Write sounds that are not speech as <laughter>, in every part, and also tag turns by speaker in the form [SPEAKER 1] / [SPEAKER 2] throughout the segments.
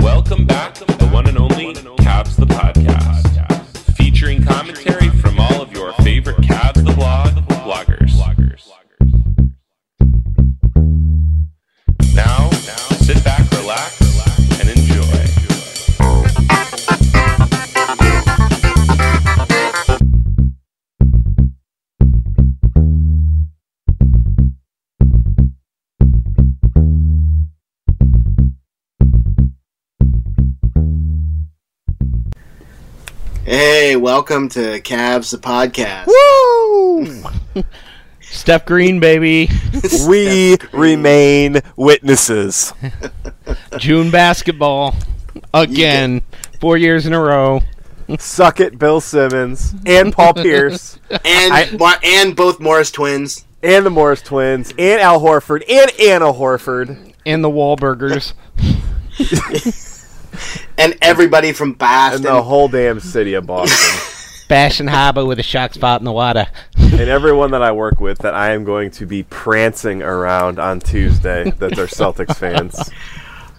[SPEAKER 1] Welcome back to the one and only Cabs the Podcast, featuring commentary from all of your favorite Cabs the Blog bloggers. Now, sit back, relax, and enjoy.
[SPEAKER 2] Hey, welcome to Cavs the podcast.
[SPEAKER 3] Steph Green, baby.
[SPEAKER 4] <laughs> we remain witnesses.
[SPEAKER 2] <laughs>
[SPEAKER 3] June basketball again, four years in a row.
[SPEAKER 4] Suck it, Bill Simmons and Paul Pierce
[SPEAKER 2] And
[SPEAKER 4] I-
[SPEAKER 2] Mar- and both Morris twins.
[SPEAKER 4] and the Morris twins and Al Horford and Anna Horford.
[SPEAKER 3] And
[SPEAKER 2] <laughs>
[SPEAKER 3] the Wahlburgers.
[SPEAKER 2] And everybody from
[SPEAKER 4] And
[SPEAKER 2] Boston.
[SPEAKER 4] the whole damn city
[SPEAKER 3] <laughs>
[SPEAKER 4] of Boston.
[SPEAKER 3] Bashing Haba with a shock spot in the water.
[SPEAKER 4] and everyone that I work with that I am going to be prancing around on Tuesday that they're Celtics
[SPEAKER 3] <laughs>
[SPEAKER 4] fans.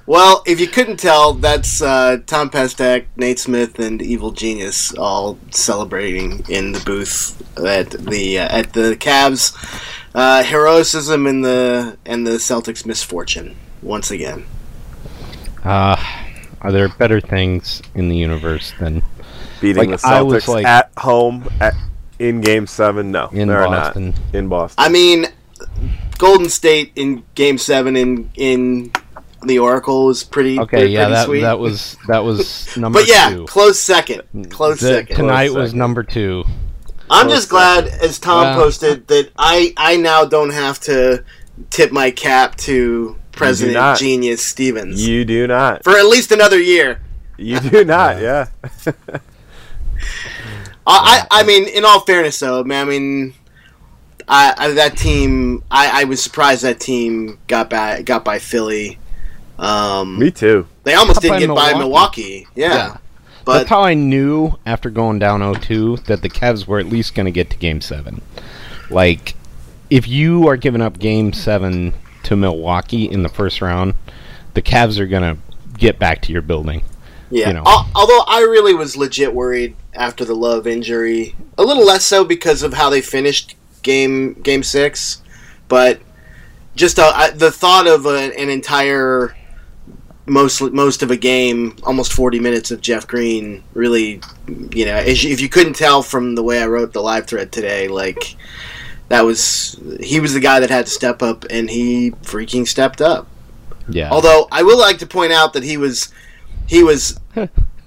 [SPEAKER 2] well, if you couldn't tell, that's uh, Tom Pestak, Nate Smith, and Evil Genius all celebrating in the booth at the uh, at the Cavs uh, heroism and the and the Celtics misfortune once again.
[SPEAKER 3] Uh, are there better things in the universe than
[SPEAKER 4] Beating
[SPEAKER 3] Like,
[SPEAKER 4] the
[SPEAKER 3] I was
[SPEAKER 4] Celtics
[SPEAKER 3] like-
[SPEAKER 4] at home at, in game seven. No.
[SPEAKER 3] In
[SPEAKER 4] they're
[SPEAKER 3] Boston.
[SPEAKER 4] not. In Boston.
[SPEAKER 2] I mean, Golden State in Game Seven in in the Oracle is pretty
[SPEAKER 3] Okay,
[SPEAKER 2] pretty,
[SPEAKER 3] yeah,
[SPEAKER 2] pretty
[SPEAKER 3] that,
[SPEAKER 2] sweet.
[SPEAKER 3] that was that was
[SPEAKER 2] <laughs>
[SPEAKER 3] number
[SPEAKER 2] But yeah,
[SPEAKER 3] two.
[SPEAKER 2] close second. Close
[SPEAKER 3] The-
[SPEAKER 2] second.
[SPEAKER 3] Tonight
[SPEAKER 4] Close
[SPEAKER 3] was
[SPEAKER 4] second.
[SPEAKER 3] number two.
[SPEAKER 2] I'm just glad, as Tom
[SPEAKER 3] Wow.
[SPEAKER 2] posted, that I I now don't have to tip my cap to President
[SPEAKER 4] not.
[SPEAKER 2] Genius Stevens
[SPEAKER 4] You do not.
[SPEAKER 2] for at least another year.
[SPEAKER 4] You do
[SPEAKER 3] <laughs>
[SPEAKER 4] not, yeah.
[SPEAKER 2] I, I I mean, in all fairness, though, man, I mean, I, I that team, I, I was surprised that team got by got by Philly. Um,
[SPEAKER 4] Me too.
[SPEAKER 2] they almost
[SPEAKER 3] Got
[SPEAKER 2] didn't
[SPEAKER 3] by
[SPEAKER 2] get by
[SPEAKER 3] Milwaukee.
[SPEAKER 2] Milwaukee. Yeah,
[SPEAKER 3] Yeah.
[SPEAKER 2] but
[SPEAKER 3] That's how I knew after going down 0-2 that the Cavs were at least going to get to Game Seven. Like, if you are giving up Game Seven to Milwaukee in the first round, the Cavs are going to get back to your building.
[SPEAKER 2] Yeah.
[SPEAKER 3] you know.
[SPEAKER 2] Al- although I really was legit worried after the Love injury, a little less so because of how they finished game game six, but just uh, I, the thought of a, an entire most most of a game, almost forty minutes of Jeff Green, really, you know, as you- if you couldn't tell from the way I wrote the live thread today, like that was he was the guy that had to step up, and he freaking stepped up.
[SPEAKER 3] Yeah.
[SPEAKER 2] Although I will like to point out that he was he was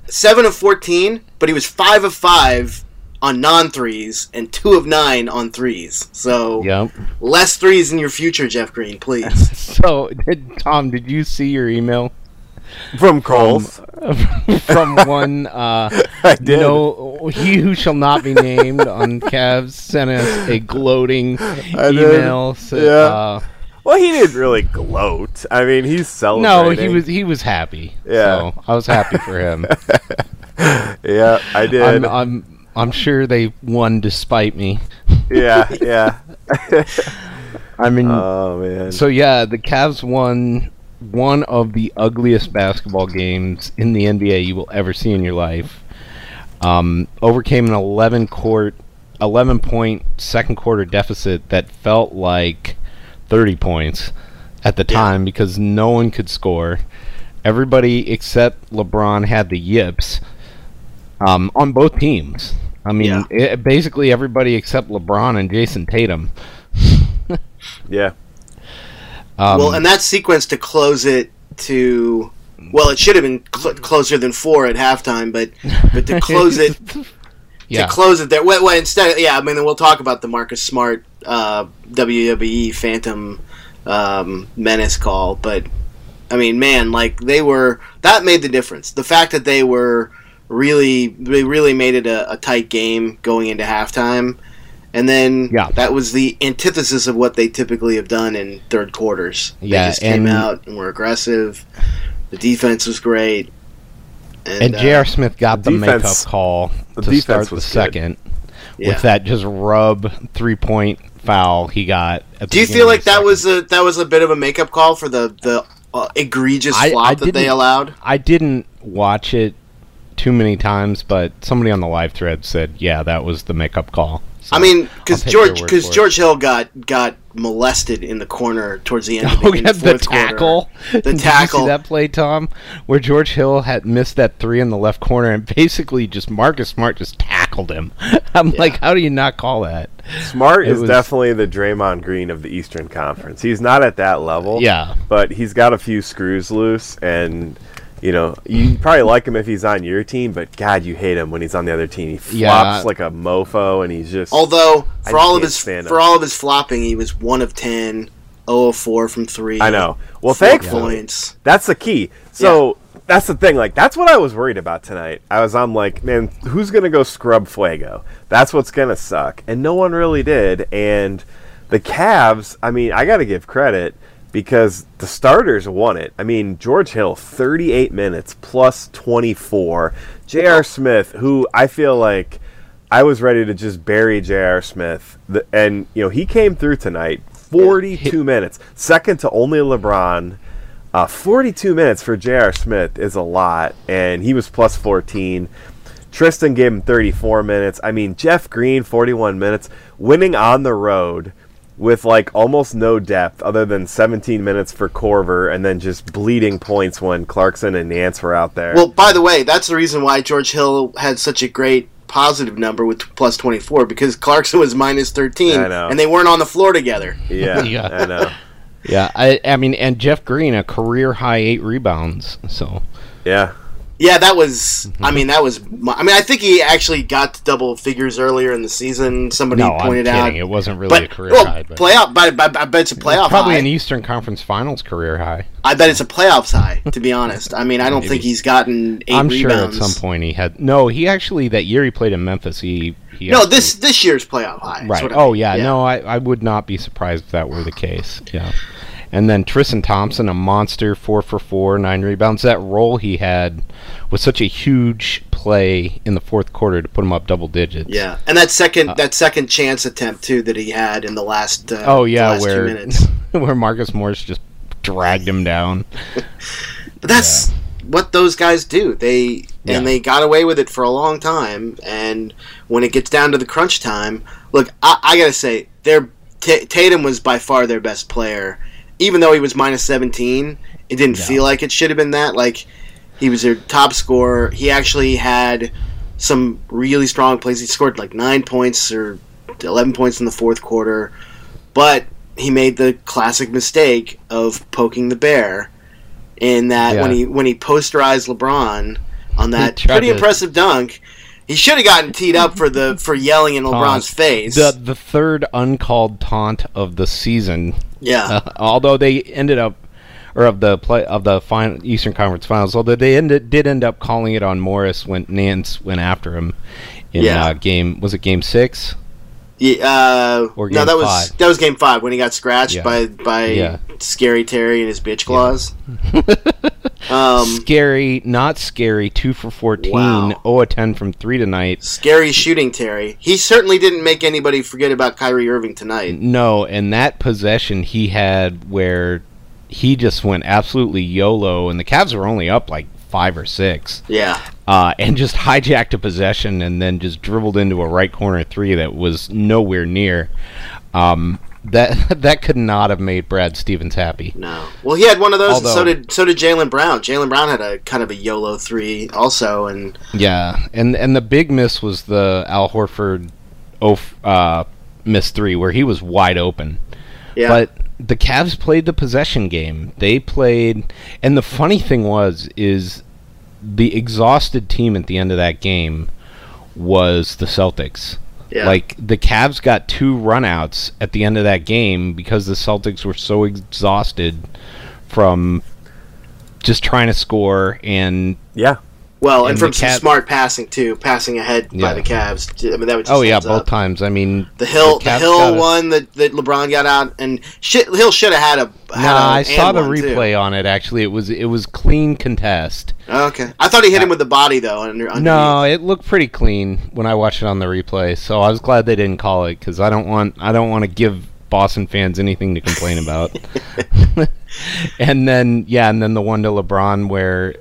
[SPEAKER 2] seven of fourteen, but he was five of five on non threes and two of nine on threes. So
[SPEAKER 3] Yep. <laughs>
[SPEAKER 2] less threes in your future, Jeff Green, please.
[SPEAKER 3] So, did, Tom, did you see your email
[SPEAKER 4] From Coles.
[SPEAKER 3] from one? Uh,
[SPEAKER 4] <laughs> I did.
[SPEAKER 3] No, he who shall not be named on Cavs sent us a gloating
[SPEAKER 4] did.
[SPEAKER 3] email. So,
[SPEAKER 4] Yeah.
[SPEAKER 3] uh,
[SPEAKER 4] Well, he didn't really gloat. I mean, he's
[SPEAKER 3] no,
[SPEAKER 4] celebrating.
[SPEAKER 3] he was he was happy.
[SPEAKER 4] Yeah.
[SPEAKER 3] So I was happy for him.
[SPEAKER 4] Yeah, I did.
[SPEAKER 3] I'm, I'm I'm sure they won despite me.
[SPEAKER 4] <laughs> yeah, yeah.
[SPEAKER 3] I mean,
[SPEAKER 4] Oh man.
[SPEAKER 3] so yeah, the Cavs won one of the ugliest basketball games in the NBA you will ever see in your life. Um, overcame an 11 court, 11 point second quarter deficit that felt like 30 points at the time because no one could score. Everybody except LeBron had the yips um, on both teams. I mean,
[SPEAKER 2] Yeah.
[SPEAKER 3] it, basically everybody except LeBron and Jason Tatum.
[SPEAKER 4] yeah.
[SPEAKER 3] Um,
[SPEAKER 2] well, and that sequence to close it to well, it should have been cl- closer than four at halftime, but but to close it
[SPEAKER 3] yeah.
[SPEAKER 2] to close it there. Well, well, instead, yeah, I mean, we'll talk about the Marcus Smart uh, WWE Phantom um, Menace call, but I mean, man, like they were that made the difference. The fact that they were really, they really made it a, a tight game going into halftime, and then
[SPEAKER 3] Yeah.
[SPEAKER 2] that was the antithesis of what they typically have done in third quarters. They
[SPEAKER 3] Yeah,
[SPEAKER 2] just came
[SPEAKER 3] and-
[SPEAKER 2] out and were aggressive. The defense was great.
[SPEAKER 3] And
[SPEAKER 2] uh,
[SPEAKER 3] J.R. Smith got the
[SPEAKER 4] defense-
[SPEAKER 3] makeup call
[SPEAKER 4] the
[SPEAKER 3] to
[SPEAKER 4] defense
[SPEAKER 3] start the
[SPEAKER 4] was good.
[SPEAKER 3] second
[SPEAKER 2] yeah.
[SPEAKER 3] with that just rub three point foul he got. At the
[SPEAKER 2] Do you
[SPEAKER 3] beginning
[SPEAKER 2] feel
[SPEAKER 3] of
[SPEAKER 2] like
[SPEAKER 3] the
[SPEAKER 2] that
[SPEAKER 3] second.
[SPEAKER 2] was a that was a bit of a makeup call for the the uh, egregious
[SPEAKER 3] I-
[SPEAKER 2] flop
[SPEAKER 3] I
[SPEAKER 2] that they
[SPEAKER 3] didn't-
[SPEAKER 2] allowed?
[SPEAKER 3] I didn't watch it too many times, but somebody on the live thread said, "Yeah, that was the makeup call." So
[SPEAKER 2] I mean, because
[SPEAKER 3] I'll take your
[SPEAKER 2] George
[SPEAKER 3] word
[SPEAKER 2] because
[SPEAKER 3] for it.
[SPEAKER 2] George Hill got got molested in the corner towards the end. Of the,
[SPEAKER 3] <laughs> Oh,
[SPEAKER 2] in
[SPEAKER 3] yeah, the
[SPEAKER 2] fourth
[SPEAKER 3] tackle.
[SPEAKER 2] Quarter. The
[SPEAKER 3] <laughs> Did you
[SPEAKER 2] tackle.
[SPEAKER 3] see that play, Tom, where George Hill had missed that three in the left corner, and <laughs> basically just Marcus Smart just tackled him. <laughs> I'm like, how do you not call that?
[SPEAKER 4] Smart
[SPEAKER 3] It
[SPEAKER 4] is
[SPEAKER 3] was-
[SPEAKER 4] definitely the Draymond Green of the Eastern Conference. He's not at that level.
[SPEAKER 3] Yeah.
[SPEAKER 4] But he's got a few screws loose and you know, you probably like him if he's on your team, but God, you hate him when he's on the other team. He flops
[SPEAKER 3] Yeah.
[SPEAKER 4] like a mofo, and he's just
[SPEAKER 2] Although
[SPEAKER 4] I
[SPEAKER 2] for all of
[SPEAKER 4] can't
[SPEAKER 2] his
[SPEAKER 4] stand him.
[SPEAKER 2] for all of his flopping, he was one of 10, 0 of four from three.
[SPEAKER 4] I know. Well,
[SPEAKER 2] four
[SPEAKER 4] thankfully,
[SPEAKER 2] points.
[SPEAKER 4] That's the key. So that's the thing. Like that's what I was worried about tonight. I was I'm like, man, who's gonna go scrub Fuego? That's what's gonna suck. And no one really did. And the Cavs, I mean, I gotta give credit because the starters won it. I mean, George Hill, 38 minutes plus 24. J.R. Smith, who I feel like I was ready to just bury J.R. Smith. The, and, you know, he came through tonight, 42 minutes, second to only LeBron. Uh, 42 minutes for J.R. Smith is a lot, and he was plus 14. Tristan gave him 34 minutes. I mean, Jeff Green, 41 minutes, winning on the road with like almost no depth other than 17 minutes for Corver and then just bleeding points when Clarkson and Nance were out there.
[SPEAKER 2] Well, by the way, that's the reason why George Hill had such a great positive number with plus 24 because Clarkson was minus 13
[SPEAKER 4] I know.
[SPEAKER 2] and they weren't on the floor together.
[SPEAKER 4] yeah,
[SPEAKER 3] Yeah.
[SPEAKER 4] I know.
[SPEAKER 3] Yeah, I, I mean, and Jeff Green a career high eight rebounds. So
[SPEAKER 4] Yeah.
[SPEAKER 2] Yeah, that was. I
[SPEAKER 3] Mm-hmm.
[SPEAKER 2] mean, that was. My, I mean, I think he actually got to double figures earlier in the season. Somebody
[SPEAKER 3] no, I'm
[SPEAKER 2] pointed
[SPEAKER 3] kidding.
[SPEAKER 2] out,
[SPEAKER 3] It wasn't really
[SPEAKER 2] but
[SPEAKER 3] a career
[SPEAKER 2] well,
[SPEAKER 3] high, but
[SPEAKER 2] playoff. But, but I bet it's a playoff
[SPEAKER 3] probably
[SPEAKER 2] high.
[SPEAKER 3] an e- Eastern Conference Finals career high.
[SPEAKER 2] I bet it's a playoffs high. To be honest, I mean, I don't think he's gotten 8
[SPEAKER 3] I'm
[SPEAKER 2] rebounds.
[SPEAKER 3] sure at some point he had. No, he actually that year he played in Memphis. He, he
[SPEAKER 2] No,
[SPEAKER 3] actually-
[SPEAKER 2] this this year's playoff high. is
[SPEAKER 3] right.
[SPEAKER 2] what I
[SPEAKER 3] Oh
[SPEAKER 2] mean.
[SPEAKER 3] yeah, no, I, I would not be surprised if that were the case. Yeah, and then Tristan Thompson, a monster, four for four, nine rebounds. That role he had was such a huge play in the fourth quarter to put him up double digits.
[SPEAKER 2] Yeah, and that second
[SPEAKER 3] Uh,
[SPEAKER 2] that second chance attempt too that he had in the last. Uh,
[SPEAKER 3] Oh
[SPEAKER 2] the
[SPEAKER 3] yeah,
[SPEAKER 2] last two
[SPEAKER 3] where
[SPEAKER 2] minutes.
[SPEAKER 3] <laughs> where Marcus Morris just dragged him down.
[SPEAKER 2] But that's what those guys do. They
[SPEAKER 3] Yeah.
[SPEAKER 2] and they got away with it for a long time. And when it gets down to the crunch time, look, I, I gotta say, their T- Tatum was by far their best player, even though he was minus seventeen. It didn't feel like it should have been that. Like he was their top scorer. He actually had some really strong plays. He scored like nine points or eleven points in the fourth quarter, but he made the classic mistake of poking the bear in that when
[SPEAKER 3] Yeah.
[SPEAKER 2] he when he posterized LeBron on that
[SPEAKER 3] tried
[SPEAKER 2] pretty
[SPEAKER 3] to-
[SPEAKER 2] impressive dunk. He should have gotten teed up for the for yelling in LeBron's face.
[SPEAKER 3] The the third uncalled taunt of the season,
[SPEAKER 2] yeah,
[SPEAKER 3] uh, although they ended up, or of the play of the final Eastern Conference Finals, although they ended did end up calling it on Morris when Nance went after him in
[SPEAKER 2] Yeah.
[SPEAKER 3] uh, game was it game six?
[SPEAKER 2] yeah uh,
[SPEAKER 3] Or
[SPEAKER 2] no,
[SPEAKER 3] game
[SPEAKER 2] that was
[SPEAKER 3] five.
[SPEAKER 2] that was game five when he got scratched
[SPEAKER 3] Yeah.
[SPEAKER 2] by by
[SPEAKER 3] Yeah.
[SPEAKER 2] Scary Terry and his bitch claws.
[SPEAKER 3] <laughs>
[SPEAKER 2] um,
[SPEAKER 3] Scary, not scary. Two for fourteen.
[SPEAKER 2] Wow.
[SPEAKER 3] Oh, a ten from three tonight.
[SPEAKER 2] scary shooting Terry. He certainly didn't make anybody forget about Kyrie Irving tonight.
[SPEAKER 3] No, and that possession he had where he just went absolutely YOLO, and the Cavs were only up like five or six,
[SPEAKER 2] Yeah.
[SPEAKER 3] uh, and just <laughs> hijacked a possession and then just dribbled into a right corner three that was nowhere near. Um, that <laughs> that could not have made Brad Stevens happy.
[SPEAKER 2] No. Well, he had one of those, and so
[SPEAKER 3] Although-
[SPEAKER 2] did so did Jalen Brown. Jalen Brown had a kind of a YOLO three also, and
[SPEAKER 3] Yeah, and and the big miss was the Al Horford, oh, uh, miss three where he was wide open.
[SPEAKER 2] yeah,
[SPEAKER 3] But the Cavs played the possession game. They played, and the funny thing was, is the exhausted team at the end of that game was the Celtics.
[SPEAKER 2] yeah.
[SPEAKER 3] Like the Cavs got two runouts at the end of that game because the Celtics were so exhausted from just trying to score and
[SPEAKER 4] Yeah.
[SPEAKER 2] well, and,
[SPEAKER 3] and
[SPEAKER 2] from
[SPEAKER 3] the
[SPEAKER 2] some
[SPEAKER 3] Cav-
[SPEAKER 2] smart passing too, passing ahead by
[SPEAKER 3] Yeah.
[SPEAKER 2] the Cavs. I mean, that was just
[SPEAKER 3] oh yeah,
[SPEAKER 2] heads
[SPEAKER 3] both
[SPEAKER 2] up.
[SPEAKER 3] times. I mean,
[SPEAKER 2] The Hill, the,
[SPEAKER 3] Cavs got
[SPEAKER 2] Hill
[SPEAKER 3] a-
[SPEAKER 2] one that, that LeBron got out, and shit, Hill should have had a. Had
[SPEAKER 3] Nah,
[SPEAKER 2] a
[SPEAKER 3] I saw
[SPEAKER 2] and
[SPEAKER 3] the
[SPEAKER 2] one, too.
[SPEAKER 3] replay on it. Actually, it was it was clean contest.
[SPEAKER 2] Okay, I thought he hit him with the body though. Under, underneath.
[SPEAKER 3] No, it looked pretty clean when I watched it on the replay. So I was glad they didn't call it because I don't want I don't want to give Boston fans anything to complain about. and then yeah, and then the one to LeBron where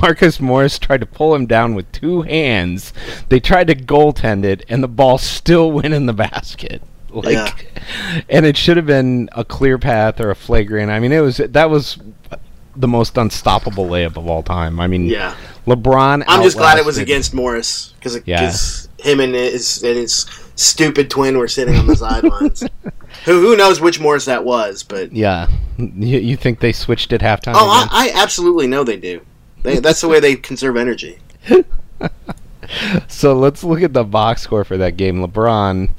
[SPEAKER 3] Marcus Morris tried to pull him down with two hands. They tried to goaltend it, and the ball still went in the basket. <laughs> Like, and it should have been a clear path or a flagrant. I mean, it was that was the most unstoppable layup of all time. I mean,
[SPEAKER 2] Yeah.
[SPEAKER 3] LeBron.
[SPEAKER 2] I'm just glad it
[SPEAKER 3] outlasted-
[SPEAKER 2] was against Morris because
[SPEAKER 3] Yeah.
[SPEAKER 2] him and his and his stupid twin were sitting on the
[SPEAKER 3] <laughs>
[SPEAKER 2] sidelines. Who who knows which Morris that was? But
[SPEAKER 3] Yeah, <laughs> you, you think they switched at halftime?
[SPEAKER 2] oh,
[SPEAKER 3] again?
[SPEAKER 2] I, I absolutely know they do. They, that's the way they conserve energy.
[SPEAKER 3] So let's look at the box score for that game. LeBron,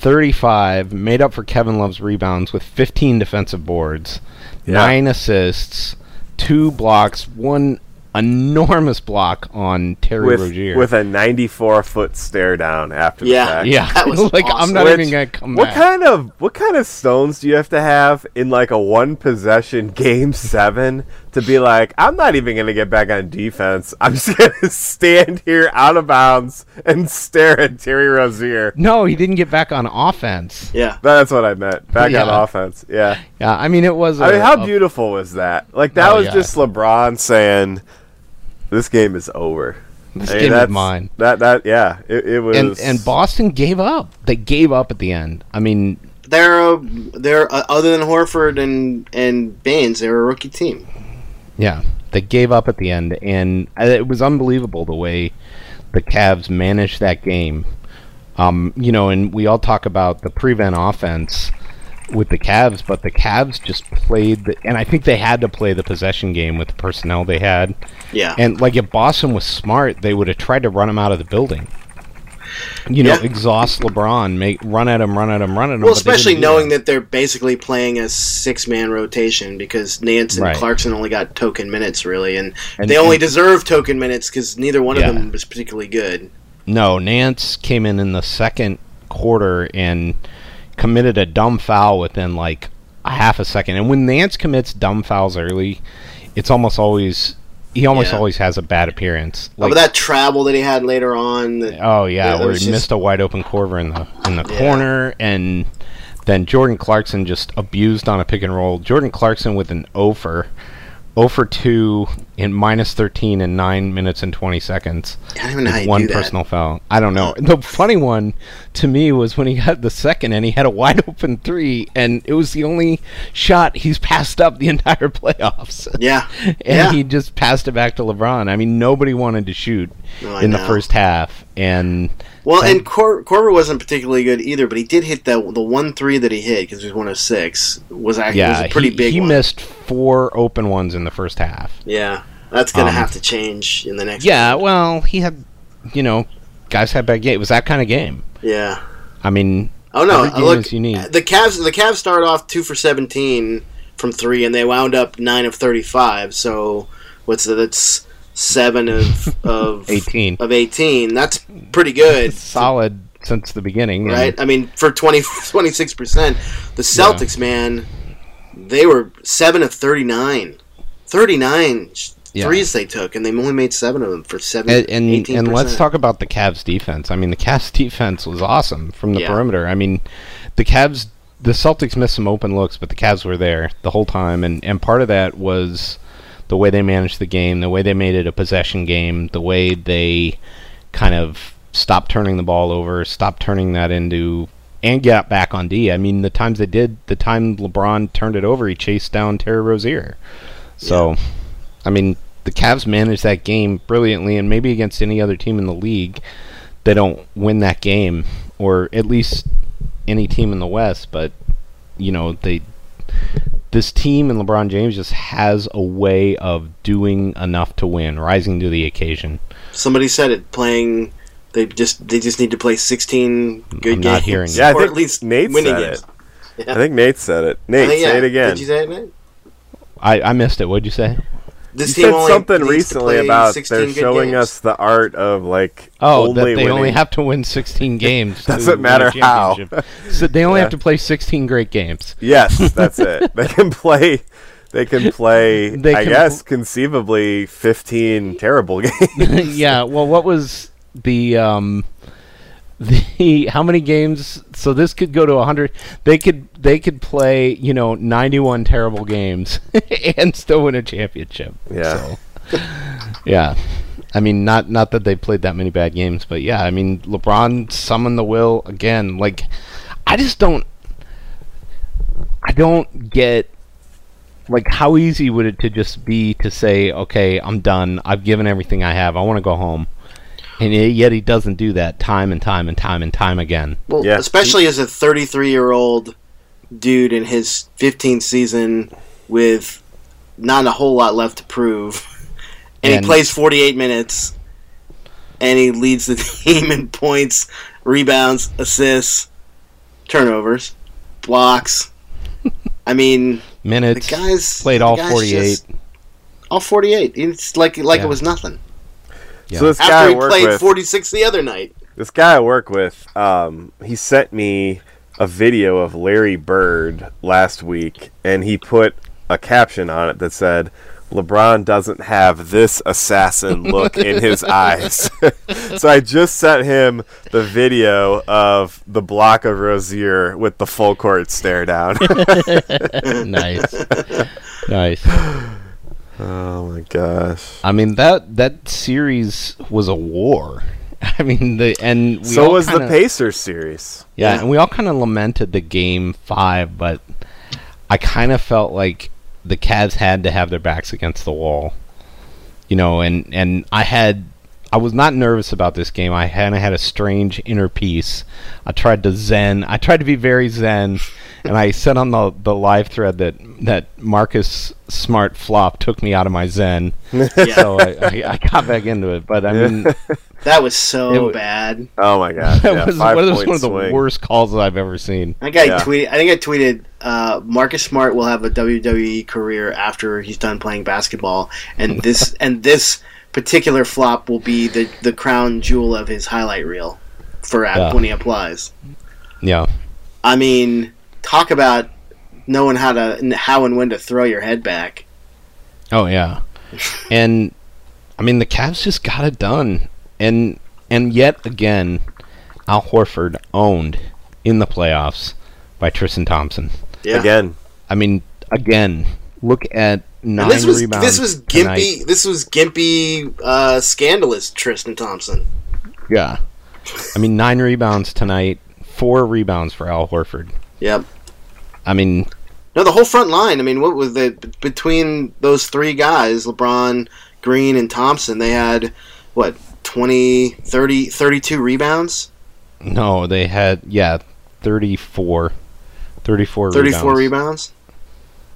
[SPEAKER 3] 35, made up for Kevin Love's rebounds with 15 defensive boards,
[SPEAKER 4] Yeah.
[SPEAKER 3] nine assists, two blocks, one enormous block on Terry
[SPEAKER 4] With,
[SPEAKER 3] Rozier.
[SPEAKER 4] with a 94 foot stare down after
[SPEAKER 2] Yeah.
[SPEAKER 4] the
[SPEAKER 3] <laughs>
[SPEAKER 4] fact.
[SPEAKER 3] yeah,
[SPEAKER 2] That was
[SPEAKER 3] <laughs> like
[SPEAKER 2] awesome.
[SPEAKER 3] I'm not
[SPEAKER 4] Which-
[SPEAKER 3] even gonna come
[SPEAKER 4] what
[SPEAKER 3] back.
[SPEAKER 4] kind of what kind of stones do you have to have in like a one possession <laughs> game seven to be like I'm not even gonna get back on defense. I'm just <laughs> gonna stand here out of bounds and stare at Terry Rozier.
[SPEAKER 3] no, he didn't get back on offense.
[SPEAKER 2] Yeah,
[SPEAKER 4] That's what I meant. Back
[SPEAKER 3] Yeah.
[SPEAKER 4] on offense. Yeah.
[SPEAKER 3] Yeah, I mean it was.
[SPEAKER 4] I mean,
[SPEAKER 3] a-
[SPEAKER 4] how
[SPEAKER 3] a-
[SPEAKER 4] beautiful was that? Like that
[SPEAKER 3] Oh,
[SPEAKER 4] was
[SPEAKER 3] yeah.
[SPEAKER 4] just LeBron saying, "This game is over."
[SPEAKER 3] This
[SPEAKER 4] I mean,
[SPEAKER 3] game is
[SPEAKER 4] that's-
[SPEAKER 3] mine.
[SPEAKER 4] That that yeah, it, it was.
[SPEAKER 3] And and Boston gave up. They gave up at the end. I mean,
[SPEAKER 2] they're a, they're uh other than Horford and and Baines, they're a rookie team.
[SPEAKER 3] Yeah, they gave up at the end, and uh, it was unbelievable the way the Cavs managed that game. Um, you know, and we all talk about the prevent offense with the Cavs, but the Cavs just played, the, and I think they had to play the possession game with the personnel they had.
[SPEAKER 2] Yeah,
[SPEAKER 3] And like, if Boston was smart, they would have tried to run him out of the building. You know,
[SPEAKER 2] Yeah.
[SPEAKER 3] exhaust LeBron, make run at him, run at him, run at him.
[SPEAKER 2] well,
[SPEAKER 3] but they
[SPEAKER 2] especially
[SPEAKER 3] didn't do
[SPEAKER 2] knowing that they're basically playing a six man rotation because Nance and
[SPEAKER 3] Right.
[SPEAKER 2] Clarkson only got token minutes really, and,
[SPEAKER 3] And-
[SPEAKER 2] they only
[SPEAKER 3] and-
[SPEAKER 2] deserve token minutes because neither one
[SPEAKER 3] Yeah.
[SPEAKER 2] of them was particularly good.
[SPEAKER 3] No, Nance came in in the second quarter and committed a dumb foul within like a half a second. And when Nance commits dumb fouls early, it's almost always he almost
[SPEAKER 2] Yeah. Oh,
[SPEAKER 3] always has a bad appearance. Like,
[SPEAKER 2] but that travel that he had later on, that,
[SPEAKER 3] oh yeah,
[SPEAKER 2] that
[SPEAKER 3] where
[SPEAKER 2] was
[SPEAKER 3] he
[SPEAKER 2] just-
[SPEAKER 3] missed a wide open corner in the in the
[SPEAKER 2] Yeah.
[SPEAKER 3] corner and then Jordan Clarkson just abused on a pick and roll. Jordan Clarkson with an over. 0 for 2 in minus 13 in 9 minutes and
[SPEAKER 2] <laughs>
[SPEAKER 3] 20 seconds
[SPEAKER 2] I don't even know how
[SPEAKER 3] with
[SPEAKER 2] you
[SPEAKER 3] one
[SPEAKER 2] do that.
[SPEAKER 3] personal foul. I don't know. The funny one to me was when he got the second and he had a wide open three, and it was the only shot he's passed up the <laughs> entire playoffs.
[SPEAKER 2] yeah,
[SPEAKER 3] and
[SPEAKER 2] yeah.
[SPEAKER 3] he just passed it back to LeBron. I mean, nobody wanted to shoot
[SPEAKER 2] No, Oh, I
[SPEAKER 3] in the
[SPEAKER 2] know.
[SPEAKER 3] first half, and
[SPEAKER 2] Well, and Cor- Corver wasn't particularly good either, but he did hit that the one three that he hit because he was one of six was actually
[SPEAKER 3] yeah,
[SPEAKER 2] was a pretty
[SPEAKER 3] he,
[SPEAKER 2] big.
[SPEAKER 3] he
[SPEAKER 2] one.
[SPEAKER 3] missed four open ones in the first half.
[SPEAKER 2] Yeah, that's gonna
[SPEAKER 3] Um,
[SPEAKER 2] have to change in the next.
[SPEAKER 3] Yeah, well, he had, you know, guys had bad game. It was that kind of game.
[SPEAKER 2] yeah.
[SPEAKER 3] I mean,
[SPEAKER 2] Oh no!
[SPEAKER 3] Every game
[SPEAKER 2] look,
[SPEAKER 3] is unique.
[SPEAKER 2] the Cavs. The Cavs started off two for seventeen from three, and they wound up nine of thirty-five. So what's that? That's seven
[SPEAKER 3] <laughs>
[SPEAKER 2] of of
[SPEAKER 3] 18.
[SPEAKER 2] of eighteen. That's pretty good,
[SPEAKER 3] solid since the beginning.
[SPEAKER 2] <laughs>
[SPEAKER 3] and-
[SPEAKER 2] right? I mean, for 20, 26 percent, the Celtics, man, They were seven of thirty nine. Thirty nine
[SPEAKER 3] Yeah.
[SPEAKER 2] threes they took, and they only made seven of them for seven.
[SPEAKER 3] And and,
[SPEAKER 2] 18%.
[SPEAKER 3] and let's talk about the Cavs defense. I mean, the Cavs <laughs> defense was awesome from the
[SPEAKER 2] Yeah.
[SPEAKER 3] perimeter. I mean, the Cavs, the Celtics missed some open looks, but the Cavs were there the whole time, and and part of that was the way they managed the game, the way they made it a possession game, the way they kind of stopped turning the ball over, stopped turning that into and got back on D. I mean, the times they did, the time LeBron turned it over, he chased down Terry Rozier. So, I mean, the Cavs managed that game brilliantly, and maybe against any other team in the league, they don't win that game, or at least any team in the West. But you know, they this team and LeBron James just has a way of doing enough to win, rising to the occasion.
[SPEAKER 2] Somebody said it. Playing, they just they just need to play sixteen good
[SPEAKER 3] I'm
[SPEAKER 2] games.
[SPEAKER 3] not hearing you.
[SPEAKER 4] Yeah, I
[SPEAKER 2] or
[SPEAKER 4] think
[SPEAKER 2] at least
[SPEAKER 4] Nate
[SPEAKER 2] winning
[SPEAKER 4] said
[SPEAKER 2] games.
[SPEAKER 4] it. I think Nate said it. Nate,
[SPEAKER 2] I think, yeah.
[SPEAKER 4] say it again.
[SPEAKER 2] Did you say it, Nate?
[SPEAKER 3] I, I missed it. What'd you say?
[SPEAKER 2] This
[SPEAKER 4] You said something
[SPEAKER 2] needs to
[SPEAKER 4] recently
[SPEAKER 2] play
[SPEAKER 4] about
[SPEAKER 2] 16
[SPEAKER 4] they're
[SPEAKER 2] good
[SPEAKER 4] showing
[SPEAKER 2] games.
[SPEAKER 4] us the art of like
[SPEAKER 3] Oh,
[SPEAKER 4] only
[SPEAKER 3] that they only
[SPEAKER 4] winning.
[SPEAKER 3] have to win 16 games. to
[SPEAKER 4] Doesn't
[SPEAKER 3] win a
[SPEAKER 4] matter how.
[SPEAKER 3] championship. so they only have to play 16 great games.
[SPEAKER 4] <laughs> Yes,
[SPEAKER 3] <laughs>
[SPEAKER 4] that's it. They can play. They can play.
[SPEAKER 3] They
[SPEAKER 4] I
[SPEAKER 3] can-
[SPEAKER 4] guess conceivably fifteen terrible <laughs> games.
[SPEAKER 3] <laughs> yeah. Well, what was the um <laughs> the how many games? So this could go to 100. They could they could play you know 91 terrible games <laughs> and still win a championship.
[SPEAKER 4] Yeah.
[SPEAKER 3] So, yeah. I mean, not not that they played that many bad games, but yeah. I mean, LeBron summoned the will again. Like, I just don't. I don't get like how easy would it to just be to say, okay, I'm done. I've given everything I have. I want to go home. And y- yet he doesn't do that time and time and time and time again.
[SPEAKER 2] Well,
[SPEAKER 4] Yeah.
[SPEAKER 2] especially as a 33 year old dude in his 15th season with not a whole lot left to prove, <laughs> and,
[SPEAKER 3] And-
[SPEAKER 2] he plays 48 minutes, and he leads the <laughs> team in points, rebounds, assists, turnovers, blocks. I mean, the
[SPEAKER 3] Minutes
[SPEAKER 2] guys
[SPEAKER 3] played
[SPEAKER 2] the
[SPEAKER 3] all
[SPEAKER 2] guy's
[SPEAKER 3] 48.
[SPEAKER 2] just- all 48. It's like like
[SPEAKER 3] Yeah.
[SPEAKER 2] it was nothing.
[SPEAKER 3] Yeah.
[SPEAKER 4] So this guy
[SPEAKER 2] After
[SPEAKER 4] I
[SPEAKER 2] he
[SPEAKER 4] work
[SPEAKER 2] played
[SPEAKER 4] with,
[SPEAKER 2] 46 the other night.
[SPEAKER 4] this guy I work with, um, he sent me a video of Larry Bird last week, and he put a caption on it that said, "LeBron doesn't have this assassin
[SPEAKER 3] <laughs>
[SPEAKER 4] look in his eyes." <laughs> so I just sent him the video of the block of Rozier with the full court
[SPEAKER 3] <laughs>
[SPEAKER 4] stare down.
[SPEAKER 2] <laughs>
[SPEAKER 3] nice. nice.
[SPEAKER 4] oh my gosh.
[SPEAKER 3] I mean that that series was a war. <laughs> I mean the and we
[SPEAKER 4] so
[SPEAKER 3] all
[SPEAKER 4] was
[SPEAKER 3] kinda,
[SPEAKER 4] the Pacers series.
[SPEAKER 3] Yeah,
[SPEAKER 2] Yeah.
[SPEAKER 3] and we all kind of lamented the game five, but I kind of felt like the Cavs had to have their backs against the wall, you know. And and I had I was not nervous about this game. I had I had a strange inner peace. I tried to zen. I tried to be very
[SPEAKER 4] <laughs>
[SPEAKER 3] zen, and I said on the the live thread that that Marcus Smart flop took me out of my
[SPEAKER 4] <laughs>
[SPEAKER 3] zen. So I, I, I got back into it, but I mean.
[SPEAKER 2] That was
[SPEAKER 3] It
[SPEAKER 2] so
[SPEAKER 3] wa-
[SPEAKER 2] bad.
[SPEAKER 4] Oh my
[SPEAKER 3] <laughs>
[SPEAKER 4] god.
[SPEAKER 3] That
[SPEAKER 4] yeah,
[SPEAKER 3] was,
[SPEAKER 4] five
[SPEAKER 3] that was
[SPEAKER 4] point
[SPEAKER 3] one of the
[SPEAKER 4] swing.
[SPEAKER 3] worst calls that I've ever seen.
[SPEAKER 2] I think I
[SPEAKER 4] Yeah.
[SPEAKER 2] tweeted. I think I tweeted. Uh, Marcus Smart will have a WWE career after he's done playing basketball, and
[SPEAKER 3] <laughs>
[SPEAKER 2] this and this particular flop will be the the crown jewel of his highlight reel for app-
[SPEAKER 3] Yeah.
[SPEAKER 2] when he applies.
[SPEAKER 3] Yeah.
[SPEAKER 2] I mean, talk about knowing how to how and when to throw your head back.
[SPEAKER 3] Oh yeah, and I mean the Cavs just got it done, and and yet again, Al Horford owned in the playoffs by Tristan Thompson.
[SPEAKER 2] Yeah.
[SPEAKER 4] Again.
[SPEAKER 3] I mean, again, look at nine
[SPEAKER 2] And this was
[SPEAKER 3] rebounds.
[SPEAKER 2] this was gimpy.
[SPEAKER 3] tonight.
[SPEAKER 2] This was gimpy. Uh, scandalous Tristan Thompson.
[SPEAKER 3] Yeah, I mean nine rebounds tonight, four rebounds for Al Horford.
[SPEAKER 2] Yep.
[SPEAKER 3] I mean,
[SPEAKER 2] No, the whole front line. I mean, what was the between those three guys, LeBron, Green, and Thompson? They had what 20, 30, 32 rebounds,
[SPEAKER 3] no, they had yeah, 34, 34
[SPEAKER 2] thirty-four
[SPEAKER 3] rebounds.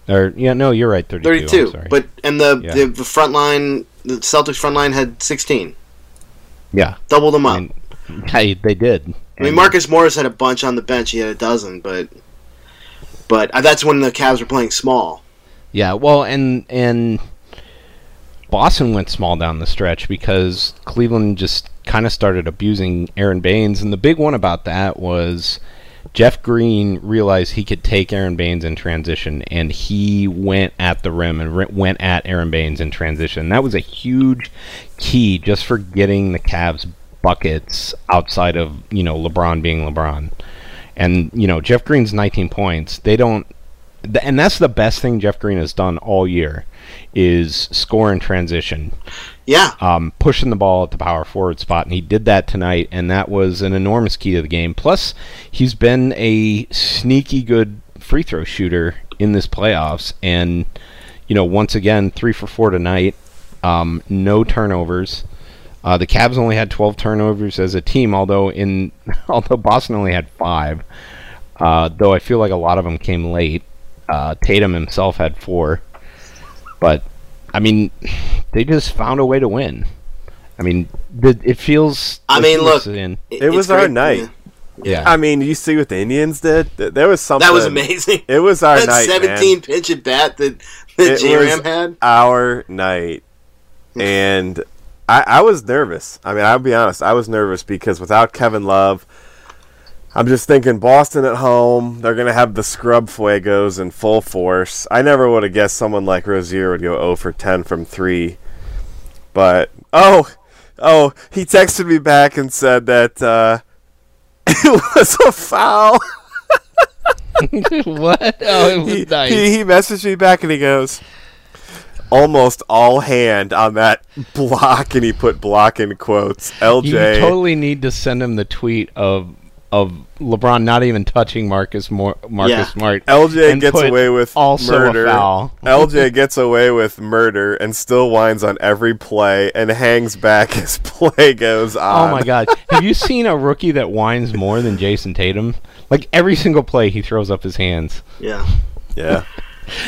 [SPEAKER 2] rebounds,
[SPEAKER 3] Or yeah, no, you're right, 32. I'm
[SPEAKER 2] 32
[SPEAKER 3] sorry.
[SPEAKER 2] But and the,
[SPEAKER 3] Yeah.
[SPEAKER 2] the the front line, the Celtics front line had sixteen.
[SPEAKER 3] yeah,
[SPEAKER 2] Double them up.
[SPEAKER 3] I
[SPEAKER 2] I
[SPEAKER 3] mean,
[SPEAKER 2] mean,
[SPEAKER 3] I, they did. And-
[SPEAKER 2] Marcus Morris had a bunch on the bench. He had a dozen, but but uh, that's when the Cavs were playing small.
[SPEAKER 3] Yeah, well, and and Boston went small down the stretch because Cleveland just kind of started abusing Aaron Baines, and the big one about that was Jeff Green realized he could take Aaron Baines in transition, and he went at the rim and re- went at Aaron Baines in transition. That was a huge key just for getting the Cavs buckets outside of you know LeBron being LeBron, and you know Jeff Green's 19 points. They don't, th- and that's the best thing Jeff Green has done all year, is score in transition
[SPEAKER 2] Yeah.
[SPEAKER 3] um, pushing the ball at the power forward spot, and he did that tonight, and that was an enormous key to the game. Plus, he's been a sneaky good free throw shooter in this playoffs, and you know, once again, three for four tonight, um, no turnovers. Uh, the Cavs only had 12 turnovers as a team, although in <laughs> although Boston only had five. Uh, though I feel like a lot of them came late. Uh, Tatum himself had four, but I mean, they just found a way to win. I mean, the, it feels.
[SPEAKER 2] I
[SPEAKER 3] like
[SPEAKER 2] mean,
[SPEAKER 3] he
[SPEAKER 2] look,
[SPEAKER 3] was in-
[SPEAKER 4] It was
[SPEAKER 2] it's
[SPEAKER 4] our
[SPEAKER 2] great.
[SPEAKER 4] night.
[SPEAKER 2] Yeah.
[SPEAKER 3] yeah,
[SPEAKER 4] I mean, you see what the Indians did? Th- There was something.
[SPEAKER 2] That was amazing.
[SPEAKER 4] It was
[SPEAKER 2] <laughs>
[SPEAKER 4] our
[SPEAKER 2] that
[SPEAKER 4] night, man.
[SPEAKER 2] 17 pitch at bat that, that
[SPEAKER 4] It
[SPEAKER 2] J Ram
[SPEAKER 4] was
[SPEAKER 2] had.
[SPEAKER 4] Our night. And I, I was nervous. I mean, I'll be honest. I was nervous because without Kevin Love, I'm just thinking Boston at home. They're going to have the scrub fuegos in full force. I never would have guessed someone like Rozier would go 0 for 10 from 3. But, oh, oh, he texted me back and said that uh, <laughs> it was a foul.
[SPEAKER 3] what? <laughs> Oh, it was
[SPEAKER 4] he,
[SPEAKER 3] <laughs> nice.
[SPEAKER 4] he, he messaged me back and he goes, almost all hand on that block, and he put block in quotes.
[SPEAKER 3] you
[SPEAKER 4] LJ.
[SPEAKER 3] totally need to send him the tweet of of LeBron not even touching Marcus Mor- Marcus
[SPEAKER 2] Yeah.
[SPEAKER 3] Smart.
[SPEAKER 4] LJ
[SPEAKER 3] and
[SPEAKER 4] gets
[SPEAKER 3] put
[SPEAKER 4] away with
[SPEAKER 3] also
[SPEAKER 4] murder.
[SPEAKER 3] a foul. <laughs>
[SPEAKER 4] LJ gets away with murder and still whines on every play and hangs back <laughs> as play goes on.
[SPEAKER 3] Oh my god! Have you seen a rookie that whines more than Jason Tatum? Like every single play, he throws up his hands.
[SPEAKER 2] Yeah.
[SPEAKER 4] Yeah.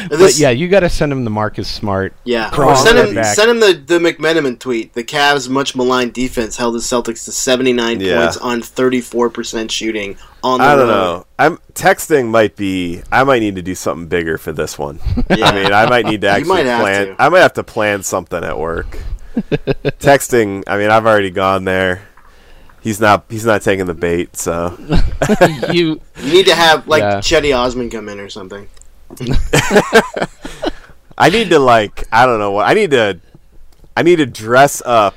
[SPEAKER 3] But yeah, you got to send him the Marcus Smart.
[SPEAKER 2] Yeah,
[SPEAKER 3] Cross
[SPEAKER 2] send
[SPEAKER 3] that
[SPEAKER 2] him
[SPEAKER 3] back.
[SPEAKER 2] send him the the McMenamin tweet. The Cavs' much maligned defense held the Celtics to seventy nine
[SPEAKER 4] Yeah.
[SPEAKER 2] points on thirty four percent shooting on the
[SPEAKER 4] I don't
[SPEAKER 2] road.
[SPEAKER 4] know. I'm texting might be. I might need to do something bigger for this one.
[SPEAKER 2] Yeah.
[SPEAKER 4] I mean, I might
[SPEAKER 2] <laughs>
[SPEAKER 4] need to actually
[SPEAKER 2] might have
[SPEAKER 4] plan.
[SPEAKER 2] to.
[SPEAKER 4] I might have to plan something at
[SPEAKER 3] <laughs>
[SPEAKER 4] work. texting. I mean, I've already gone there. He's not. He's not taking the bait. So
[SPEAKER 3] you
[SPEAKER 2] You need to have like
[SPEAKER 3] Yeah.
[SPEAKER 2] Chetty Osman come in or something.
[SPEAKER 4] I need to like. I don't know what. I need to. I need to dress up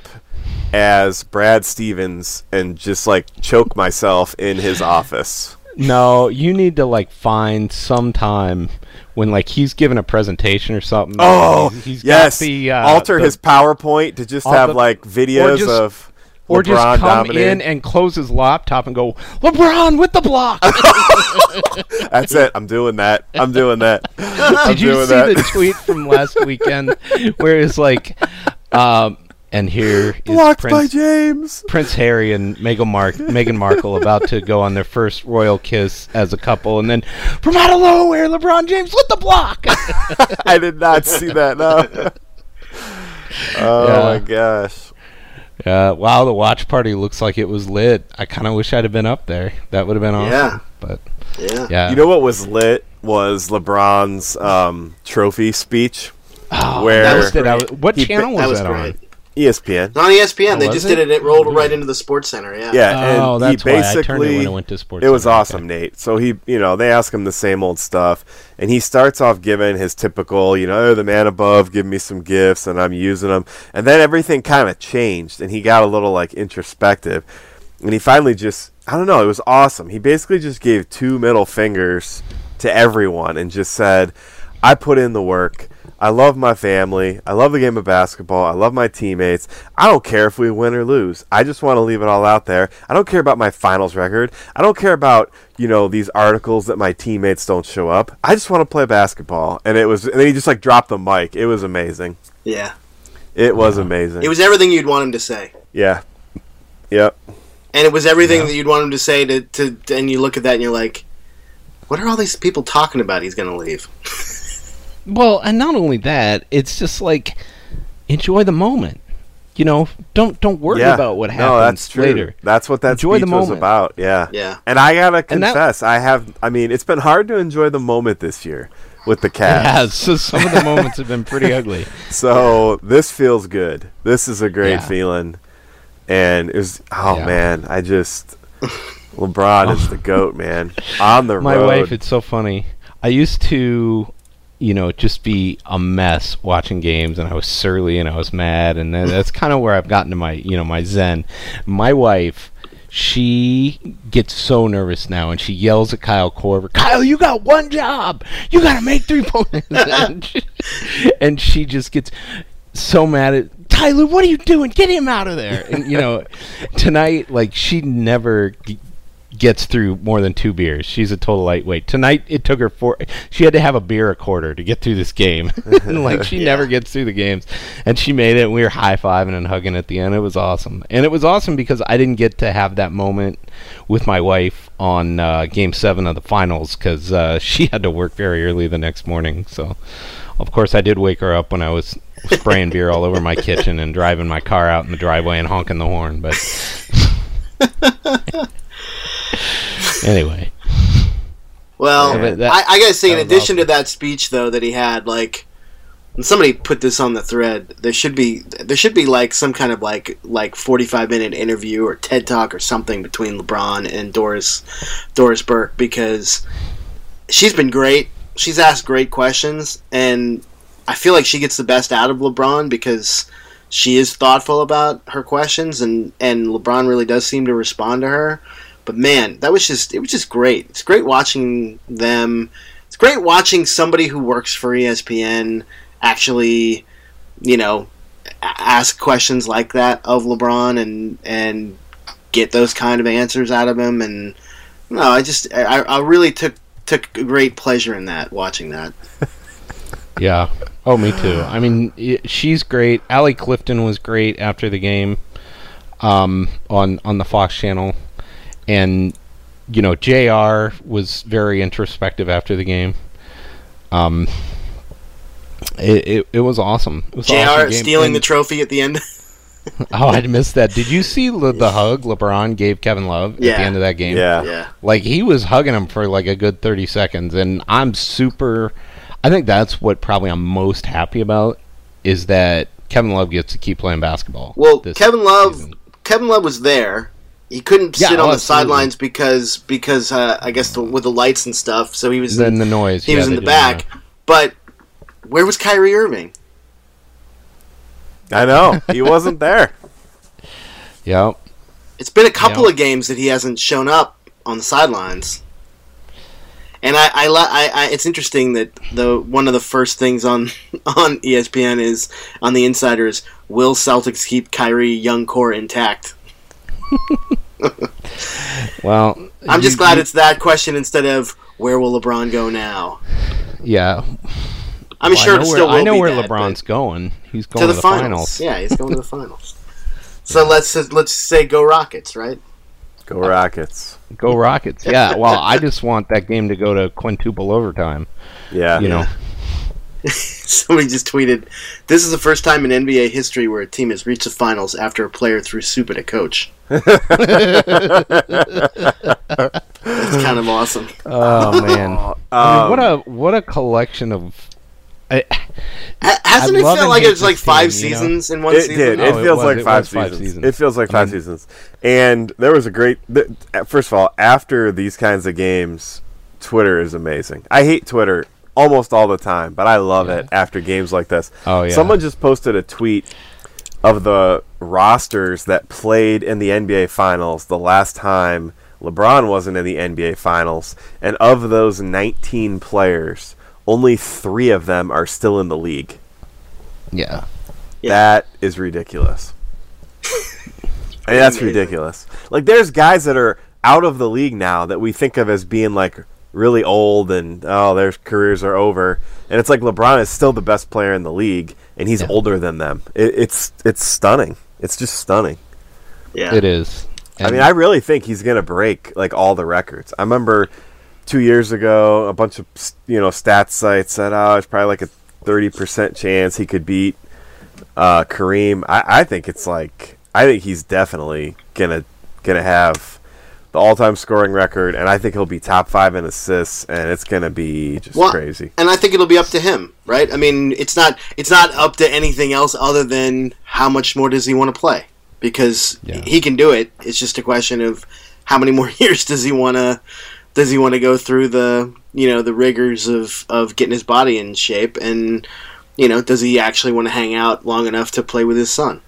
[SPEAKER 4] as Brad Stevens and just like choke myself in his office.
[SPEAKER 3] no, you need to like find some time when like he's giving a presentation or something.
[SPEAKER 4] Oh,
[SPEAKER 3] He's- he's got
[SPEAKER 4] yes.
[SPEAKER 3] the, uh,
[SPEAKER 4] Alter
[SPEAKER 3] the-
[SPEAKER 4] his PowerPoint to just
[SPEAKER 3] All
[SPEAKER 4] have
[SPEAKER 3] the-
[SPEAKER 4] like videos
[SPEAKER 3] just-
[SPEAKER 4] of
[SPEAKER 3] or just
[SPEAKER 4] LeBron
[SPEAKER 3] come
[SPEAKER 4] dominating.
[SPEAKER 3] in and close his laptop and go LeBron with the
[SPEAKER 4] <laughs>
[SPEAKER 3] block.
[SPEAKER 4] That's it. I'm doing that. I'm doing that.
[SPEAKER 3] <laughs>
[SPEAKER 4] I'm
[SPEAKER 3] Did you
[SPEAKER 4] doing
[SPEAKER 3] see the tweet from last weekend where it's like,
[SPEAKER 4] <laughs>
[SPEAKER 3] um, and here is
[SPEAKER 4] blocked by
[SPEAKER 3] Prince,
[SPEAKER 4] James?
[SPEAKER 3] Prince Harry and Meghan, Mark- Meghan Markle about to go on their first royal kiss as a couple, and then from out of nowhere, LeBron James with the
[SPEAKER 4] <laughs>
[SPEAKER 3] block.
[SPEAKER 4] <laughs> I did not see that. No. <laughs> oh
[SPEAKER 3] Yeah.
[SPEAKER 4] my gosh.
[SPEAKER 3] Uh, wow, the watch party looks like it was lit. I kind of wish I'd have been up there. That would have been awesome.
[SPEAKER 2] Yeah.
[SPEAKER 3] But
[SPEAKER 2] Yeah,
[SPEAKER 3] yeah,
[SPEAKER 4] You know what was lit was LeBron's um, trophy speech, where
[SPEAKER 3] Oh,
[SPEAKER 4] E
[SPEAKER 3] That was- I was- what
[SPEAKER 4] He-
[SPEAKER 3] channel was
[SPEAKER 2] that
[SPEAKER 3] that,
[SPEAKER 2] was
[SPEAKER 3] on?
[SPEAKER 2] great.
[SPEAKER 4] ESPN.
[SPEAKER 2] Not on E ESPN. they
[SPEAKER 3] was
[SPEAKER 2] just
[SPEAKER 3] it?
[SPEAKER 2] did it. It rolled right into the Sports Center. Yeah.
[SPEAKER 4] Yeah,
[SPEAKER 3] Oh,
[SPEAKER 4] and
[SPEAKER 3] that's
[SPEAKER 4] he
[SPEAKER 3] why I turned
[SPEAKER 4] basically
[SPEAKER 3] it when I went to sports.
[SPEAKER 4] It was
[SPEAKER 3] Center. Okay.
[SPEAKER 4] awesome, Nate. So he, you know, they ask him the same old stuff, and he starts off giving his typical, you know, "Oh, the man above, give me some gifts, and I'm using them. And then everything kind of changed, and he got a little like introspective, and he finally just, I don't know, it was awesome. He basically just gave two middle fingers to everyone and just said, "I put in the work." I love my family. I love the game of basketball. I love my teammates. I don't care if we win or lose. I just want to leave it all out there. I don't care about my finals record. I don't care about, you know, these articles that my teammates don't show up. I just want to play basketball. And it was and then he just like dropped the mic. It was amazing.
[SPEAKER 2] yeah.
[SPEAKER 4] It was amazing.
[SPEAKER 2] It was everything you'd want him to say,
[SPEAKER 4] yeah. Yep.
[SPEAKER 2] and it was everything that you'd want him to say. To, to and you look at that and you're like, what are all these people talking about? He's gonna leave.
[SPEAKER 3] Well, and not only that, it's just like enjoy the moment. You know, don't don't worry
[SPEAKER 4] yeah.
[SPEAKER 3] about what happens
[SPEAKER 4] No, that's true.
[SPEAKER 3] later.
[SPEAKER 4] That's what that
[SPEAKER 3] Enjoy the
[SPEAKER 4] speech was
[SPEAKER 3] moment.
[SPEAKER 4] about. Yeah.
[SPEAKER 2] Yeah.
[SPEAKER 4] And I gotta
[SPEAKER 3] And that-
[SPEAKER 4] confess, I have. I mean, it's been hard to enjoy the moment this year with the Cavs.
[SPEAKER 3] Yeah, so some of the moments have been pretty ugly.
[SPEAKER 4] So this feels good. This is a great
[SPEAKER 3] Yeah.
[SPEAKER 4] feeling, and it was. Oh
[SPEAKER 3] Yeah.
[SPEAKER 4] man, I just. LeBron is the goat, man. On the
[SPEAKER 3] My
[SPEAKER 4] road.
[SPEAKER 3] wife, it's so funny. I used to, you know, just be a mess watching games, and I was surly and I was mad, and tha- that's kind of where I've gotten to my, you know, my zen. My wife, she gets so nervous now, and she yells at Kyle Korver, "Kyle, you got one job. You got to make three pointers." <laughs> and, she, and she just gets so mad at Tyler. What are you doing? Get him out of there! And you know, tonight, like she never. g- gets through more than two beers. She's a total lightweight. Tonight it took her four. She had to have a beer a quarter to get through this game. <laughs> And, like she never gets through the games, and she made it. And we were high fiving and hugging at the end. It was awesome, and it was awesome because I didn't get to have that moment with my wife on uh, Game Seven of the Finals because uh, she had to work very early the next morning. So, of course, I did wake her up when I was spraying beer all over my kitchen and driving my car out in the driveway and honking the horn. But anyway.
[SPEAKER 2] Well,
[SPEAKER 3] Yeah, but that-
[SPEAKER 2] I, I gotta say, in
[SPEAKER 3] that was
[SPEAKER 2] addition to that speech though that he had, like, and somebody put this on the thread. There should be there should be like some kind of like like forty five minute interview or TED talk or something between LeBron and Doris Doris Burke because she's been great. She's asked great questions, and I feel like she gets the best out of LeBron because she is thoughtful about her questions, and and LeBron really does seem to respond to her. But man, that was just it was just great. It's great watching them. It's great watching somebody who works for E ESPN actually, you know, a- ask questions like that of LeBron and and get those kind of answers out of him. And no, I just I, I really took took great pleasure in that watching that.
[SPEAKER 3] Yeah. Oh, me too. I mean, i she's great. Allie Clifton was great after the game um, on on the Fox channel, and you know, Jr. was very introspective after the game. Um, it it, it was awesome. It was
[SPEAKER 2] Jr.
[SPEAKER 3] an awesome game.
[SPEAKER 2] stealing the
[SPEAKER 3] And-
[SPEAKER 2] trophy at the end.
[SPEAKER 3] <laughs> oh, I missed that. Did you see le- the hug LeBron gave Kevin Love at
[SPEAKER 2] Yeah.
[SPEAKER 3] the end of that game?
[SPEAKER 2] <laughs>
[SPEAKER 4] Yeah.
[SPEAKER 2] yeah,
[SPEAKER 3] Like he was hugging him for like a good 30 seconds and I'm super I think that's what probably I'm most happy about is that Kevin Love gets to keep playing basketball.
[SPEAKER 2] Well,
[SPEAKER 3] this
[SPEAKER 2] Kevin Love,
[SPEAKER 3] season.
[SPEAKER 2] Kevin Love was there. He couldn't
[SPEAKER 3] Yeah,
[SPEAKER 2] sit
[SPEAKER 3] oh,
[SPEAKER 2] on the
[SPEAKER 3] absolutely.
[SPEAKER 2] sidelines because because uh, I guess the, with the lights and stuff. So he was
[SPEAKER 3] then
[SPEAKER 2] in,
[SPEAKER 3] the noise.
[SPEAKER 2] he
[SPEAKER 3] yeah,
[SPEAKER 2] was in
[SPEAKER 3] they
[SPEAKER 2] the
[SPEAKER 3] didn't have-
[SPEAKER 2] back. But where was Kyrie Irving?
[SPEAKER 4] I know. He wasn't there.
[SPEAKER 3] Yep.
[SPEAKER 2] It's been a couple
[SPEAKER 3] Yeah.
[SPEAKER 2] of games that he hasn't shown up on the sidelines. And I, I, li- I, I, it's interesting that the one of the first things on <laughs> on E ESPN is on the Insider is will Celtics keep Kyrie young core intact?
[SPEAKER 3] Well,
[SPEAKER 2] I'm just
[SPEAKER 3] you-
[SPEAKER 2] glad it's that question instead of where will LeBron go now.
[SPEAKER 3] yeah.
[SPEAKER 2] I'm
[SPEAKER 3] Well,
[SPEAKER 2] sure
[SPEAKER 3] I know
[SPEAKER 2] it
[SPEAKER 3] where,
[SPEAKER 2] still will
[SPEAKER 3] I know
[SPEAKER 2] be
[SPEAKER 3] where
[SPEAKER 2] that,
[SPEAKER 3] LeBron's going. He's
[SPEAKER 2] but-
[SPEAKER 3] going to the, finals.
[SPEAKER 2] Yeah, he's going to the finals. So let's just- let's say go Rockets, right?
[SPEAKER 4] Go Rockets.
[SPEAKER 3] Go Rockets. Yeah. Well, I just want that game to go to quintuple overtime,
[SPEAKER 4] Yeah.
[SPEAKER 3] you know.
[SPEAKER 2] <laughs> Somebody just tweeted, "This is the first time in NBA history where a team has reached the finals after a player threw soup at a
[SPEAKER 4] <laughs>
[SPEAKER 2] coach." That's kind of awesome.
[SPEAKER 3] Oh
[SPEAKER 2] <laughs>
[SPEAKER 3] man. I
[SPEAKER 2] Um,
[SPEAKER 3] mean, what a what a collection of I,
[SPEAKER 2] Ha- hasn't
[SPEAKER 3] I
[SPEAKER 2] it
[SPEAKER 3] love
[SPEAKER 2] felt
[SPEAKER 3] and
[SPEAKER 2] like
[SPEAKER 3] hate
[SPEAKER 2] it was like
[SPEAKER 3] this
[SPEAKER 2] five
[SPEAKER 3] team, you know?
[SPEAKER 2] seasons in one
[SPEAKER 4] It
[SPEAKER 2] season?
[SPEAKER 4] did.
[SPEAKER 3] Oh,
[SPEAKER 4] it
[SPEAKER 3] it
[SPEAKER 4] feels
[SPEAKER 3] was-
[SPEAKER 4] like
[SPEAKER 3] it
[SPEAKER 4] five
[SPEAKER 3] was five
[SPEAKER 4] seasons.
[SPEAKER 3] seasons.
[SPEAKER 4] It feels like
[SPEAKER 3] I
[SPEAKER 4] five
[SPEAKER 3] mean-
[SPEAKER 4] seasons. And there was a great. Th- uh, first of all, after these kinds of games, Twitter is amazing. I hate Twitter almost all the time, but I love it after games like this.
[SPEAKER 3] Oh, yeah.
[SPEAKER 4] Someone just posted a tweet of the rosters that played in the NBA Finals the last time LeBron wasn't in the NBA Finals, and of those 19 players, only three of them are still in the league.
[SPEAKER 3] yeah.
[SPEAKER 4] That is ridiculous. I mean, that's ridiculous. Like, there's guys that are out of the league now that we think of as being like really old and oh, their careers are over. And it's like LeBron is still the best player in the league, and he's older than them. It, it's it's stunning. It's just stunning.
[SPEAKER 2] Yeah.
[SPEAKER 3] It is.
[SPEAKER 4] I mean, I really think he's gonna break like all the records. I remember two years ago, a bunch of s- you know stats sites said, "Oh, it's probably like a thirty percent chance he could beat uh, Kareem." I, I think it's like I think he's definitely gonna gonna have the all-time scoring record, and I think he'll be top five in assists, and it's gonna be just
[SPEAKER 2] Well,
[SPEAKER 4] crazy.
[SPEAKER 2] And I think it'll be up to him, right? I mean, it's not it's not up to anything else other than how much more does he want to play because
[SPEAKER 3] Yeah.
[SPEAKER 2] he can do it. It's just a question of how many more <laughs> years does he want to does he want to go through the you know the rigors of of getting his body in shape and you know does he actually want to hang out long enough to play with his son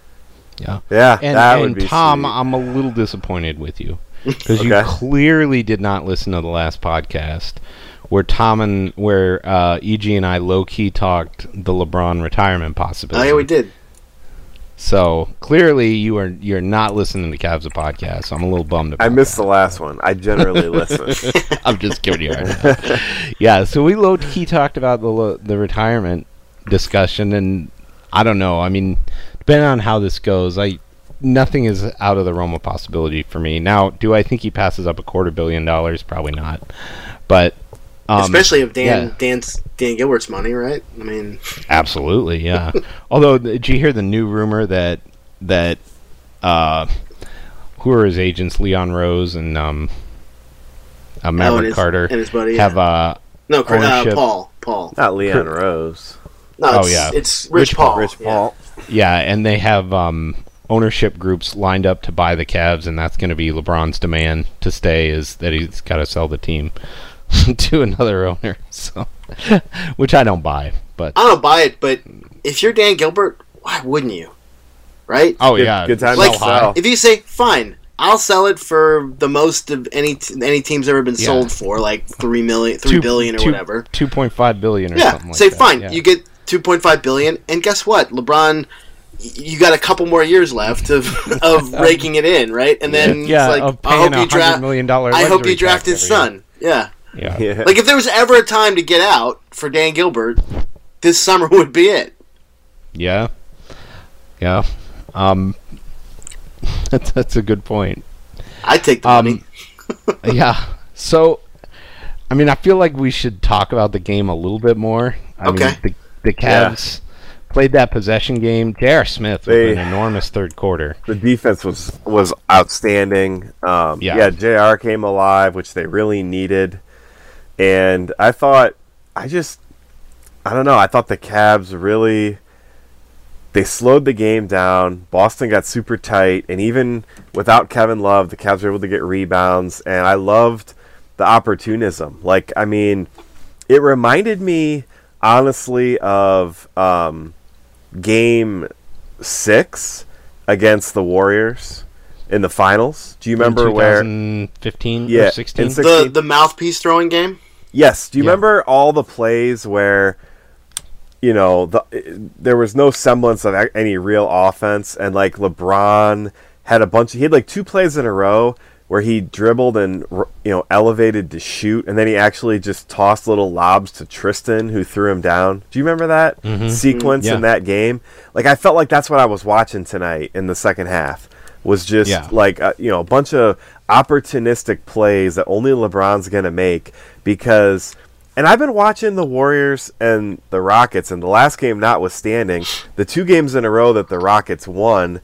[SPEAKER 3] Yeah.
[SPEAKER 4] Yeah,
[SPEAKER 3] And,
[SPEAKER 4] that
[SPEAKER 3] and
[SPEAKER 4] would be
[SPEAKER 3] Tom,
[SPEAKER 4] sweet.
[SPEAKER 3] I'm a little disappointed with you because you
[SPEAKER 4] Okay.
[SPEAKER 3] clearly did not listen to the last podcast where Tom and where uh, Eg and I low key talked the LeBron retirement
[SPEAKER 2] oh
[SPEAKER 3] possibility.
[SPEAKER 2] yeah we did
[SPEAKER 3] So clearly, you are you're not listening to Cavs a podcast. So I'm a little bummed. About
[SPEAKER 4] I missed the last one. I generally
[SPEAKER 3] <laughs>
[SPEAKER 4] listen.
[SPEAKER 3] that. I'm just giving you. a hard time. yeah. So we low key talked about the lo- the retirement discussion, and I don't know. I mean, depending on how this goes, I nothing is out of the realm of possibility for me. Now, do I think he passes up a quarter billion dollars? Probably not. But um,
[SPEAKER 2] especially if dan
[SPEAKER 3] yeah.
[SPEAKER 2] dan's dan gilbert's money right i mean oh,
[SPEAKER 3] Absolutely, yeah. Although, th- did you hear the new rumor that that uh, who are his agents, Leon Rose and um, uh,
[SPEAKER 2] Oh,
[SPEAKER 3] Maverick
[SPEAKER 2] and his-
[SPEAKER 3] Carter,
[SPEAKER 2] and his buddy,
[SPEAKER 3] have
[SPEAKER 2] yeah.
[SPEAKER 3] uh,
[SPEAKER 2] no Cr- uh,
[SPEAKER 3] Ownership.
[SPEAKER 2] paul paul
[SPEAKER 4] Not Leon Rose.
[SPEAKER 2] no
[SPEAKER 3] Oh,
[SPEAKER 2] it's,
[SPEAKER 3] yeah.
[SPEAKER 2] it's rich, paul
[SPEAKER 4] Rich
[SPEAKER 2] yeah.
[SPEAKER 4] Paul.
[SPEAKER 3] yeah, Oh, and they have um, ownership groups lined up to buy the Cavs, and that's going to be LeBron's demand to stay is that he's got to sell the team <laughs> to another owner. So, <laughs> which I don't buy, but
[SPEAKER 2] i don't buy it but if you're dan gilbert why wouldn't you right
[SPEAKER 3] oh
[SPEAKER 4] Good-
[SPEAKER 3] yeah,
[SPEAKER 4] good time
[SPEAKER 3] sell
[SPEAKER 2] to
[SPEAKER 3] high.
[SPEAKER 4] sell.
[SPEAKER 2] if you say fine i'll sell it for the most of any t- any team's ever been
[SPEAKER 3] Yeah.
[SPEAKER 2] sold for like three million, three
[SPEAKER 3] Two-
[SPEAKER 2] billion or
[SPEAKER 3] two-
[SPEAKER 2] whatever
[SPEAKER 3] 2.5 billion or
[SPEAKER 2] yeah
[SPEAKER 3] something like
[SPEAKER 2] say
[SPEAKER 3] that,
[SPEAKER 2] fine
[SPEAKER 3] yeah.
[SPEAKER 2] you get 2.5 billion and guess what lebron y- you got a couple more years left
[SPEAKER 3] <laughs>
[SPEAKER 2] of of raking it in right and then
[SPEAKER 3] Yeah,
[SPEAKER 2] it's
[SPEAKER 3] of
[SPEAKER 2] like i hope
[SPEAKER 3] paying a
[SPEAKER 2] you draft
[SPEAKER 3] $100 million dollar
[SPEAKER 2] i hope
[SPEAKER 3] luxury
[SPEAKER 2] you draft
[SPEAKER 3] tax
[SPEAKER 2] his
[SPEAKER 3] every
[SPEAKER 2] son yeah
[SPEAKER 3] Yeah.
[SPEAKER 4] Yeah.
[SPEAKER 2] like if there was ever a time to get out for dan gilbert this summer <laughs> would be it
[SPEAKER 3] Yeah. Yeah. <laughs> Um that's that's a good point.
[SPEAKER 2] i'd take the
[SPEAKER 3] Um,
[SPEAKER 2] money
[SPEAKER 4] <laughs>
[SPEAKER 3] yeah. So I mean I feel like we should talk about the game a little bit more. I
[SPEAKER 2] Okay.
[SPEAKER 3] mean the the Cavs played that possession game. J.R. Smith with
[SPEAKER 4] They-
[SPEAKER 3] an enormous third quarter.
[SPEAKER 4] the defense was was outstanding. Um,
[SPEAKER 3] Yeah.
[SPEAKER 4] yeah. Jr. came alive, which they really needed. And I thought, I just, I don't know. I thought the Cavs really they slowed the game down. Boston got super tight, and even without Kevin Love, the Cavs were able to get rebounds. And I loved the opportunism. Like, I mean, it reminded me honestly of um, game six against the Warriors in the finals. Do you remember
[SPEAKER 3] in
[SPEAKER 4] where?
[SPEAKER 3] 2015
[SPEAKER 4] Yeah,
[SPEAKER 3] or
[SPEAKER 4] in
[SPEAKER 3] 16?
[SPEAKER 4] six-
[SPEAKER 2] the
[SPEAKER 4] 16
[SPEAKER 2] the mouthpiece throwing game
[SPEAKER 4] Yes. Do you
[SPEAKER 3] Yeah.
[SPEAKER 4] remember all the plays where, you know, the, there was no semblance of a- any real offense, and like LeBron had a bunch. He had like two plays in a row where he dribbled and r- you know elevated to shoot, and then he actually just tossed little lobs to Tristan, who threw him down. Do you remember that sequence
[SPEAKER 3] Mm-hmm. Yeah.
[SPEAKER 4] in that game? Like I felt like that's what I was watching tonight in the second half. Was just
[SPEAKER 3] Yeah.
[SPEAKER 4] like uh, you know a bunch of opportunistic plays that only LeBron's going to make because and I've been watching the Warriors and the Rockets and the last game notwithstanding the two games in a row that the Rockets won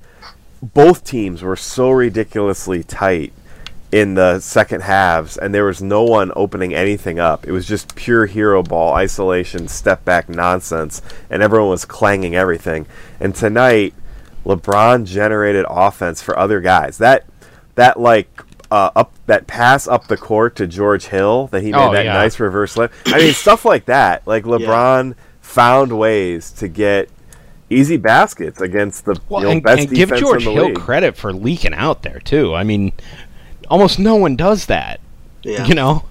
[SPEAKER 4] both teams were so ridiculously tight in the second halves and there was no one opening anything up it was just pure hero ball isolation step back nonsense and everyone was clanging everything and tonight LeBron generated offense for other guys that that like uh, up that pass up the court to George Hill that he made
[SPEAKER 3] Oh,
[SPEAKER 4] that
[SPEAKER 3] yeah.
[SPEAKER 4] nice reverse left I mean stuff like that like LeBron found ways to get easy baskets against the
[SPEAKER 3] Well,
[SPEAKER 4] you know,
[SPEAKER 3] and,
[SPEAKER 4] best
[SPEAKER 3] and
[SPEAKER 4] defense
[SPEAKER 3] give George
[SPEAKER 4] in the
[SPEAKER 3] Hill
[SPEAKER 4] league.
[SPEAKER 3] credit for leaking out there too. I mean, almost no one does that.
[SPEAKER 2] yeah
[SPEAKER 3] You know,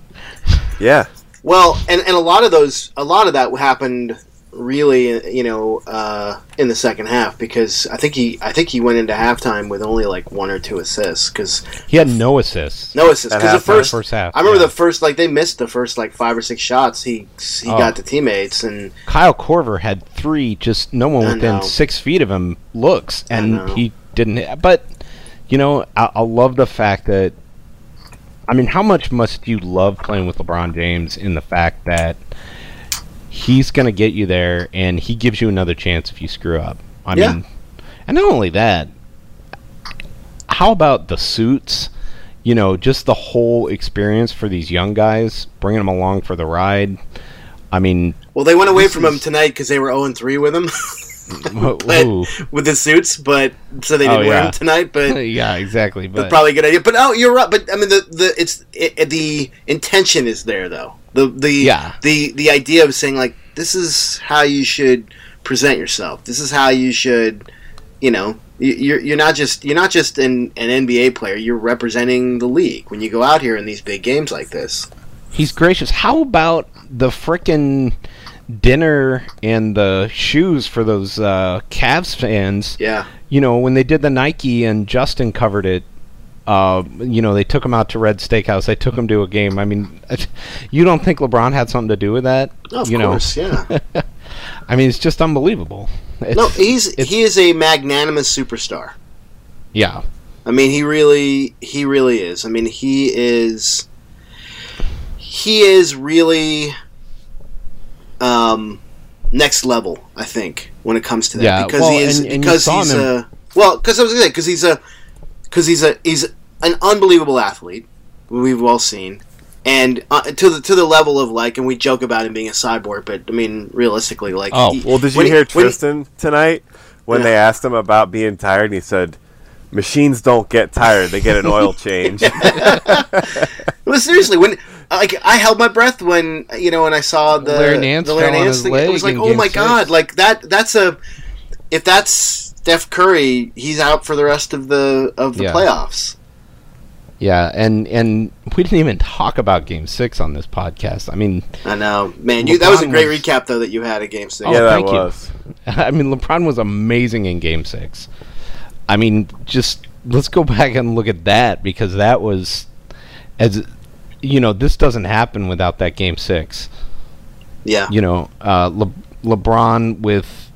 [SPEAKER 4] yeah.
[SPEAKER 2] Well, and, and a lot of those, a lot of that happened really, you know, uh, in the second half because I think he, I think he went into halftime with only like one or two assists because
[SPEAKER 3] he had no assists.
[SPEAKER 2] no assists
[SPEAKER 4] At
[SPEAKER 2] because the
[SPEAKER 4] halftime?
[SPEAKER 2] first,
[SPEAKER 3] First half,
[SPEAKER 2] I remember
[SPEAKER 3] yeah.
[SPEAKER 2] the first like they missed the first like five or six shots he he
[SPEAKER 3] Oh.
[SPEAKER 2] got to teammates and
[SPEAKER 3] Kyle Corver had three, just no one
[SPEAKER 2] I
[SPEAKER 3] within
[SPEAKER 2] know.
[SPEAKER 3] six feet of him looks, and
[SPEAKER 2] know.
[SPEAKER 3] he didn't. hit- But you know, I, I love the fact that. I mean, how much must you love playing with LeBron James in the fact that he's going to get you there, and he gives you another chance if you screw up. I
[SPEAKER 2] Yeah.
[SPEAKER 3] mean, and not only that, how about the suits? You know, just the whole experience for these young guys, bringing them along for the ride. I mean,
[SPEAKER 2] well they went away from him <laughs> tonight because they were zero and oh three with him.
[SPEAKER 3] <laughs> Whoa,
[SPEAKER 2] but
[SPEAKER 3] ooh.
[SPEAKER 2] with the suits, but so they didn't
[SPEAKER 3] Oh,
[SPEAKER 2] wear
[SPEAKER 3] yeah.
[SPEAKER 2] them tonight. But
[SPEAKER 3] yeah, exactly. But
[SPEAKER 2] that's probably a good idea. But oh, you're right. But I mean, the the it's it, it- the intention is there though. The the
[SPEAKER 3] Yeah.
[SPEAKER 2] the the idea of saying like this is how you should present yourself. This is how you should, you know, you- you're you're not just you're not just an an NBA player. You're representing the league when you go out here in these big games like this.
[SPEAKER 3] he's gracious. How about the frickin' dinner and the shoes for those uh, Cavs fans?
[SPEAKER 2] Yeah.
[SPEAKER 3] you know, when they did the Nike and Justin covered it, uh, you know, they took him out to Red Steakhouse. They took him to a game. I mean, <laughs> you don't think LeBron had something to do with that?
[SPEAKER 2] Oh, Of
[SPEAKER 3] you
[SPEAKER 2] course,
[SPEAKER 3] <laughs>
[SPEAKER 2] yeah.
[SPEAKER 3] know, I mean, it's just unbelievable. It's,
[SPEAKER 2] No, he's
[SPEAKER 3] it's-
[SPEAKER 2] he is a magnanimous superstar.
[SPEAKER 3] yeah,
[SPEAKER 2] I mean, he really, he really is. I mean, he is, he is really, um, next level. I think when it comes to that,
[SPEAKER 3] Yeah,
[SPEAKER 2] because
[SPEAKER 3] well,
[SPEAKER 2] he is,
[SPEAKER 3] and- and you
[SPEAKER 2] because
[SPEAKER 3] saw
[SPEAKER 2] he's
[SPEAKER 3] him in-
[SPEAKER 2] a, well, because I was gonna say, because he's a, because he's a, he's an unbelievable athlete. We've all seen, and uh, to the to the level of like, and we joke about him being a cyborg, but I mean, realistically, like,
[SPEAKER 3] Oh,
[SPEAKER 4] Well, did you
[SPEAKER 2] when he-
[SPEAKER 4] hear
[SPEAKER 2] when he-
[SPEAKER 4] Tristan tonight when
[SPEAKER 2] Yeah.
[SPEAKER 4] they asked him about being tired? And he said, "Machines don't get tired; they get
[SPEAKER 2] <laughs>
[SPEAKER 4] an oil change."
[SPEAKER 2] Well, seriously, when like I held my breath when you know when I saw the
[SPEAKER 3] Larry Nance
[SPEAKER 2] the Larry
[SPEAKER 3] fell on
[SPEAKER 2] Nance
[SPEAKER 3] his
[SPEAKER 2] thing, it
[SPEAKER 3] leg
[SPEAKER 2] was like,
[SPEAKER 3] in
[SPEAKER 2] oh
[SPEAKER 3] game
[SPEAKER 2] my
[SPEAKER 3] six.
[SPEAKER 2] god, like that. That's a if that's Steph Curry, he's out for the rest of the of the
[SPEAKER 3] Yeah.
[SPEAKER 2] playoffs.
[SPEAKER 3] yeah, and and we didn't even talk about Game Six on this podcast. I mean,
[SPEAKER 2] I know, man. You that was a
[SPEAKER 3] LeBron
[SPEAKER 2] great
[SPEAKER 3] was-
[SPEAKER 2] recap though that you had against six.
[SPEAKER 3] Oh,
[SPEAKER 4] yeah, that
[SPEAKER 3] thank you.
[SPEAKER 4] was.
[SPEAKER 3] <laughs> I mean, LeBron was amazing in Game Six. I mean, just let's go back and look at that because that was as you know, this doesn't happen without that Game Six.
[SPEAKER 2] yeah,
[SPEAKER 3] you know, uh, Le- LeBron with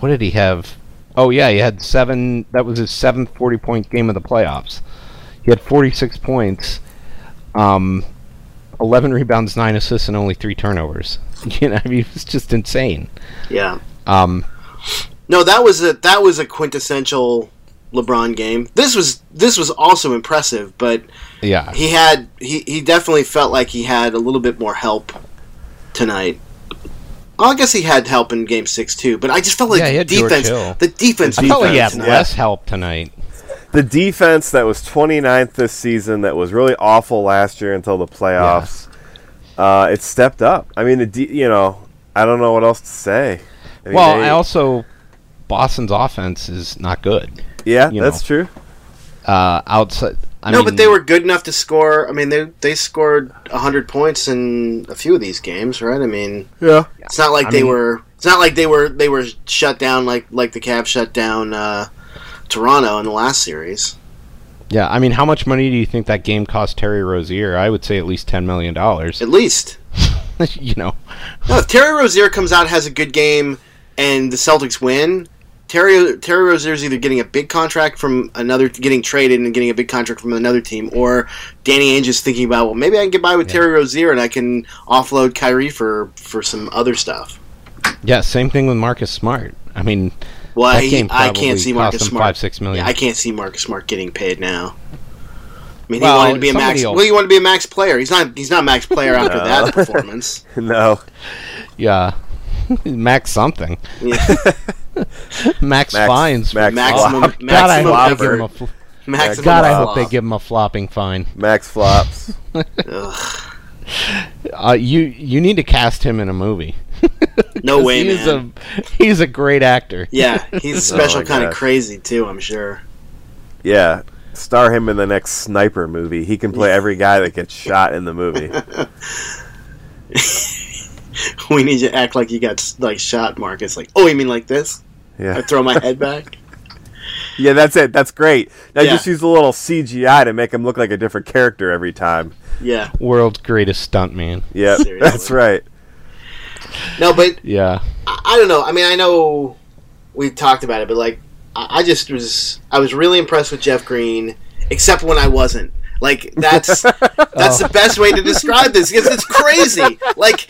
[SPEAKER 3] what did he have? Oh yeah, he had seven. That was his seventh forty-point game of the playoffs. He had forty-six points, um, eleven rebounds, nine assists, and only three turnovers. <laughs> You know, I mean, it was just insane.
[SPEAKER 2] yeah.
[SPEAKER 3] Um,
[SPEAKER 2] No, that was a that was a quintessential LeBron game. This was this was also impressive, but
[SPEAKER 3] yeah,
[SPEAKER 2] he had he, he definitely felt like he had a little bit more help tonight. Well, I guess he had help in game six too, but I just felt like
[SPEAKER 3] Yeah, he
[SPEAKER 2] the
[SPEAKER 3] had George
[SPEAKER 2] defense
[SPEAKER 3] Hill.
[SPEAKER 2] the defense
[SPEAKER 3] I felt like he had
[SPEAKER 2] tonight.
[SPEAKER 3] less help tonight.
[SPEAKER 4] The defense that was 29th this season, that was really awful last year until the playoffs. Uh, it stepped up. I mean, the de- you know, I don't know what else to say. I mean,
[SPEAKER 3] Well,
[SPEAKER 4] they-
[SPEAKER 3] I also Boston's offense is not good.
[SPEAKER 4] yeah,
[SPEAKER 3] you
[SPEAKER 4] that's true.
[SPEAKER 3] Uh, outside, I
[SPEAKER 2] no,
[SPEAKER 3] mean,
[SPEAKER 2] but they were good enough to score. I mean, they they scored hundred points in a few of these games, right? I mean,
[SPEAKER 4] Yeah,
[SPEAKER 2] it's not like
[SPEAKER 3] I
[SPEAKER 2] they
[SPEAKER 3] mean-
[SPEAKER 2] were. It's not like they were they were shut down like like the Cavs shut down uh, Toronto in the last series.
[SPEAKER 3] Yeah, I mean, how much money do you think that game cost Terry Rozier? I would say at least ten million dollars.
[SPEAKER 2] At least,
[SPEAKER 3] <laughs> you know,
[SPEAKER 2] no, if Terry Rozier comes out has a good game and the Celtics win. Terry Terry Rozier's either getting a big contract from another, getting traded and getting a big contract from another team, or Danny Ainge is thinking about, well, maybe I can get by with Terry Rozier and I can offload Kyrie for for some other stuff.
[SPEAKER 3] yeah, same thing with Marcus Smart. I mean,
[SPEAKER 2] Well,
[SPEAKER 3] That
[SPEAKER 2] he-
[SPEAKER 3] game
[SPEAKER 2] I
[SPEAKER 3] probably
[SPEAKER 2] can't see
[SPEAKER 3] cost
[SPEAKER 2] Marcus
[SPEAKER 3] him
[SPEAKER 2] Smart
[SPEAKER 3] five, six million.
[SPEAKER 2] Yeah, I can't see Marcus Smart getting paid now. I mean,
[SPEAKER 3] Well,
[SPEAKER 2] he wanted to be a max.
[SPEAKER 3] somebody will-
[SPEAKER 2] Well, he wanted to be a max player. He's not. He's not a max player after that performance.
[SPEAKER 4] <laughs> no,
[SPEAKER 3] yeah, <laughs> max something,
[SPEAKER 2] Yeah.
[SPEAKER 3] <laughs> max,
[SPEAKER 4] Max-
[SPEAKER 3] fines.
[SPEAKER 4] Max
[SPEAKER 2] Maximum-
[SPEAKER 4] <laughs> Flop.
[SPEAKER 3] God, I hope they
[SPEAKER 2] maximum
[SPEAKER 3] give him a
[SPEAKER 2] effort.
[SPEAKER 3] fl-
[SPEAKER 2] Max.
[SPEAKER 3] <laughs> God, I hope they give him a flopping fine.
[SPEAKER 4] Max
[SPEAKER 3] <laughs>
[SPEAKER 4] flops.
[SPEAKER 3] Uh, you you need to cast him in a movie.
[SPEAKER 2] No way,
[SPEAKER 3] he's
[SPEAKER 2] man.
[SPEAKER 3] a <laughs> he's a great actor.
[SPEAKER 2] Yeah, he's a special
[SPEAKER 4] my
[SPEAKER 2] kind of
[SPEAKER 4] gosh.
[SPEAKER 2] crazy too. I'm sure. <laughs>
[SPEAKER 4] Yeah. Star him in the next sniper movie. He can play every guy that gets shot in
[SPEAKER 2] <laughs>
[SPEAKER 4] the movie.
[SPEAKER 2] We need you to act like you got like shot, Marcus. Like, oh, you mean like this? I
[SPEAKER 4] Yeah.
[SPEAKER 2] throw my head back.
[SPEAKER 4] Yeah, that's it. That's great. Now
[SPEAKER 2] Yeah.
[SPEAKER 4] just use a little CGI to make him look like a different character every time.
[SPEAKER 2] Yeah.
[SPEAKER 3] World's greatest stuntman.
[SPEAKER 4] Yeah,
[SPEAKER 2] Seriously.
[SPEAKER 4] <laughs> that's right.
[SPEAKER 2] No, but
[SPEAKER 3] Yeah,
[SPEAKER 2] I don't know. I mean, I know we've talked about it, but like, I I just was I was really impressed with Jeff Green, except when I wasn't. Like
[SPEAKER 3] <laughs>
[SPEAKER 2] that's that's
[SPEAKER 3] Oh.
[SPEAKER 2] the best way to describe this because it's crazy. Like.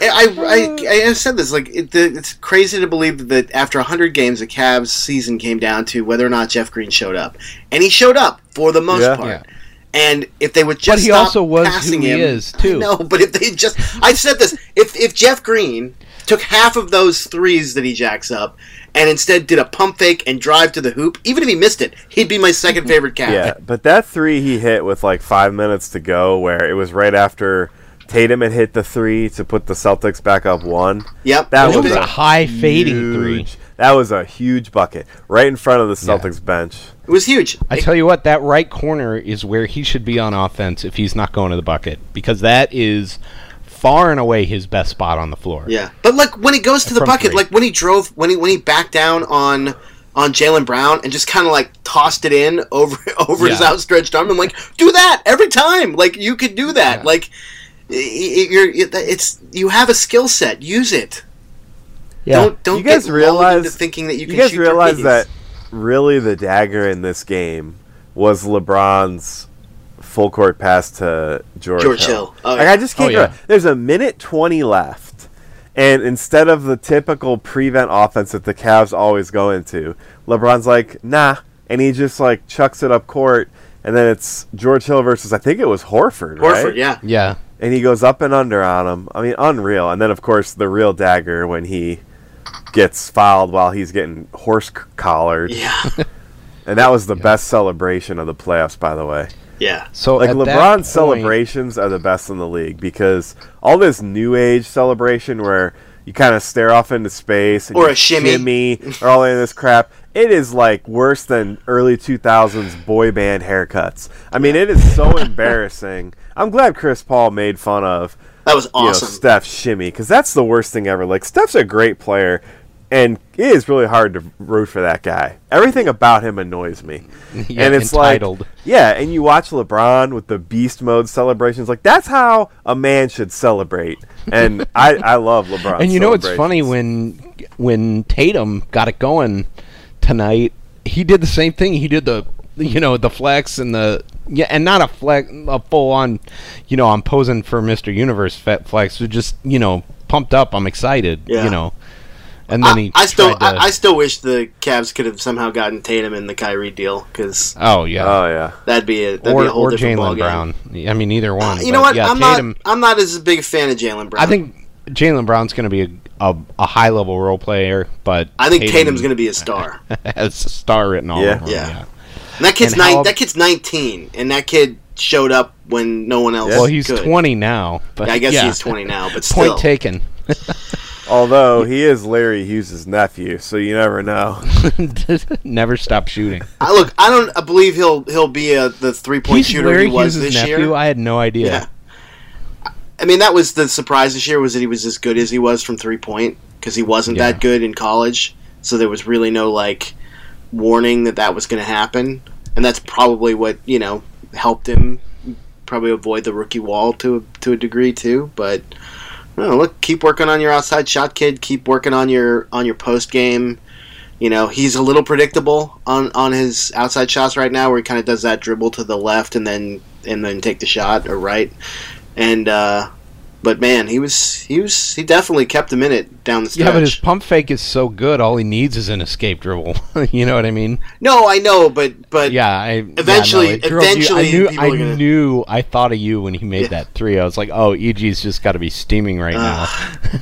[SPEAKER 2] I, I, I- I said this like it, the, it's crazy to believe that after 100 games the Cavs season came down to whether or not Jeff Green showed up and he showed up for the most
[SPEAKER 4] Yeah.
[SPEAKER 2] part And if they would just
[SPEAKER 3] he
[SPEAKER 2] stop
[SPEAKER 3] also was who
[SPEAKER 2] passing
[SPEAKER 3] he
[SPEAKER 2] him,
[SPEAKER 3] is, too.
[SPEAKER 2] No, <laughs> but if they just, I said this: if if Jeff Green took half of those threes that he jacks up, and instead did a pump fake and drive to the hoop, even if he missed it, he'd be my second favorite cat.
[SPEAKER 4] Yeah, but that three he hit with like five minutes to go, where it was right after Tatum had hit the three to put the Celtics back up one.
[SPEAKER 2] Yep.
[SPEAKER 4] that
[SPEAKER 3] It
[SPEAKER 4] was,
[SPEAKER 3] was
[SPEAKER 4] a
[SPEAKER 3] a high fading three.
[SPEAKER 4] huge- That was a huge bucket right in front of the Celtics bench.
[SPEAKER 2] It was huge.
[SPEAKER 3] I tell you what, that right corner is where he should be on offense if he's not going to the bucket because that is far and away his best spot on the floor.
[SPEAKER 2] Yeah, but like when he goes to the
[SPEAKER 3] From
[SPEAKER 2] bucket,
[SPEAKER 3] three.
[SPEAKER 2] like when he drove, when he when he backed down on on Jalen Brown and just kind of like tossed it in <laughs> over over his
[SPEAKER 3] Yeah.
[SPEAKER 2] outstretched arm. I'm like, do that every time. Like you could do that. Like y- y- you're it- it's you have a skill set. Use it. Don't don't
[SPEAKER 4] you guys
[SPEAKER 2] get lulled
[SPEAKER 4] realize
[SPEAKER 2] into thinking that you can
[SPEAKER 4] guys
[SPEAKER 2] shoot
[SPEAKER 4] realize
[SPEAKER 2] threes.
[SPEAKER 4] that really the dagger in this game was LeBron's full court pass to George,
[SPEAKER 2] George Hill. Oh,
[SPEAKER 4] like
[SPEAKER 2] yeah.
[SPEAKER 4] I just can't.
[SPEAKER 3] Oh,
[SPEAKER 4] get
[SPEAKER 3] yeah.
[SPEAKER 4] it. There's a minute twenty left, and instead of the typical prevent offense that the Cavs always go into, LeBron's like nah, and he just like chucks it up court. And then it's George Hill versus I think it was Horford.
[SPEAKER 2] Horford,
[SPEAKER 4] right?
[SPEAKER 2] yeah.
[SPEAKER 3] Yeah.
[SPEAKER 4] and he goes up and under on him. I mean, unreal. And then of course the real dagger when he gets fouled while he's getting horse c- collared.
[SPEAKER 2] Yeah, <laughs>
[SPEAKER 4] And that was the best celebration of the playoffs, by the way.
[SPEAKER 2] yeah,
[SPEAKER 3] So
[SPEAKER 4] Like
[SPEAKER 3] at that
[SPEAKER 4] LeBron's
[SPEAKER 3] point-
[SPEAKER 4] celebrations are the best in the league because all this new age celebration where you kind of stare off into space and
[SPEAKER 2] Or
[SPEAKER 4] you
[SPEAKER 2] a shimmy.
[SPEAKER 4] shimmy, or all of this crap. It is like worse than early 2000s boy band haircuts. I mean, it is so embarrassing. I'm glad Chris Paul made fun of
[SPEAKER 2] that was
[SPEAKER 4] you know,
[SPEAKER 2] awesome.
[SPEAKER 4] Steph shimmy because that's the worst thing ever. Like Steph's a great player, and it is really hard to root for that guy. Everything about him annoys me,
[SPEAKER 3] <laughs> Yeah,
[SPEAKER 4] and it's
[SPEAKER 3] entitled.
[SPEAKER 4] like yeah. And you watch LeBron with the beast mode celebrations. Like that's how a man should celebrate.
[SPEAKER 3] <laughs>
[SPEAKER 4] And I I love LeBron.
[SPEAKER 3] And you know what's funny
[SPEAKER 4] celebrations.
[SPEAKER 3] when when Tatum got it going tonight, he did the same thing. He did the you know the flex and the yeah, and not a flex, a full on, you know, I'm posing for Mr. Universe fe- flex. But just you know, pumped up. I'm excited.
[SPEAKER 2] Yeah.
[SPEAKER 3] You know, and then
[SPEAKER 2] I,
[SPEAKER 3] he
[SPEAKER 2] I still
[SPEAKER 3] tried to-
[SPEAKER 2] I, I still wish the Cavs could have somehow gotten Tatum in the Kyrie deal because
[SPEAKER 3] oh yeah,
[SPEAKER 4] Oh yeah.
[SPEAKER 2] that'd be a Uh, that'd be
[SPEAKER 3] or
[SPEAKER 2] a whole
[SPEAKER 3] or
[SPEAKER 2] different
[SPEAKER 3] Jalen
[SPEAKER 2] ballgame. Uh,
[SPEAKER 3] Brown. I mean, either one.
[SPEAKER 2] You know
[SPEAKER 3] but
[SPEAKER 2] what?
[SPEAKER 3] Yeah,
[SPEAKER 2] I'm
[SPEAKER 3] Tatum,
[SPEAKER 2] not. I'm not as big a fan of Jalen Brown.
[SPEAKER 3] I think Jalen Brown's going to be a, a, a high level role player, but
[SPEAKER 2] I think Tatum's going to be a star. and
[SPEAKER 3] to <laughs> has a star written all
[SPEAKER 4] Yeah.
[SPEAKER 3] over him.
[SPEAKER 2] Yeah. that kid's
[SPEAKER 3] And how-
[SPEAKER 2] nine, that kid's 19, and that kid showed up when no one else.
[SPEAKER 3] Well, he's
[SPEAKER 2] could.
[SPEAKER 3] 20 now. But
[SPEAKER 2] Yeah, I guess
[SPEAKER 3] yeah.
[SPEAKER 2] he's 20 now, but still.
[SPEAKER 3] Point taken. <laughs>
[SPEAKER 4] Although he is Larry Hughes' nephew, so you
[SPEAKER 3] <laughs>
[SPEAKER 4] never know.
[SPEAKER 3] Never stop shooting.
[SPEAKER 2] I look. I don't I believe he'll he'll be a, the three <laughs> point
[SPEAKER 3] He's
[SPEAKER 2] shooter
[SPEAKER 3] Larry
[SPEAKER 2] he was
[SPEAKER 3] Hughes'
[SPEAKER 2] this
[SPEAKER 3] nephew.
[SPEAKER 2] year.
[SPEAKER 3] I had no idea.
[SPEAKER 2] yeah. I mean, that was the surprise this year was that he was as good as he was from three point because he wasn't
[SPEAKER 3] Yeah.
[SPEAKER 2] that good in college. So there was really no like warning that that was going to happen, and that's probably what you know helped him probably avoid the rookie wall to to a degree too. But I don't know, look, keep working on your outside shot, kid. Keep working on your on your post game. You know, he's a little predictable on on his outside shots right now, where he kind of does that dribble to the left and then and then take the shot or right. And uh, but man, he was he was he definitely kept him in it down the stretch.
[SPEAKER 3] Yeah, but his pump fake is so good. All he needs is an escape dribble. <laughs> you know what I mean?
[SPEAKER 2] no, I know, but but
[SPEAKER 3] Yeah, I
[SPEAKER 2] Eventually-
[SPEAKER 3] yeah, no, it drove you-
[SPEAKER 2] eventually
[SPEAKER 3] I knew
[SPEAKER 2] people
[SPEAKER 3] I
[SPEAKER 2] are gonna-
[SPEAKER 3] knew I thought of you when he made
[SPEAKER 2] Yeah. Uh,
[SPEAKER 3] that three. I was like, oh, EG's just got to be steaming right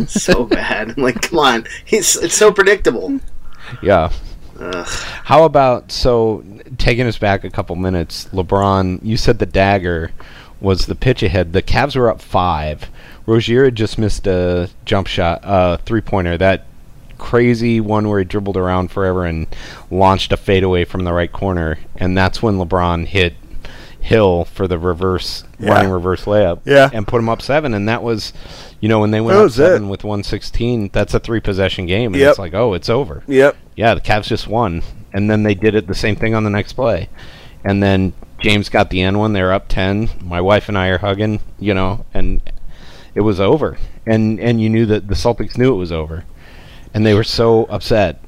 [SPEAKER 2] so
[SPEAKER 3] <laughs>
[SPEAKER 2] bad. I'm like, come on, he's it's so predictable.
[SPEAKER 3] now. Yeah. How about so taking us back a couple minutes? LeBron, you said the dagger was the pitch ahead. The Cavs were up five. Rozier had just missed a jump shot, uh, three pointer. That crazy one where he dribbled around forever and launched a fadeaway from the right corner, and that's when LeBron hit Hill for the reverse
[SPEAKER 4] Yeah.
[SPEAKER 3] running reverse layup.
[SPEAKER 4] Yeah.
[SPEAKER 3] and put him up seven. And that was, you know, when they went
[SPEAKER 4] That
[SPEAKER 3] up
[SPEAKER 4] was it.
[SPEAKER 3] seven with one sixteen. That's a three possession game, and
[SPEAKER 4] Yep.
[SPEAKER 3] it's like, oh, it's over
[SPEAKER 4] Yep.
[SPEAKER 3] yeah, the Cavs just won, and then they did it the same thing on the next play, and then James got the end one. They're up ten. My wife and I are hugging, you know, and it was over. And and you knew that the Celtics knew it was over, and they were so upset.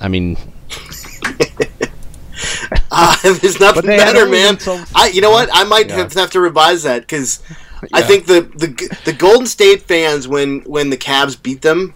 [SPEAKER 3] I mean,
[SPEAKER 2] Uh, <laughs> there's nothing
[SPEAKER 3] they had
[SPEAKER 2] better,
[SPEAKER 3] only
[SPEAKER 2] man.
[SPEAKER 3] until-
[SPEAKER 2] I, you know what? I might have, have to revise that because I think the, the the Golden State fans when when the Cavs beat them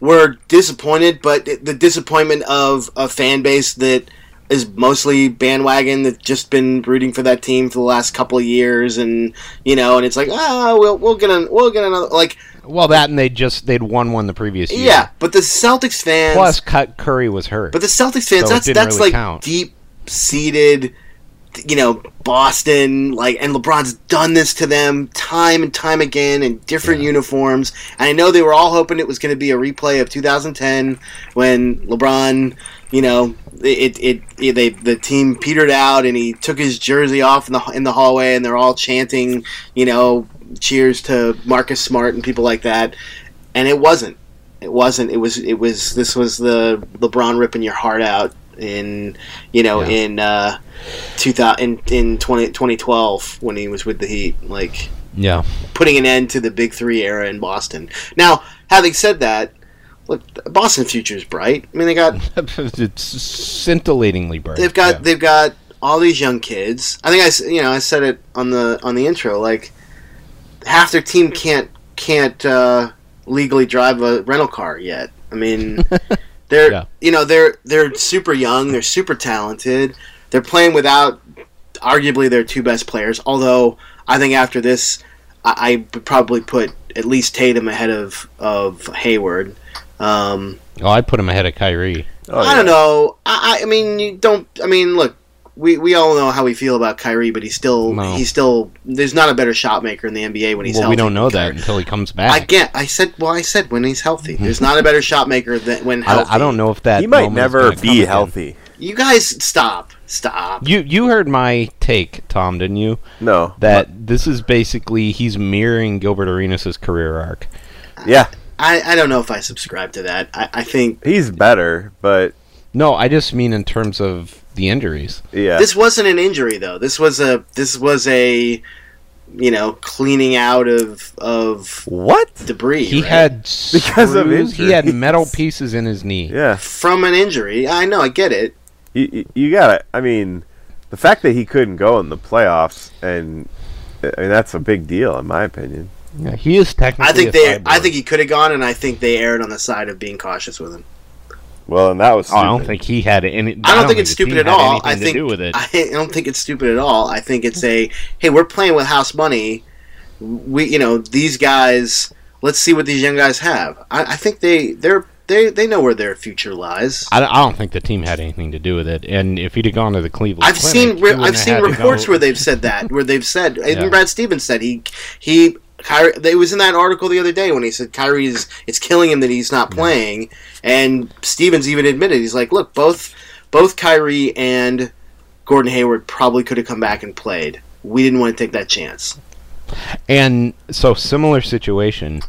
[SPEAKER 2] were disappointed, but the disappointment of a fan base that is mostly bandwagon. They've just been rooting for that team for the last couple of years, and you know, and it's like, ah, we'll we'll get an, we'll get another like,
[SPEAKER 3] Well, that and they just they'd won one the previous year.
[SPEAKER 2] yeah. But the Celtics fans,
[SPEAKER 3] Plus, cut Curry was hurt.
[SPEAKER 2] but the Celtics fans,
[SPEAKER 3] So it
[SPEAKER 2] that's
[SPEAKER 3] didn't
[SPEAKER 2] that's
[SPEAKER 3] really
[SPEAKER 2] like
[SPEAKER 3] count.
[SPEAKER 2] deep seated, you know, Boston. Like, and LeBron's done this to them time and time again in different uniforms. And I know they were all hoping it was going to be a replay of 2010 when LeBron, you know, it, it it they the team petered out and he took his jersey off in the in the hallway and they're all chanting, you know, cheers to Marcus Smart and people like that. And it wasn't. It wasn't. It was. It was. This was the LeBron ripping your heart out in, you know,
[SPEAKER 3] Yeah.
[SPEAKER 2] in uh, two thousand in, in 20, 2012 when he was with the Heat, like
[SPEAKER 3] yeah,
[SPEAKER 2] putting an end to the Big Three era in Boston. Now, having said that, look, Boston future is bright. I mean, they got
[SPEAKER 3] <laughs> it's scintillatingly bright.
[SPEAKER 2] they've got
[SPEAKER 3] Yeah.
[SPEAKER 2] they've got all these young kids. I think I s- you know I said it on the on the intro. Like half their team can't can't uh, legally drive a rental car yet. I
[SPEAKER 3] <laughs>
[SPEAKER 2] mean, they're
[SPEAKER 3] Yeah.
[SPEAKER 2] you know they're they're super young. They're super talented. They're playing without arguably their two best players. Although I think after this, I, I would probably put at least Tatum ahead of of Hayward. Um,
[SPEAKER 3] oh, I put him ahead of Kyrie.
[SPEAKER 2] I don't know. I, I- I mean, you don't. I mean, look, we, we all know how we feel about Kyrie, but he's still
[SPEAKER 3] No.
[SPEAKER 2] he's still. There's not a better shot maker in the NBA when he's
[SPEAKER 3] well,
[SPEAKER 2] healthy.
[SPEAKER 3] we don't know
[SPEAKER 2] than
[SPEAKER 3] that
[SPEAKER 2] Kyrie.
[SPEAKER 3] until he comes
[SPEAKER 2] I
[SPEAKER 3] back.
[SPEAKER 2] get. I said. Well, I said when he's
[SPEAKER 3] <laughs>
[SPEAKER 2] healthy. There's not a better shot maker than when healthy.
[SPEAKER 3] I, I don't know if that
[SPEAKER 4] He might
[SPEAKER 3] moment is
[SPEAKER 4] never
[SPEAKER 3] gonna come
[SPEAKER 4] be
[SPEAKER 3] again.
[SPEAKER 4] healthy.
[SPEAKER 2] You guys stop. Stop.
[SPEAKER 3] You you heard my take, Tom, didn't you?
[SPEAKER 4] No.
[SPEAKER 3] That this is basically he's mirroring Gilbert Arenas' career arc.
[SPEAKER 4] Yeah,
[SPEAKER 2] I, I don't know if I subscribe to that. I, I think
[SPEAKER 4] he's better, but
[SPEAKER 3] No, I just mean in terms of the injuries.
[SPEAKER 4] yeah.
[SPEAKER 2] this wasn't an injury though. This was a this was a you know cleaning out of of
[SPEAKER 4] what?
[SPEAKER 2] debris.
[SPEAKER 3] He
[SPEAKER 2] right?
[SPEAKER 3] had
[SPEAKER 4] Because of
[SPEAKER 3] screws- He had
[SPEAKER 4] injuries.
[SPEAKER 3] metal pieces in his knee.
[SPEAKER 4] Yeah.
[SPEAKER 2] from an injury. I know. I get it.
[SPEAKER 4] you, you- you gotta i mean the fact that he couldn't go in the playoffs and i mean that's a big deal in my opinion
[SPEAKER 3] Yeah, he is technically.
[SPEAKER 2] I think
[SPEAKER 3] a
[SPEAKER 2] they.
[SPEAKER 3] cyborg.
[SPEAKER 2] I think he could have gone, and I think they erred on the side of being cautious with him.
[SPEAKER 4] well and that was
[SPEAKER 3] Oh, I don't
[SPEAKER 4] stupid.
[SPEAKER 3] think he had any. I
[SPEAKER 2] I don't, think it's
[SPEAKER 3] the team
[SPEAKER 2] stupid at
[SPEAKER 3] had
[SPEAKER 2] all.
[SPEAKER 3] anything
[SPEAKER 2] I
[SPEAKER 3] to
[SPEAKER 2] think
[SPEAKER 3] do with it.
[SPEAKER 2] I <laughs> don't think it's stupid at all. I think it's a hey, we're playing with house money. We, you know, these guys. Let's see what these young guys have. I, I think they they're they they know where their future lies.
[SPEAKER 3] I don't, I don't think the team had anything to do with it. And if he'd have gone to the Cleveland,
[SPEAKER 2] I've seen re- I've seen reports where they've said that where they've said even
[SPEAKER 3] Yeah.
[SPEAKER 2] Brad Stevens said he he Kyrie it was in that article the other day when he said Kyrie is it's killing him that he's not playing and Stevens even admitted he's like look both both Kyrie and Gordon Hayward probably could have come back and played we didn't want to take that chance
[SPEAKER 3] And so similar situation.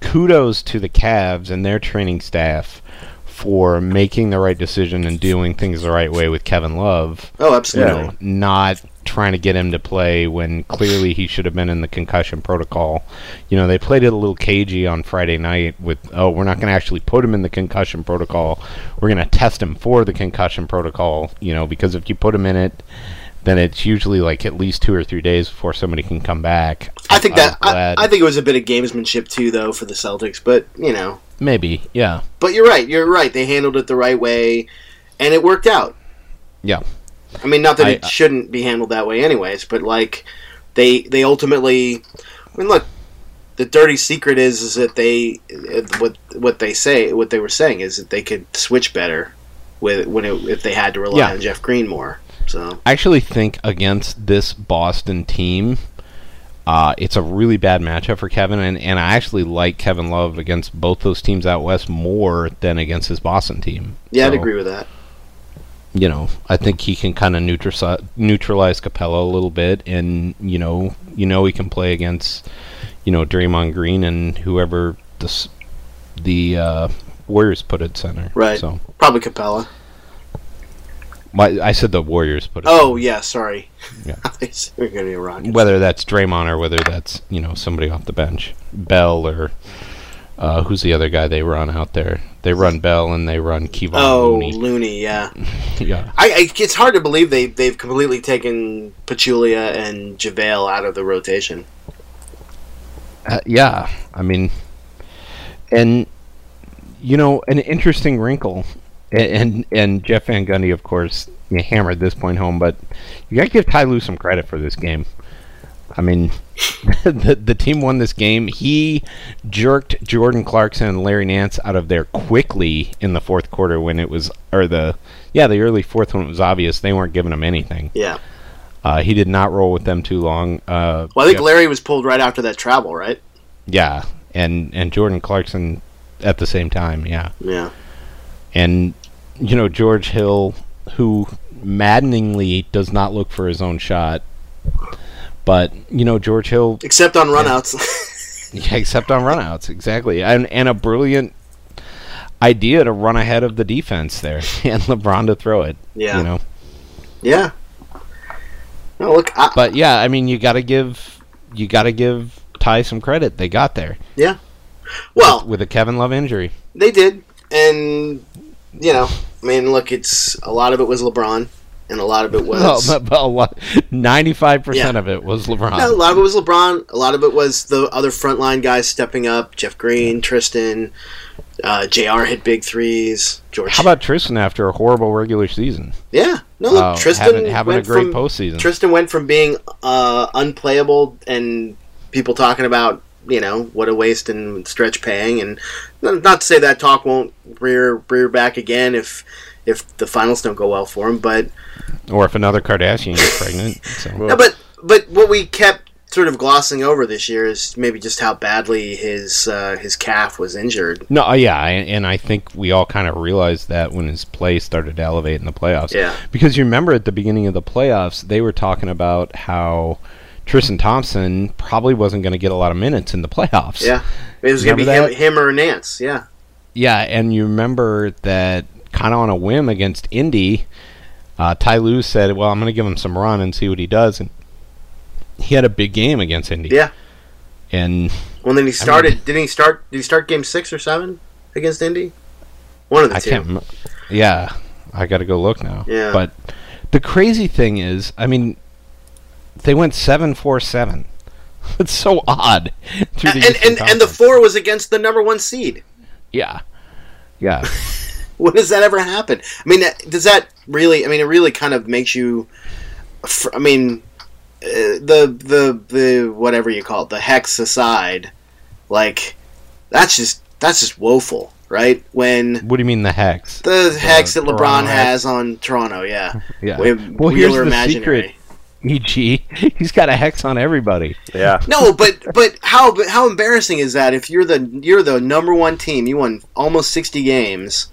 [SPEAKER 3] Kudos to the Cavs and their training staff for making the right decision and doing things the right way with Kevin Love,
[SPEAKER 2] oh absolutely
[SPEAKER 3] not trying to get him to play when clearly he should have been in the concussion protocol. You know, they played it a little cagey on Friday night with, oh, we're not going to actually put him in the concussion protocol. We're going to test him for the concussion protocol, you know, because if you put him in it, then it's usually like at least two or three days before somebody can come back.
[SPEAKER 2] I think that
[SPEAKER 3] was
[SPEAKER 2] I,
[SPEAKER 3] glad.
[SPEAKER 2] I think it was a bit of gamesmanship too though for the Celtics but you know
[SPEAKER 3] Maybe, yeah,
[SPEAKER 2] but you're right you're right they handled it the right way and it worked out
[SPEAKER 3] yeah,
[SPEAKER 2] I mean, not that
[SPEAKER 3] I- uh,
[SPEAKER 2] it shouldn't be handled that way, anyways. But like, they they ultimately. I mean, look, the dirty secret is is that they uh, what what they say what they were saying is that they could switch better with when it, if they had to rely
[SPEAKER 3] Yeah.
[SPEAKER 2] on Jeff Green more. So
[SPEAKER 3] I actually think against this Boston team, uh, it's a really bad matchup for Kevin, and, and I actually like Kevin Love against both those teams out west more than against his Boston team.
[SPEAKER 2] yeah, I'd
[SPEAKER 3] So,
[SPEAKER 2] agree with that.
[SPEAKER 3] You know, I think he can kind of neutralize, neutralize Capella a little bit, and you know, you know, he can play against you know Draymond Green and whoever the s- the uh, Warriors put at center.
[SPEAKER 2] Right.
[SPEAKER 3] So
[SPEAKER 2] Probably Capella.
[SPEAKER 3] my, I said the Warriors put. At
[SPEAKER 2] Oh yeah, sorry. <laughs>
[SPEAKER 3] Yeah.
[SPEAKER 2] we're gonna be wrong.
[SPEAKER 3] whether that's Draymond or whether that's you know somebody off the bench, Bell or uh, who's the other guy they run out there? They run Bell and they run Kevon
[SPEAKER 2] Oh,
[SPEAKER 3] Looney. <laughs>
[SPEAKER 2] Looney, yeah.
[SPEAKER 3] Yeah,
[SPEAKER 2] I, I, it's hard to believe they they've completely taken Pachulia and JaVale out of the rotation.
[SPEAKER 3] Uh, yeah. I mean, and you know, an interesting wrinkle A- And and Jeff Van Gundy, of course, you hammered this point home, but you got to give Ty Lue some credit for this game. I mean, <laughs> the the team won this game. He jerked Jordan Clarkson and Larry Nance out of there quickly in the fourth quarter when it was, or the yeah, the early fourth when it was obvious they weren't giving him anything.
[SPEAKER 2] Yeah.
[SPEAKER 3] Uh, he did not roll with them too long. Uh,
[SPEAKER 2] Well, I think
[SPEAKER 3] yeah,
[SPEAKER 2] Larry was pulled right after that travel, right?
[SPEAKER 3] yeah, and and Jordan Clarkson at the same time. Yeah.
[SPEAKER 2] Yeah.
[SPEAKER 3] and you know George Hill, who maddeningly does not look for his own shot, but you know George Hill, <laughs>
[SPEAKER 2] Except on runouts. <laughs>
[SPEAKER 3] yeah, except on runouts, exactly, and and a brilliant idea to run ahead of the defense there, <laughs> and LeBron to throw it,
[SPEAKER 2] Yeah.
[SPEAKER 3] you know.
[SPEAKER 2] yeah. No, look, I,
[SPEAKER 3] But yeah, I mean, you got to give you got to give Ty some credit; they got there
[SPEAKER 2] yeah. Well,
[SPEAKER 3] with a Kevin Love injury.
[SPEAKER 2] They did, and you know, I mean, look, it's a lot of it was LeBron, and a lot
[SPEAKER 3] <laughs>
[SPEAKER 2] of it
[SPEAKER 3] Well,
[SPEAKER 2] was
[SPEAKER 3] ninety-five
[SPEAKER 2] <laughs>
[SPEAKER 3] percent
[SPEAKER 2] Yeah.
[SPEAKER 3] of it was LeBron.
[SPEAKER 2] No, a lot of it was LeBron. A lot of it was the other frontline guys stepping up: Jeff Green, Tristan, uh, Jr. hit big threes. George,
[SPEAKER 3] How about Tristan after a horrible regular season?
[SPEAKER 2] yeah? No, look,
[SPEAKER 3] Oh,
[SPEAKER 2] Tristan
[SPEAKER 3] having- having
[SPEAKER 2] went
[SPEAKER 3] a great
[SPEAKER 2] from-
[SPEAKER 3] postseason.
[SPEAKER 2] Tristan went from being uh, unplayable and people talking about you know what a waste and stretch paying, and not not to say that talk won't rear rear back again if if the finals don't go well for him, but
[SPEAKER 3] or if another
[SPEAKER 2] <laughs>
[SPEAKER 3] Kardashian gets pregnant. So.
[SPEAKER 2] No, but but what we kept sort of glossing over this year is maybe just how badly his uh, his calf was injured.
[SPEAKER 3] no, uh, yeah, I- and I think we all kind of realized that when his play started to elevate in the playoffs.
[SPEAKER 2] Yeah.
[SPEAKER 3] because you remember at the beginning of the playoffs, they were talking about how Tristan Thompson probably wasn't going to get a lot of minutes in the playoffs.
[SPEAKER 2] Yeah, it was going to be
[SPEAKER 3] Remember
[SPEAKER 2] him, him or Nance. Yeah,
[SPEAKER 3] Yeah, and you remember that kind of on a whim against Indy, uh, Ty Lue said, "Well, I'm going to give him some run and see what he does." And he had a big game against Indy.
[SPEAKER 2] yeah.
[SPEAKER 3] and
[SPEAKER 2] Well, then he started. didn't he start? Did he start game six or seven against Indy? One of the
[SPEAKER 3] I
[SPEAKER 2] 2
[SPEAKER 3] can't. Rem- yeah, I got to go look now.
[SPEAKER 2] Yeah.
[SPEAKER 3] But the crazy thing is, I mean, they went seven four seven. <laughs> It's so odd. through
[SPEAKER 2] and
[SPEAKER 3] Eastern
[SPEAKER 2] and, and the
[SPEAKER 3] Conference.
[SPEAKER 2] four was against the number one seed. <laughs>
[SPEAKER 3] yeah, yeah,
[SPEAKER 2] When does that ever happen? I mean, that- does that really? I mean, it really kind of makes you. fr- I mean, uh, the the the whatever you call it, the hex aside, like that's just that's just woeful, right? When
[SPEAKER 3] what do you mean the hex?
[SPEAKER 2] the hex that LeBron
[SPEAKER 3] Toronto
[SPEAKER 2] has on Toronto, yeah,
[SPEAKER 3] yeah.
[SPEAKER 2] We-
[SPEAKER 3] well, here's
[SPEAKER 2] Wheeler
[SPEAKER 3] the
[SPEAKER 2] imaginary.
[SPEAKER 3] secret. EG, <laughs> he's got a hex on everybody.
[SPEAKER 4] Yeah.
[SPEAKER 2] No, but but how but how embarrassing is that if you're the you're the number one team, you won almost sixty games,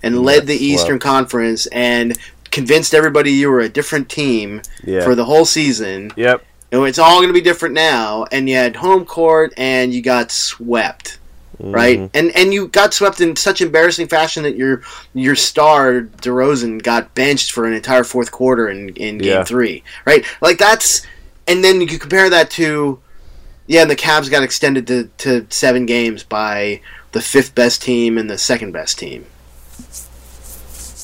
[SPEAKER 2] and led the Eastern Conference, and convinced everybody you were a different team
[SPEAKER 4] Yeah.
[SPEAKER 2] for the whole season.
[SPEAKER 3] <laughs>
[SPEAKER 4] Yep.
[SPEAKER 2] And it's all going to be different now, and you had home court, and you got swept, right? And and you got swept in such embarrassing fashion that your your star DeRozan got benched for an entire fourth quarter in in game
[SPEAKER 4] Yeah.
[SPEAKER 2] three, right? Like that's, and then you compare that to, yeah, and the Cavs got extended to to seven games by the fifth best team and the second best team.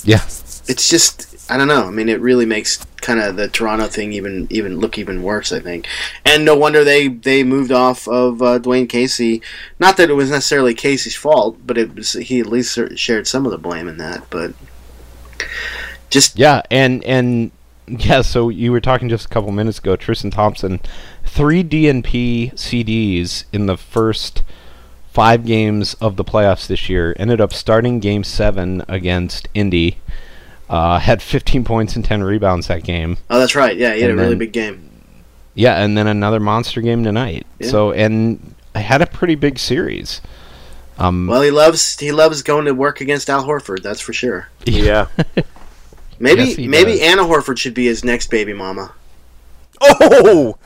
[SPEAKER 3] Yeah,
[SPEAKER 2] It's just I don't know. I mean, it really makes kind of the Toronto thing even even look even worse. I think, and no wonder they they moved off of uh, Dwayne Casey. Not that it was necessarily Casey's fault, but it was he at least cer- shared some of the blame in that. But just
[SPEAKER 3] yeah, and and yeah. So you were talking just a couple minutes ago, Tristan Thompson, three DNP CDs in the first five games of the playoffs this year. Ended up starting Game Seven against Indy. Uh, had 15 points and 10 rebounds that game.
[SPEAKER 2] oh, that's right. Yeah, he had a
[SPEAKER 3] And
[SPEAKER 2] really
[SPEAKER 3] then-
[SPEAKER 2] big game.
[SPEAKER 3] Yeah, and then another monster game tonight.
[SPEAKER 2] Yeah.
[SPEAKER 3] So and I had a pretty big series. Um,
[SPEAKER 2] Well, he loves he loves going to work against Al Horford. That's for sure.
[SPEAKER 4] Yeah.
[SPEAKER 2] Maybe
[SPEAKER 3] Yes, he
[SPEAKER 2] maybe
[SPEAKER 3] does.
[SPEAKER 2] Anna Horford should be his next baby mama.
[SPEAKER 4] Oh,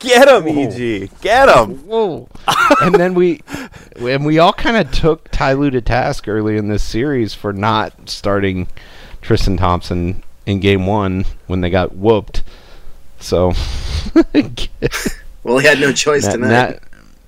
[SPEAKER 4] get him,
[SPEAKER 3] Oh.
[SPEAKER 4] EG. Get him.
[SPEAKER 3] Whoa. and then we and we all kind of took Ty Lue to task early in this series for not starting Tristan Thompson in game one when they got whooped. So <laughs>
[SPEAKER 2] Well, he had no <laughs> choice
[SPEAKER 3] na-
[SPEAKER 2] tonight.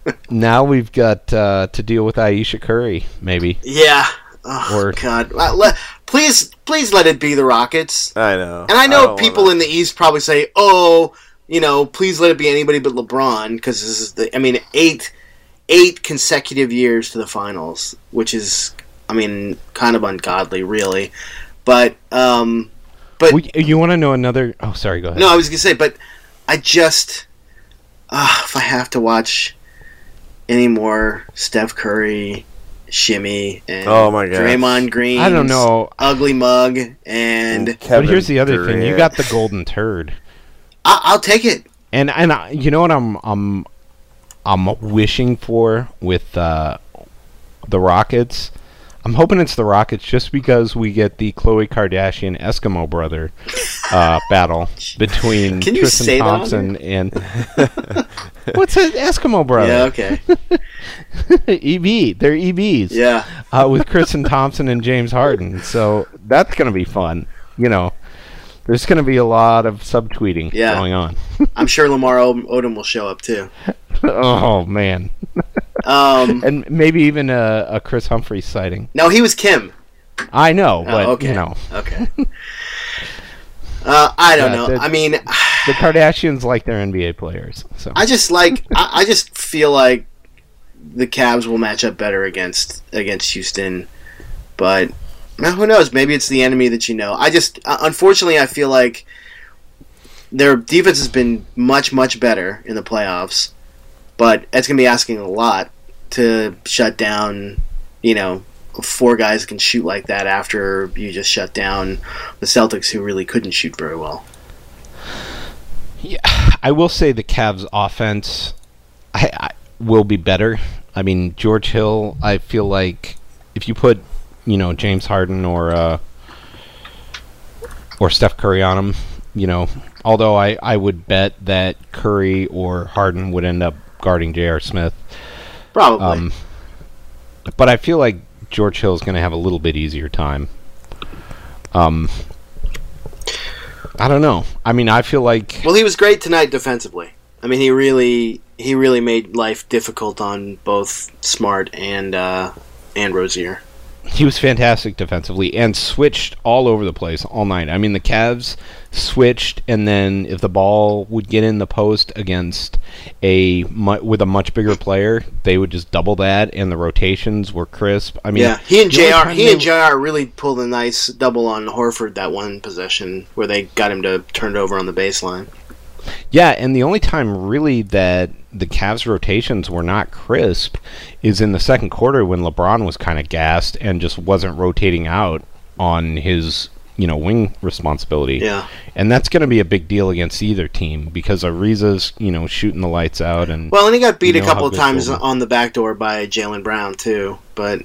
[SPEAKER 3] na- now we've got uh, to deal with Aisha Curry, maybe.
[SPEAKER 2] yeah. Oh
[SPEAKER 3] Or-
[SPEAKER 2] God. Uh, le- please please let it be the Rockets.
[SPEAKER 4] I know.
[SPEAKER 2] And I know
[SPEAKER 4] don't
[SPEAKER 2] people
[SPEAKER 4] wanna-
[SPEAKER 2] in the East probably say, "Oh, you know, please let it be anybody but LeBron," because this is the. I mean, eight eight consecutive years to the finals, which is I mean, kind of ungodly, really. But um, but
[SPEAKER 3] Well, you want to know another? Oh, sorry. Go ahead.
[SPEAKER 2] no, I was gonna say, but I just uh, if I have to watch any more Steph Curry, shimmy, and
[SPEAKER 4] Oh my gosh.
[SPEAKER 2] Draymond Green,
[SPEAKER 3] I don't know.
[SPEAKER 2] ugly mug, and
[SPEAKER 3] but here's the other thing. You got the golden turd,
[SPEAKER 2] I- I'll take it.
[SPEAKER 3] and and I, you know what I'm I'm I'm wishing for with uh, the Rockets. I'm hoping it's the Rockets just because we get the Khloe Kardashian Eskimo brother
[SPEAKER 2] <laughs>
[SPEAKER 3] uh, battle between
[SPEAKER 2] Can you
[SPEAKER 3] Tristan
[SPEAKER 2] say that on <laughs>
[SPEAKER 3] Thompson and what's an Eskimo brother?
[SPEAKER 2] Yeah, okay.
[SPEAKER 3] <laughs> EB. They're EBs.
[SPEAKER 2] Yeah.
[SPEAKER 3] uh, with Kristen Thompson and James Harden. So that's going to be fun. You know, there's going to be a lot of subtweeting
[SPEAKER 2] Yeah.
[SPEAKER 3] going on. <laughs>
[SPEAKER 2] I'm sure Lamar Od- Odom will show up too.
[SPEAKER 3] oh man,
[SPEAKER 2] Um,
[SPEAKER 3] and maybe even a, a Chris Humphreys sighting.
[SPEAKER 2] no, he was Kim.
[SPEAKER 3] I know, but
[SPEAKER 2] okay.
[SPEAKER 3] you know, <laughs>
[SPEAKER 2] Okay. Uh, I don't
[SPEAKER 3] Yeah,
[SPEAKER 2] know.
[SPEAKER 3] that-
[SPEAKER 2] I mean,
[SPEAKER 3] the Kardashians like their NBA players. So
[SPEAKER 2] I just like I, I just feel like the Cavs will match up better against against Houston, but now who knows? Maybe it's the enemy that you know. I just uh, unfortunately I feel like their defense has been much much better in the playoffs, but it's gonna be asking a lot to shut down. You know, four guys can shoot like that after you just shut down the Celtics, who really couldn't shoot very well.
[SPEAKER 3] I will say the Cavs' offense I, I, will be better. I mean, George Hill. I feel like if you put, you know, James Harden or uh, or Steph Curry on him, you know, although I I would bet that Curry or Harden would end up guarding J.R. Smith,
[SPEAKER 2] Probably.
[SPEAKER 3] Um, but I feel like George Hill is going to have a little bit easier time. Um, I don't know. I mean, I feel like
[SPEAKER 2] Well, he was great tonight defensively. I mean, he really he really made life difficult on both Smart and uh, and Rozier.
[SPEAKER 3] he was fantastic defensively and switched all over the place all night. I mean, the Cavs switched, and then if the ball would get in the post against a mu- with a much bigger player, they would just double that, and the rotations were crisp. I mean,
[SPEAKER 2] Yeah, he and
[SPEAKER 3] the only
[SPEAKER 2] Jr.
[SPEAKER 3] time
[SPEAKER 2] He
[SPEAKER 3] they-
[SPEAKER 2] and Jr. really pulled a nice double on Horford that one possession where they got him to turn it over on the baseline.
[SPEAKER 3] Yeah, and the only time really that the Cavs rotations were not crisp is in the second quarter when LeBron was kind of gassed and just wasn't rotating out on his, you know, wing responsibility.
[SPEAKER 2] Yeah.
[SPEAKER 3] And that's going to be a big deal against either team because Ariza's, you know, shooting the lights out and
[SPEAKER 2] Well, and he got beat
[SPEAKER 3] You
[SPEAKER 2] a
[SPEAKER 3] know
[SPEAKER 2] couple
[SPEAKER 3] how
[SPEAKER 2] of
[SPEAKER 3] good
[SPEAKER 2] times
[SPEAKER 3] Golden-
[SPEAKER 2] on the back door by Jalen Brown too, but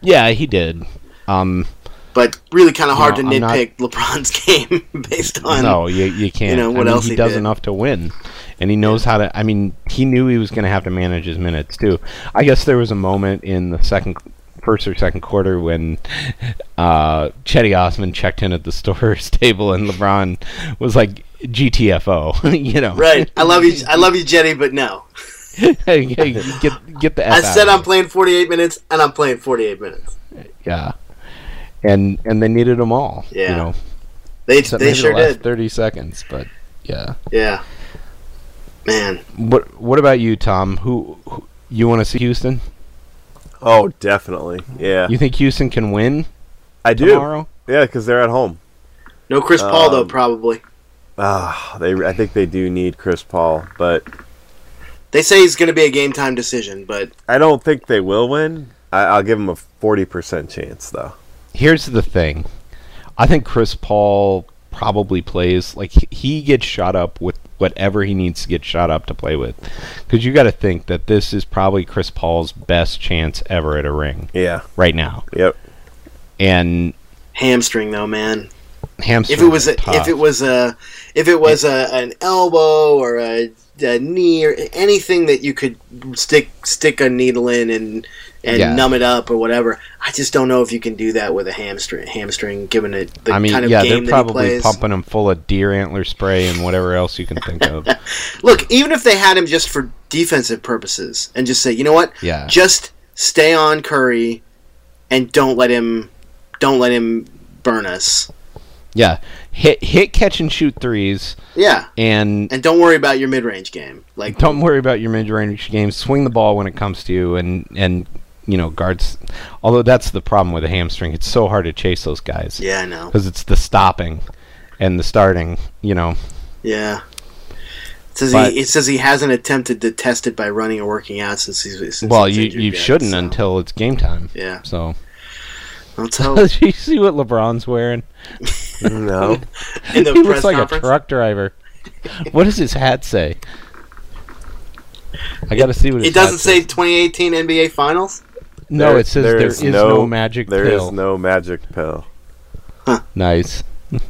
[SPEAKER 3] yeah, he did. Um
[SPEAKER 2] but really kind of hard
[SPEAKER 3] No,
[SPEAKER 2] to
[SPEAKER 3] I'm not-
[SPEAKER 2] nitpick <laughs> LeBron's game <laughs> based on.
[SPEAKER 3] no, you, you can't.
[SPEAKER 2] know, what
[SPEAKER 3] I mean,
[SPEAKER 2] else
[SPEAKER 3] he,
[SPEAKER 2] he
[SPEAKER 3] does
[SPEAKER 2] did.
[SPEAKER 3] enough to win, and he knows how to. I mean, he knew he was going to have to manage his minutes too. I guess there was a moment in the second, first or second quarter when uh, Chetty Osman checked in at the <laughs> store's table, and LeBron was like. GTFO, <laughs> you know,
[SPEAKER 2] Right, I love you, I love you, Jetty, but no.
[SPEAKER 3] <laughs> Hey, hey, get get the. F
[SPEAKER 2] I
[SPEAKER 3] out
[SPEAKER 2] said
[SPEAKER 3] of
[SPEAKER 2] I'm
[SPEAKER 3] here.
[SPEAKER 2] playing 48 minutes, and I'm playing 48 minutes.
[SPEAKER 3] Yeah, and and they needed them all.
[SPEAKER 2] Yeah.
[SPEAKER 3] you know,
[SPEAKER 2] They
[SPEAKER 3] except
[SPEAKER 2] they
[SPEAKER 3] maybe
[SPEAKER 2] sure
[SPEAKER 3] the last
[SPEAKER 2] did.
[SPEAKER 3] thirty seconds, but yeah.
[SPEAKER 2] Yeah. Man,
[SPEAKER 3] What what about you, Tom? Who, who you want to see Houston?
[SPEAKER 4] Oh, definitely. Yeah,
[SPEAKER 3] You think Houston can win
[SPEAKER 4] I do.
[SPEAKER 3] tomorrow?
[SPEAKER 4] Yeah, because they're at home.
[SPEAKER 2] no Chris Paul
[SPEAKER 3] Um,
[SPEAKER 2] though probably.
[SPEAKER 4] Ah, they. I think they do need Chris Paul, but
[SPEAKER 2] They say he's going to be a game time decision, but
[SPEAKER 4] I don't think they will win. I, I'll give them a forty percent chance, though.
[SPEAKER 3] Here's the thing. I think Chris Paul probably plays like he- he gets shot up with whatever he needs to get shot up to play with. Cuz you got to think that this is probably Chris Paul's best chance ever at a ring
[SPEAKER 4] Yeah.
[SPEAKER 3] right now.
[SPEAKER 4] Yep.
[SPEAKER 3] And
[SPEAKER 2] hamstring though, man.
[SPEAKER 3] hamstring
[SPEAKER 2] If it was a,
[SPEAKER 3] tough.
[SPEAKER 2] if it was a if it was a, an elbow or a, a knee or anything that you could stick stick a needle in and and
[SPEAKER 3] Yeah.
[SPEAKER 2] numb it up or whatever. I just don't know if you can do that with a hamstring hamstring given it the
[SPEAKER 3] I mean,
[SPEAKER 2] kind of
[SPEAKER 3] yeah,
[SPEAKER 2] game
[SPEAKER 3] they're
[SPEAKER 2] that he
[SPEAKER 3] probably
[SPEAKER 2] plays.
[SPEAKER 3] pumping him full of deer antler spray and whatever else you can think
[SPEAKER 2] <laughs>
[SPEAKER 3] of.
[SPEAKER 2] Look, even if they had him just for defensive purposes and just say, you know what,
[SPEAKER 3] Yeah.
[SPEAKER 2] just stay on Curry and don't let him, don't let him burn us.
[SPEAKER 3] Yeah, hit hit catch and shoot threes
[SPEAKER 2] Yeah,
[SPEAKER 3] and
[SPEAKER 2] and don't worry about your mid-range game. Like,
[SPEAKER 3] Don't worry about your mid-range game. Swing the ball when it comes to you, and and you know guards. Although that's the problem with a hamstring; it's so hard to chase those guys
[SPEAKER 2] Yeah, I know.
[SPEAKER 3] because it's the stopping and the starting. You know,
[SPEAKER 2] Yeah. It says,
[SPEAKER 3] But-
[SPEAKER 2] he, it says he hasn't attempted to test it by running or working out since he's since
[SPEAKER 3] well,
[SPEAKER 2] he's
[SPEAKER 3] you
[SPEAKER 2] injured
[SPEAKER 3] you
[SPEAKER 2] yet,
[SPEAKER 3] shouldn't
[SPEAKER 2] so.
[SPEAKER 3] until it's game time.
[SPEAKER 2] Yeah. <laughs>
[SPEAKER 3] So
[SPEAKER 2] Let's
[SPEAKER 3] <laughs>
[SPEAKER 2] hope.
[SPEAKER 3] you see what LeBron's wearing?
[SPEAKER 4] No.
[SPEAKER 2] <laughs> In the
[SPEAKER 3] <laughs> he
[SPEAKER 2] press
[SPEAKER 3] looks like
[SPEAKER 2] conference,
[SPEAKER 3] a
[SPEAKER 2] <laughs>
[SPEAKER 3] truck driver. what does his hat say? I got to see what his
[SPEAKER 2] it doesn't say
[SPEAKER 3] hat says.
[SPEAKER 2] 2018 NBA Finals.
[SPEAKER 3] No, it says there is no, magic
[SPEAKER 4] There is
[SPEAKER 3] pill.
[SPEAKER 4] no magic pill.
[SPEAKER 3] Nice. <laughs>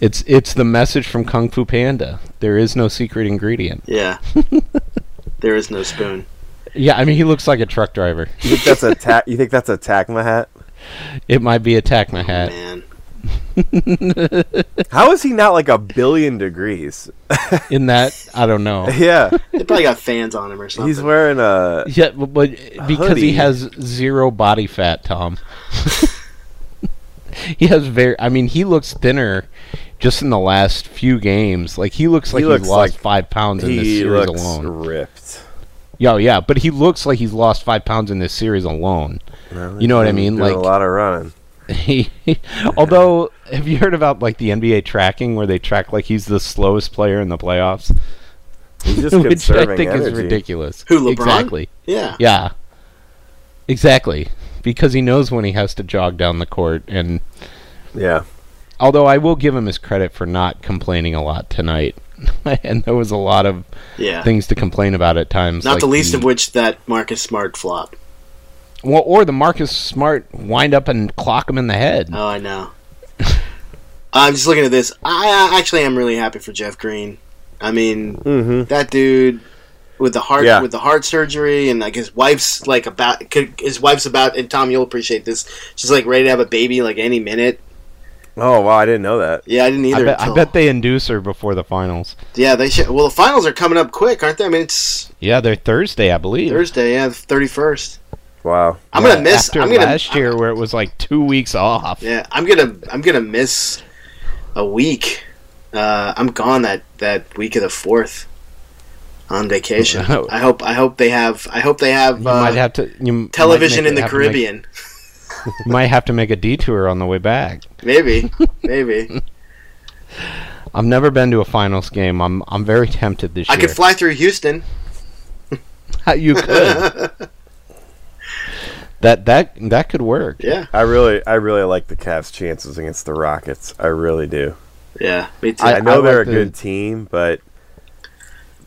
[SPEAKER 3] it's it's the message from Kung Fu Panda. There is no secret ingredient. <laughs>
[SPEAKER 2] Yeah. there is no spoon.
[SPEAKER 3] Yeah, I mean he looks like a truck driver.
[SPEAKER 4] You think that's a ta- You think that's a Tacma hat?
[SPEAKER 3] It might be a Tacma hat.
[SPEAKER 2] Man,
[SPEAKER 4] How is he not like a billion degrees? <laughs>
[SPEAKER 3] In that, I don't know.
[SPEAKER 4] yeah,
[SPEAKER 2] they probably got fans on him or something.
[SPEAKER 4] he's wearing a.
[SPEAKER 3] Yeah, but, but because
[SPEAKER 4] Hoodie.
[SPEAKER 3] he has zero body fat, Tom. <laughs> he has very. I mean, he looks thinner just in the last few games. Like he looks like he
[SPEAKER 4] looks
[SPEAKER 3] he's lost
[SPEAKER 4] like-
[SPEAKER 3] five pounds in this
[SPEAKER 4] He
[SPEAKER 3] series
[SPEAKER 4] looks
[SPEAKER 3] alone.
[SPEAKER 4] ripped.
[SPEAKER 3] Yo, yeah, but he looks like he's lost five pounds in this series alone. You know what I mean?
[SPEAKER 4] Doing a
[SPEAKER 3] Like
[SPEAKER 4] lot of running.
[SPEAKER 3] he. <laughs> although, have you heard about like the NBA tracking where they track like he's the slowest player in the playoffs, <laughs>
[SPEAKER 4] He's just
[SPEAKER 3] which I
[SPEAKER 4] conserving
[SPEAKER 3] think
[SPEAKER 4] energy.
[SPEAKER 3] is ridiculous.
[SPEAKER 2] Who, LeBron?
[SPEAKER 3] Exactly.
[SPEAKER 2] yeah.
[SPEAKER 3] Yeah. Exactly. Because he knows when he has to jog down the court and
[SPEAKER 4] Yeah,
[SPEAKER 3] although I will give him his credit for not complaining a lot tonight. <laughs> and there was a lot of
[SPEAKER 2] Yeah.
[SPEAKER 3] things to complain about at times.
[SPEAKER 2] Not
[SPEAKER 3] like
[SPEAKER 2] the least of which that Marcus Smart flop.
[SPEAKER 3] Well or the Marcus Smart wind up and clock him in the head.
[SPEAKER 2] Oh, I know. <laughs> I'm just looking at this. I I actually am really happy for Jeff Green. I mean,
[SPEAKER 3] Mm-hmm.
[SPEAKER 2] that dude with the heart
[SPEAKER 4] Yeah.
[SPEAKER 2] with the heart surgery and like his wife's like about could- his wife's about and Tom you'll appreciate this. She's like ready to have a baby like any minute.
[SPEAKER 4] Oh wow, I didn't know that.
[SPEAKER 2] Yeah, I didn't
[SPEAKER 3] I
[SPEAKER 2] either.
[SPEAKER 3] bet, I
[SPEAKER 2] until-
[SPEAKER 3] bet they induce her before the finals.
[SPEAKER 2] Yeah, they should. Well, the finals are coming up quick, aren't they? I mean, it's
[SPEAKER 3] Yeah, they're Thursday, I believe.
[SPEAKER 2] Thursday, yeah, the 31st.
[SPEAKER 4] Wow.
[SPEAKER 2] I'm
[SPEAKER 3] Yeah,
[SPEAKER 2] gonna miss.
[SPEAKER 3] after
[SPEAKER 2] I'm gonna
[SPEAKER 3] last year where it was like two weeks off.
[SPEAKER 2] Yeah, I'm gonna I'm gonna miss a week. Uh, I'm gone that that week of the fourth on vacation.
[SPEAKER 3] Oh, Wow.
[SPEAKER 2] I hope I hope they have I hope they have,
[SPEAKER 3] You
[SPEAKER 2] uh,
[SPEAKER 3] might have to you might
[SPEAKER 2] television
[SPEAKER 3] make-
[SPEAKER 2] in the
[SPEAKER 3] have to make-
[SPEAKER 2] Caribbean.
[SPEAKER 3] you might have to make a detour on the way back. <laughs>
[SPEAKER 2] Maybe, maybe
[SPEAKER 3] I've never been to a finals game. I'm I'm very tempted this
[SPEAKER 2] I
[SPEAKER 3] year.
[SPEAKER 2] could fly through Houston.
[SPEAKER 3] <laughs>
[SPEAKER 2] <laughs>
[SPEAKER 3] you could. that that that could work.
[SPEAKER 2] Yeah,
[SPEAKER 4] I really, I really like the Cavs' chances against the Rockets. I really do.
[SPEAKER 2] yeah, me too.
[SPEAKER 4] I, know
[SPEAKER 3] I
[SPEAKER 4] they're
[SPEAKER 3] like
[SPEAKER 4] a
[SPEAKER 3] the-
[SPEAKER 4] good team, but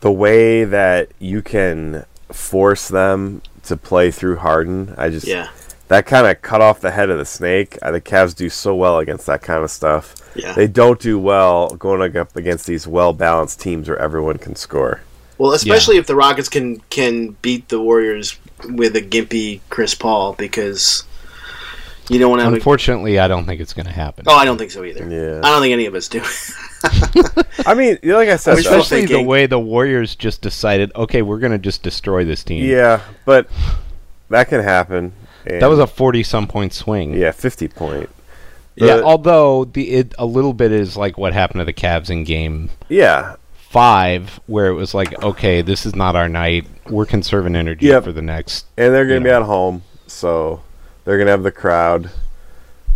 [SPEAKER 4] the way that you can force them to play through Harden, I just
[SPEAKER 2] yeah,
[SPEAKER 4] that kind of cut off the head of the snake. Uh, The Cavs do so well against that kind of stuff.
[SPEAKER 2] yeah.
[SPEAKER 4] They don't do well going up against these well balanced teams where everyone can score.
[SPEAKER 2] Well, especially if the Rockets can can beat the Warriors with a gimpy Chris Paul because you don't want to have a
[SPEAKER 3] Unfortunately, I don't think it's going to happen.
[SPEAKER 2] Oh, I don't think so either.
[SPEAKER 4] Yeah.
[SPEAKER 2] I don't think any of us do. <laughs>
[SPEAKER 4] I mean, you know, like I said,
[SPEAKER 2] Which
[SPEAKER 4] though-
[SPEAKER 2] was-
[SPEAKER 3] Especially the
[SPEAKER 2] thinking-
[SPEAKER 3] way the Warriors just decided, okay, we're going to just destroy this team.
[SPEAKER 4] yeah, but that can happen.
[SPEAKER 3] That was a 40 some point swing.
[SPEAKER 4] yeah, fifty point.
[SPEAKER 3] yeah
[SPEAKER 4] The-
[SPEAKER 3] although the it, a little bit is like what happened to the Cavs in game
[SPEAKER 4] Yeah,
[SPEAKER 3] 5 where it was like, okay, this is not our night. We're conserving energy
[SPEAKER 4] Yep.
[SPEAKER 3] for the next.
[SPEAKER 4] and they're going to be
[SPEAKER 3] Yeah.
[SPEAKER 4] at home, so they're going to have the crowd.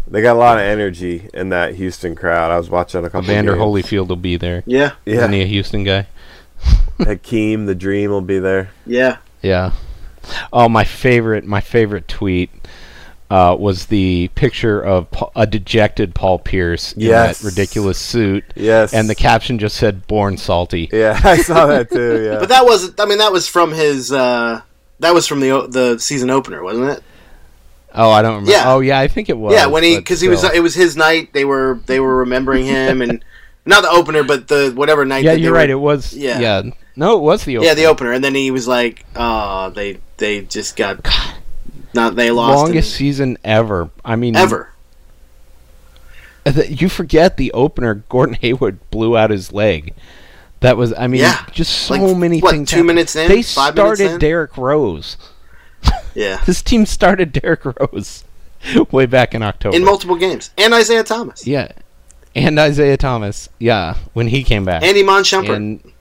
[SPEAKER 4] They got a lot of energy in that Houston crowd. I was watching a couple.
[SPEAKER 3] Vander
[SPEAKER 4] games.
[SPEAKER 3] Holyfield will be there.
[SPEAKER 2] yeah,
[SPEAKER 4] yeah,
[SPEAKER 3] Isn't he a Houston guy?
[SPEAKER 4] Hakeem, the Dream will be there.
[SPEAKER 2] yeah.
[SPEAKER 3] Yeah. Oh, my favorite, my favorite tweet uh, was the picture of Pa- a dejected Paul Pierce
[SPEAKER 4] Yes.
[SPEAKER 3] in that ridiculous suit.
[SPEAKER 4] Yes.
[SPEAKER 3] And the caption just said "Born Salty."
[SPEAKER 4] Yeah, <laughs> I saw that too. Yeah,
[SPEAKER 2] But that was I mean that was from his uh that was from the o- the season opener, wasn't it?
[SPEAKER 3] Oh, I don't remember.
[SPEAKER 2] Yeah.
[SPEAKER 3] Oh, yeah, I think it was.
[SPEAKER 2] yeah, when he
[SPEAKER 3] but
[SPEAKER 2] cuz he was
[SPEAKER 3] still.
[SPEAKER 2] it was his night. They were they were remembering him and <laughs> not the opener but the whatever night
[SPEAKER 3] yeah,
[SPEAKER 2] that they
[SPEAKER 3] you're
[SPEAKER 2] were-
[SPEAKER 3] right. It was.
[SPEAKER 2] Yeah.
[SPEAKER 3] Yeah. No, it was the.
[SPEAKER 2] Yeah, the opener and then he was like, "Oh, they they just got not they lost and-
[SPEAKER 3] longest season ever. I mean,
[SPEAKER 2] ever."
[SPEAKER 3] th- You forget the opener. Gordon Hayward blew out his leg. That was. I mean,
[SPEAKER 2] Yeah.
[SPEAKER 3] just so
[SPEAKER 2] Like,
[SPEAKER 3] many
[SPEAKER 2] what,
[SPEAKER 3] things.
[SPEAKER 2] two
[SPEAKER 3] happened.
[SPEAKER 2] minutes in?
[SPEAKER 3] they
[SPEAKER 2] Five minutes
[SPEAKER 3] started
[SPEAKER 2] in?
[SPEAKER 3] Derrick Rose. <laughs>
[SPEAKER 2] Yeah.
[SPEAKER 3] This team started Derrick Rose <laughs> way back in October.
[SPEAKER 2] In multiple games. And Isaiah Thomas.
[SPEAKER 3] yeah, and Isaiah Thomas. Yeah, when he came back,
[SPEAKER 2] And Iman Shumpert.
[SPEAKER 3] and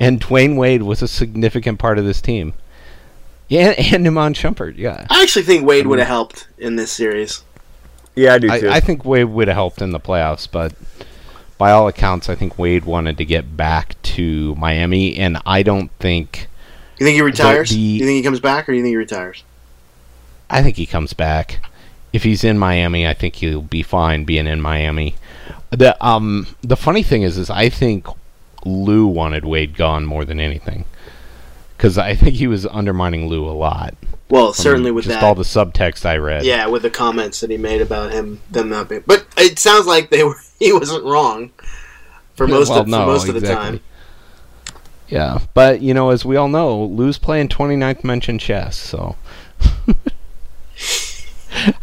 [SPEAKER 3] and Dwayne Wade was a significant part of this team. Yeah, and Iman Shumpert. Yeah,
[SPEAKER 2] I actually think Wade would
[SPEAKER 3] Mm-hmm.
[SPEAKER 2] have helped in this series.
[SPEAKER 4] Yeah, I do
[SPEAKER 3] I,
[SPEAKER 4] too.
[SPEAKER 3] I think Wade would have helped in the playoffs, but by all accounts, I think Wade wanted to get back to Miami, and I don't think
[SPEAKER 2] You think he retires?
[SPEAKER 3] the-
[SPEAKER 2] you think he comes back, or you think he retires?
[SPEAKER 3] I think he comes back. If he's in Miami, I think he'll be fine being in Miami. The um the funny thing is is I think Lou wanted Wade gone more than anything. Cuz I think he was undermining Lou a lot.
[SPEAKER 2] Well, certainly with
[SPEAKER 3] Just
[SPEAKER 2] that.
[SPEAKER 3] all the subtext I read.
[SPEAKER 2] yeah, with the comments that he made about him, them not being. But it sounds like they were. <laughs> He wasn't wrong for most
[SPEAKER 3] Well,
[SPEAKER 2] of
[SPEAKER 3] no,
[SPEAKER 2] for most of the
[SPEAKER 3] exactly.
[SPEAKER 2] time.
[SPEAKER 3] Yeah. But you know as we all know, Lou's playing 29th mention chess, so <laughs>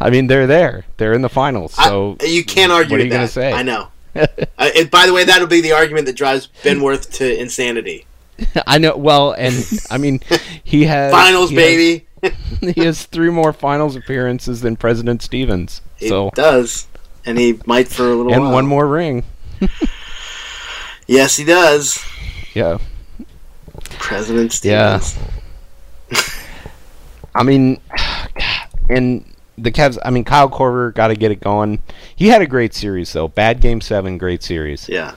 [SPEAKER 3] I mean they're there. They're in the finals. So
[SPEAKER 2] I, you can't argue.
[SPEAKER 3] what
[SPEAKER 2] with
[SPEAKER 3] are you
[SPEAKER 2] that.
[SPEAKER 3] gonna say?
[SPEAKER 2] I
[SPEAKER 3] <laughs>
[SPEAKER 2] know. uh, and by the way, that'll be the argument that drives Benworth to insanity.
[SPEAKER 3] I know well and
[SPEAKER 2] <laughs>
[SPEAKER 3] I mean he has
[SPEAKER 2] Finals,
[SPEAKER 3] he has-
[SPEAKER 2] baby.
[SPEAKER 3] <laughs> he has three more finals appearances than President Stevens.
[SPEAKER 2] He
[SPEAKER 3] so
[SPEAKER 2] does, and he might for a little
[SPEAKER 3] and
[SPEAKER 2] while.
[SPEAKER 3] one more ring.
[SPEAKER 2] Yes, he does.
[SPEAKER 3] Yeah.
[SPEAKER 2] President
[SPEAKER 3] Yeah.
[SPEAKER 2] Stevens.
[SPEAKER 3] I mean <sighs> and the Cavs I mean Kyle Korver gotta get it going. He had a great series though. Bad game seven, great series.
[SPEAKER 2] Yeah.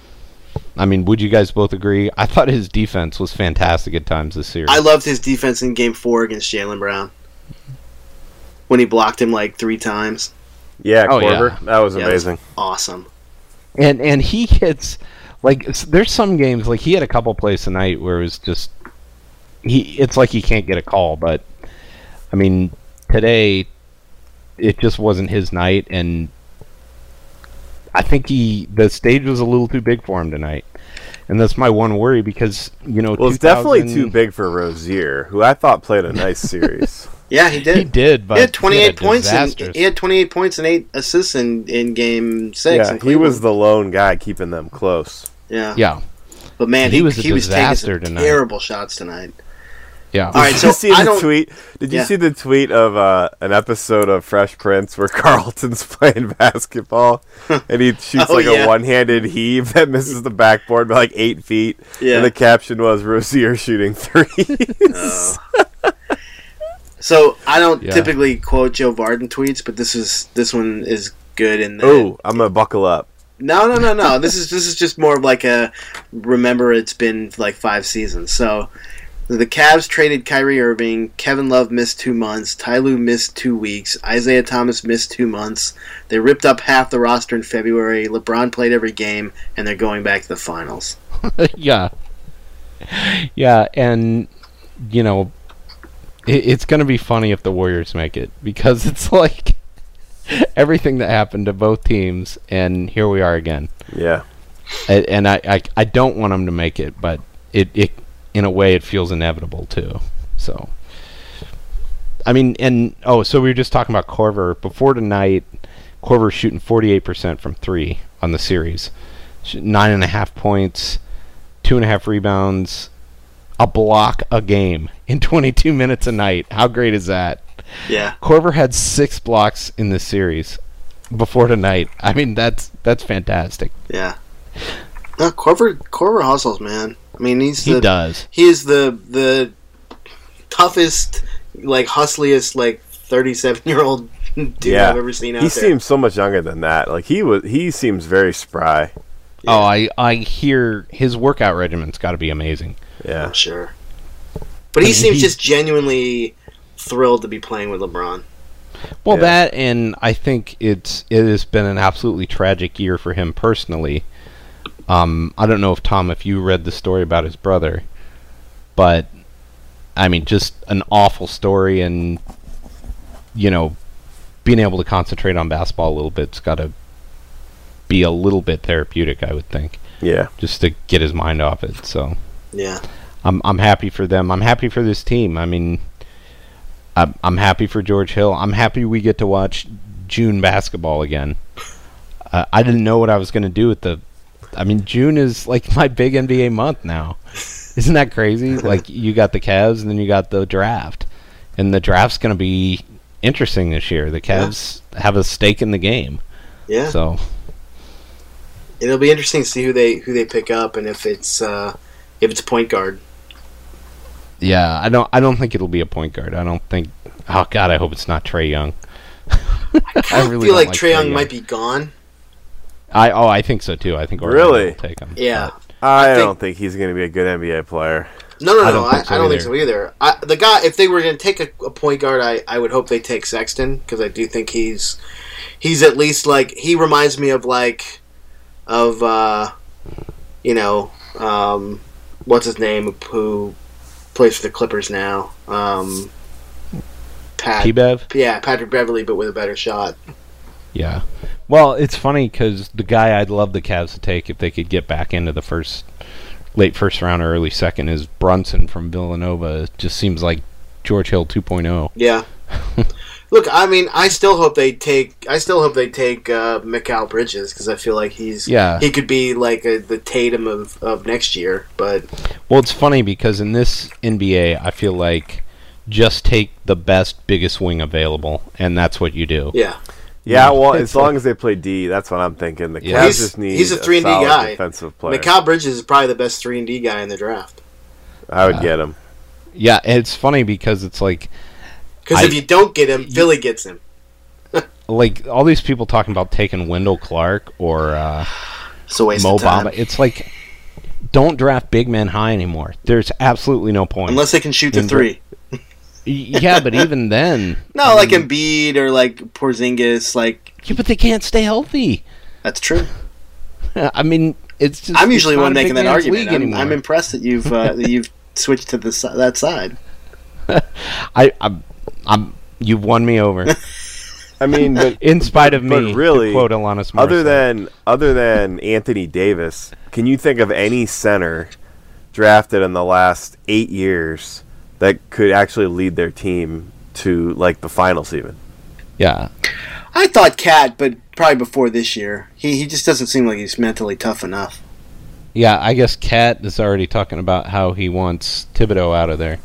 [SPEAKER 3] I mean, would you guys both agree? I thought his defense was fantastic at times this series.
[SPEAKER 2] I loved his defense in Game Four against Jalen Brown when he blocked him like three times.
[SPEAKER 4] yeah,
[SPEAKER 3] Oh,
[SPEAKER 4] Corver.
[SPEAKER 3] yeah.
[SPEAKER 4] That was
[SPEAKER 2] Yeah, it was
[SPEAKER 4] amazing.
[SPEAKER 2] Awesome.
[SPEAKER 3] and and he gets like s- there's some games like he had a couple plays tonight where it was just he it's like he can't get a call but i mean today it just wasn't his night and i think he the stage was a little too big for him tonight and that's my one worry because you know
[SPEAKER 4] Well, it's definitely
[SPEAKER 3] 2000
[SPEAKER 4] too big for Rozier, who I thought played a nice series.
[SPEAKER 2] Yeah, he did.
[SPEAKER 3] he did but
[SPEAKER 2] he had 28
[SPEAKER 3] had a
[SPEAKER 2] points and
[SPEAKER 3] disastrous-
[SPEAKER 2] he had 28 points and 8 assists in, in game 6
[SPEAKER 4] yeah,
[SPEAKER 2] in
[SPEAKER 4] he was
[SPEAKER 2] Cleveland.
[SPEAKER 4] the lone guy keeping them close.
[SPEAKER 2] yeah.
[SPEAKER 3] yeah
[SPEAKER 2] but man
[SPEAKER 3] he
[SPEAKER 2] he,
[SPEAKER 3] was a
[SPEAKER 2] he was taking
[SPEAKER 3] disaster
[SPEAKER 2] some
[SPEAKER 3] tonight.
[SPEAKER 2] terrible shots tonight
[SPEAKER 3] yeah
[SPEAKER 2] all right
[SPEAKER 4] Did
[SPEAKER 2] so
[SPEAKER 4] you see
[SPEAKER 2] I
[SPEAKER 4] the
[SPEAKER 2] don't
[SPEAKER 4] tweet? Did you
[SPEAKER 2] Yeah.
[SPEAKER 4] see the tweet of uh, an episode of Fresh Prince where <laughs> Carlton's playing basketball and
[SPEAKER 2] <laughs>
[SPEAKER 4] he shoots
[SPEAKER 2] Oh,
[SPEAKER 4] like
[SPEAKER 2] yeah.
[SPEAKER 4] a one-handed heave that misses the backboard by like eight feet?
[SPEAKER 2] Yeah.
[SPEAKER 4] And the caption was Rozier
[SPEAKER 2] <laughs>
[SPEAKER 4] shooting threes.
[SPEAKER 2] so I don't
[SPEAKER 3] Yeah.
[SPEAKER 2] typically quote Joe Varden tweets but this is this one is good in that
[SPEAKER 4] oh, I'm gonna buckle up.
[SPEAKER 2] no no no no this is this is just more of like a remember it's been like 5 seasons so the Cavs traded Kyrie Irving. Kevin Love missed two months. Ty Lue missed two weeks. Isaiah Thomas missed two months. They ripped up half the roster in February. LeBron played every game, and they're going back to the finals.
[SPEAKER 3] <laughs> yeah. Yeah, and you know, it, it's going to be funny if the Warriors make it because it's <laughs> like everything that happened to both teams, and here we are again.
[SPEAKER 4] Yeah.
[SPEAKER 3] And, and I, I, I don't want them to make it, but it, it, in a way, it feels inevitable too. So, I mean, and oh, so we were just talking about Corver before tonight. Corver shooting forty-eight percent from three on the series, Sh- nine and a half points, two and a half rebounds, a block a game <laughs> in twenty-two minutes a night. How great is that?
[SPEAKER 2] Yeah.
[SPEAKER 3] Corver had six blocks in this series before tonight. I mean, that's that's fantastic.
[SPEAKER 2] Yeah. No, Corver Corver hustles, man. I mean, he's
[SPEAKER 3] He
[SPEAKER 2] the,
[SPEAKER 3] does.
[SPEAKER 2] he is the the toughest, like hustliest, like thirty seven year old <laughs> dude
[SPEAKER 4] yeah.
[SPEAKER 2] I've ever seen out
[SPEAKER 4] he
[SPEAKER 2] there.
[SPEAKER 4] seems so much younger than that. Like he was he seems very spry.
[SPEAKER 3] Oh, I I hear his workout regimen's got to be amazing.
[SPEAKER 4] Yeah.
[SPEAKER 2] sure, but he
[SPEAKER 3] mean,
[SPEAKER 2] seems
[SPEAKER 3] he-
[SPEAKER 2] just genuinely thrilled to be playing with LeBron.
[SPEAKER 3] Well,
[SPEAKER 4] Yeah.
[SPEAKER 3] that and I think it's it has been an absolutely tragic year for him personally. Um, I don't know if Tom, if you read the story about his brother, but I mean, just an awful story, and you know, being able to concentrate on basketball a little bit's got to be a little bit therapeutic, I would think,
[SPEAKER 4] Yeah.
[SPEAKER 3] just to get his mind off it. So.
[SPEAKER 2] Yeah,
[SPEAKER 3] I'm I'm happy for them. I'm happy for this team. I mean, I'm I'm happy for George Hill. I'm happy we get to watch June basketball again. Uh, I didn't know what I was going to do with the. I mean, June is like <laughs> my big NBA month now. Isn't that crazy? Like you got the Cavs and then you got the draft, and the draft's going to be interesting this year. The Cavs have a stake in the game,
[SPEAKER 2] yeah.
[SPEAKER 3] so
[SPEAKER 2] It'll be interesting to see who they who they pick up and if it's uh, if it's point guard.
[SPEAKER 3] Yeah, I don't. I don't think it'll be a point guard. I don't think. Oh God, I hope it's not Trey Young.
[SPEAKER 2] I,
[SPEAKER 3] really
[SPEAKER 2] feel
[SPEAKER 3] don't
[SPEAKER 2] like,
[SPEAKER 3] like
[SPEAKER 2] Trae
[SPEAKER 3] Trae
[SPEAKER 2] Young
[SPEAKER 3] Young.
[SPEAKER 2] might be gone.
[SPEAKER 3] I oh, I think so too. I think Orlando
[SPEAKER 4] Really?
[SPEAKER 3] will take him.
[SPEAKER 2] Yeah.
[SPEAKER 4] I,
[SPEAKER 2] I think-
[SPEAKER 4] don't think he's going to be a good NBA player.
[SPEAKER 2] No, no, no.
[SPEAKER 3] I
[SPEAKER 2] I
[SPEAKER 3] don't
[SPEAKER 2] don't,
[SPEAKER 3] think so
[SPEAKER 2] I, don't think
[SPEAKER 3] either.
[SPEAKER 2] so either. I, the guy, if they were going to take a, a point guard, I, I would hope they take Sexton because I do think he's he's at least like he reminds me of like of uh, you know um, what's his name who plays for the Clippers now. Um, Pat,
[SPEAKER 3] T-Bev?
[SPEAKER 2] yeah, Patrick Beverly, but with a better shot.
[SPEAKER 3] Yeah. Well, it's funny because the guy I'd love the Cavs to take if they could get back into the first, late first round or early second is Brunson from Villanova. It just seems like George Hill oh. 2.0. <laughs>
[SPEAKER 2] Yeah. Look, I mean, I still hope they take. I still hope they take uh, Mikal Bridges because I feel like he's.
[SPEAKER 3] Yeah.
[SPEAKER 2] He could be like a, the Tatum of, of next year, but
[SPEAKER 3] Well, it's funny because in this NBA, I feel like just take the best, biggest wing available, and that's what you do.
[SPEAKER 2] yeah, <laughs>
[SPEAKER 4] Yeah, well, as long as they play D, that's what I'm thinking. The
[SPEAKER 3] Yeah.
[SPEAKER 4] Cavs
[SPEAKER 2] he's
[SPEAKER 4] just need
[SPEAKER 2] he's a three and D
[SPEAKER 4] solid
[SPEAKER 2] guy.
[SPEAKER 4] defensive player.
[SPEAKER 2] Mikal Bridges is probably the best three and D guy in the draft
[SPEAKER 4] I would get him.
[SPEAKER 3] Yeah, and it's funny because it's like
[SPEAKER 2] because
[SPEAKER 3] I-
[SPEAKER 2] if you don't get him, Philly gets him.
[SPEAKER 3] like all these people talking about taking Wendell Clark or uh,
[SPEAKER 2] It's a waste
[SPEAKER 3] Mo
[SPEAKER 2] of time.
[SPEAKER 3] Bamba. It's like don't draft big men high anymore. There's absolutely no point.
[SPEAKER 2] Unless they can shoot the
[SPEAKER 3] In-
[SPEAKER 2] three.
[SPEAKER 3] Y- yeah,
[SPEAKER 2] <laughs>
[SPEAKER 3] but even then,
[SPEAKER 2] No, like Embiid or like Porzingis. Like
[SPEAKER 3] yeah, but they can't stay healthy.
[SPEAKER 2] that's true.
[SPEAKER 3] I mean, it's just
[SPEAKER 2] I'm
[SPEAKER 3] it's
[SPEAKER 2] usually
[SPEAKER 3] not
[SPEAKER 2] one
[SPEAKER 3] a big
[SPEAKER 2] making that
[SPEAKER 3] man's
[SPEAKER 2] argument.
[SPEAKER 3] league
[SPEAKER 2] I'm,
[SPEAKER 3] anymore.
[SPEAKER 2] I'm impressed that you've uh, that
[SPEAKER 3] <laughs>
[SPEAKER 2] you've switched to the si- that side.
[SPEAKER 3] I, I'm, I'm, you've won me over.
[SPEAKER 2] <laughs>
[SPEAKER 4] I mean, but
[SPEAKER 3] In spite of <laughs>
[SPEAKER 4] But
[SPEAKER 3] me, to
[SPEAKER 4] really,
[SPEAKER 3] quote Alanis
[SPEAKER 4] other
[SPEAKER 3] Morissette.
[SPEAKER 4] than other than Anthony Davis, can you think of any center drafted in the last eight years that could actually lead their team to like the finals? Even
[SPEAKER 3] yeah,
[SPEAKER 2] I thought Cat, but probably before this year. He he just doesn't seem like he's mentally tough enough.
[SPEAKER 3] yeah. I guess Cat is already talking about how he wants Thibodeau out of there.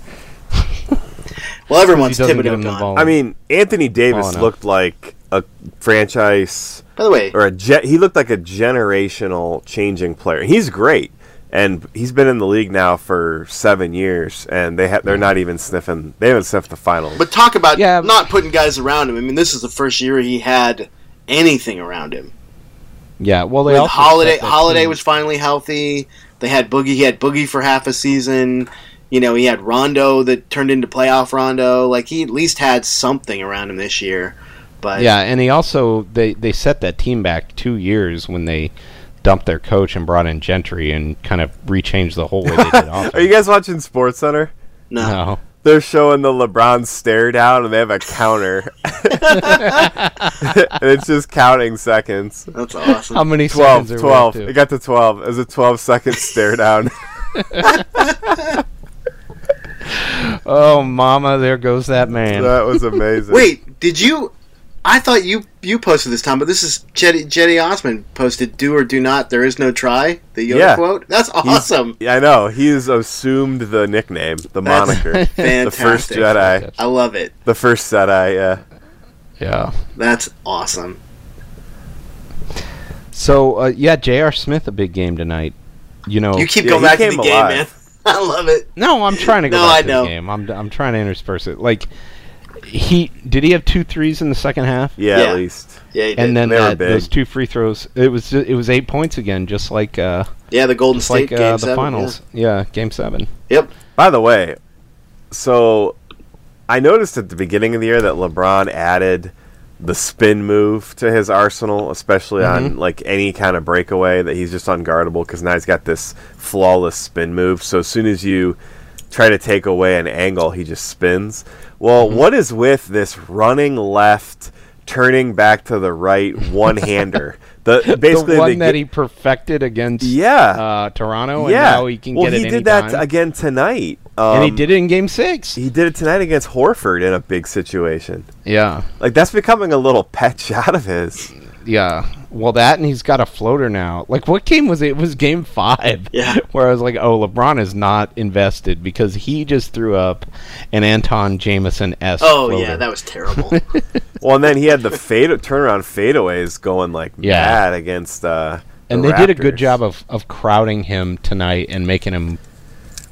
[SPEAKER 2] Well,
[SPEAKER 3] He
[SPEAKER 2] everyone's
[SPEAKER 3] doesn't get him
[SPEAKER 2] Thibodeau
[SPEAKER 3] the
[SPEAKER 2] gone.
[SPEAKER 3] ball.
[SPEAKER 4] I mean, Anthony
[SPEAKER 3] Oh,
[SPEAKER 4] Davis
[SPEAKER 3] no.
[SPEAKER 4] looked like a franchise
[SPEAKER 2] By the way,
[SPEAKER 4] or a ge- he looked like a generational changing player. He's great, and he's been in the league now for seven years, and they ha- they're not even sniffing. They haven't sniffed the finals.
[SPEAKER 2] but talk about
[SPEAKER 3] Yeah.
[SPEAKER 2] not putting guys around him. I mean, this is the first year he had anything around him.
[SPEAKER 3] yeah. Well, they
[SPEAKER 2] With
[SPEAKER 3] also
[SPEAKER 2] Holiday
[SPEAKER 3] set that
[SPEAKER 2] Holiday
[SPEAKER 3] team-
[SPEAKER 2] was finally healthy. They had Boogie. He had Boogie for half a season. You know, he had Rondo that turned into playoff Rondo. Like he at least had something around him this year. But
[SPEAKER 3] Yeah, and he also they they set that team back two years when they dumped their coach and brought in Gentry and kind of rechanged the whole way they did offense.
[SPEAKER 4] Are you guys watching Sports Center?
[SPEAKER 2] no.
[SPEAKER 3] no.
[SPEAKER 4] They're showing the LeBron stare down, and they have a counter, <laughs> and it's just counting seconds.
[SPEAKER 2] that's awesome.
[SPEAKER 3] <laughs> How many
[SPEAKER 4] 12,
[SPEAKER 3] seconds are we up
[SPEAKER 4] 12.
[SPEAKER 3] to?
[SPEAKER 4] It got to 12. It was a 12 second stare <laughs> down.
[SPEAKER 3] Oh, mama, there goes that man.
[SPEAKER 4] that was amazing.
[SPEAKER 2] Wait, did you? I thought you you posted this time, but this is Jetty, Jetty Osman posted "Do or do not." There is no try. The Yoda
[SPEAKER 4] Yeah.
[SPEAKER 2] quote. That's
[SPEAKER 4] He's-
[SPEAKER 2] awesome.
[SPEAKER 4] Yeah, I know. He's assumed the nickname, the
[SPEAKER 2] That's <laughs>
[SPEAKER 4] moniker. the
[SPEAKER 2] Fantastic.
[SPEAKER 4] first Jedi.
[SPEAKER 2] I love it.
[SPEAKER 4] The first Jedi, yeah.
[SPEAKER 3] Yeah.
[SPEAKER 2] That's awesome.
[SPEAKER 3] So uh, yeah, J.R. Smith a big game tonight. You know,
[SPEAKER 2] You keep
[SPEAKER 4] Oh, Yeah,
[SPEAKER 2] going
[SPEAKER 4] he
[SPEAKER 2] back to the
[SPEAKER 4] came
[SPEAKER 2] game, man. <laughs>
[SPEAKER 4] alive.
[SPEAKER 2] I love it.
[SPEAKER 3] no, I'm trying to go
[SPEAKER 2] No,
[SPEAKER 3] back
[SPEAKER 2] I
[SPEAKER 3] to
[SPEAKER 2] know.
[SPEAKER 3] the game. I'm I'm trying to intersperse it. Like he did he have two threes in the second half,
[SPEAKER 4] Yeah,
[SPEAKER 2] Yeah.
[SPEAKER 4] at least.
[SPEAKER 2] Yeah, he
[SPEAKER 3] and
[SPEAKER 2] did.
[SPEAKER 3] then
[SPEAKER 4] They were
[SPEAKER 3] that,
[SPEAKER 4] big.
[SPEAKER 3] those two free throws. It was ju- it was eight points again, just like uh,
[SPEAKER 2] yeah, the Golden
[SPEAKER 3] just
[SPEAKER 2] State
[SPEAKER 3] like
[SPEAKER 2] game
[SPEAKER 3] uh, the
[SPEAKER 2] seven,
[SPEAKER 3] finals. Yeah. game seven.
[SPEAKER 2] yeah. Yep.
[SPEAKER 4] By the way, so I noticed at the beginning of the year that LeBron added the spin move to his arsenal, especially
[SPEAKER 3] Mm-hmm.
[SPEAKER 4] on like any kind of breakaway that he's just unguardable because now he's got this flawless spin move. So as soon as you try to take away an angle, he just spins. Well,
[SPEAKER 3] Mm-hmm.
[SPEAKER 4] what is with this running left, turning back to the right
[SPEAKER 3] <laughs>
[SPEAKER 4] one hander? The basically
[SPEAKER 3] the one
[SPEAKER 4] they
[SPEAKER 3] that
[SPEAKER 4] get-
[SPEAKER 3] he perfected against
[SPEAKER 4] Yeah.
[SPEAKER 3] uh, Toronto, and
[SPEAKER 4] yeah.
[SPEAKER 3] now he can
[SPEAKER 4] well,
[SPEAKER 3] get
[SPEAKER 4] he
[SPEAKER 3] it
[SPEAKER 4] did
[SPEAKER 3] anytime.
[SPEAKER 4] that again tonight.
[SPEAKER 3] and he
[SPEAKER 4] Um,
[SPEAKER 3] did it in Game Six.
[SPEAKER 4] he did it tonight against Horford in a big situation.
[SPEAKER 3] Yeah,
[SPEAKER 4] Like that's becoming a little pet <laughs> shot of his.
[SPEAKER 3] Yeah. Well, that and he's got a floater now. Like, what game was it? It was game five.
[SPEAKER 2] Yeah.
[SPEAKER 3] <laughs> Where I was like, oh, LeBron is not invested because he just threw up an Anton Jameson S.
[SPEAKER 2] Oh yeah, that was
[SPEAKER 4] <laughs>
[SPEAKER 2] terrible.
[SPEAKER 4] Well, and then he had the fade turnaround fadeaways going like
[SPEAKER 3] Yeah.
[SPEAKER 4] mad against. Uh, the
[SPEAKER 3] and they did a
[SPEAKER 4] Raptors.
[SPEAKER 3] good job of, of crowding him tonight and making him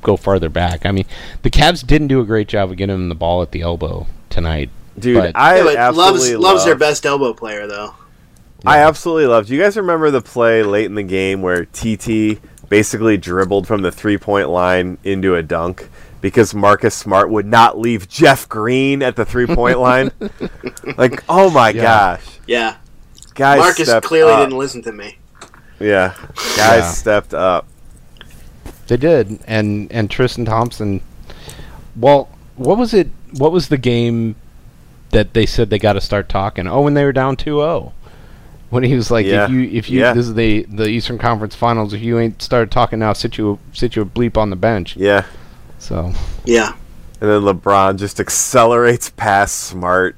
[SPEAKER 3] go farther back. I mean, the Cavs didn't do a great job of getting him the ball at the elbow tonight.
[SPEAKER 4] Dude,
[SPEAKER 3] but-
[SPEAKER 4] I
[SPEAKER 2] Yeah, but
[SPEAKER 4] absolutely
[SPEAKER 2] loves
[SPEAKER 4] love,
[SPEAKER 2] loves their best elbow player though.
[SPEAKER 4] I absolutely loved. You guys remember the play late in the game where TT basically dribbled from the three point line into a dunk because Marcus Smart would not leave Jeff Green at the three point line?
[SPEAKER 3] <laughs>
[SPEAKER 4] Like, oh my gosh.
[SPEAKER 2] Yeah,
[SPEAKER 4] Guys
[SPEAKER 2] Marcus
[SPEAKER 4] stepped
[SPEAKER 2] clearly
[SPEAKER 4] up.
[SPEAKER 2] didn't listen to me.
[SPEAKER 4] Yeah. Guys
[SPEAKER 3] Yeah.
[SPEAKER 4] stepped up.
[SPEAKER 3] They did, and and Tristan Thompson. Well, what was it? What was the game that they said they got to start talking? Oh, when they were down 2-0. when he was like,
[SPEAKER 4] Yeah.
[SPEAKER 3] if you if you
[SPEAKER 4] Yeah.
[SPEAKER 3] this is the the Eastern Conference Finals, if you ain't started talking now, sit you sit you a bleep on the bench.
[SPEAKER 4] Yeah.
[SPEAKER 3] So
[SPEAKER 2] Yeah,
[SPEAKER 4] And then LeBron just accelerates past Smart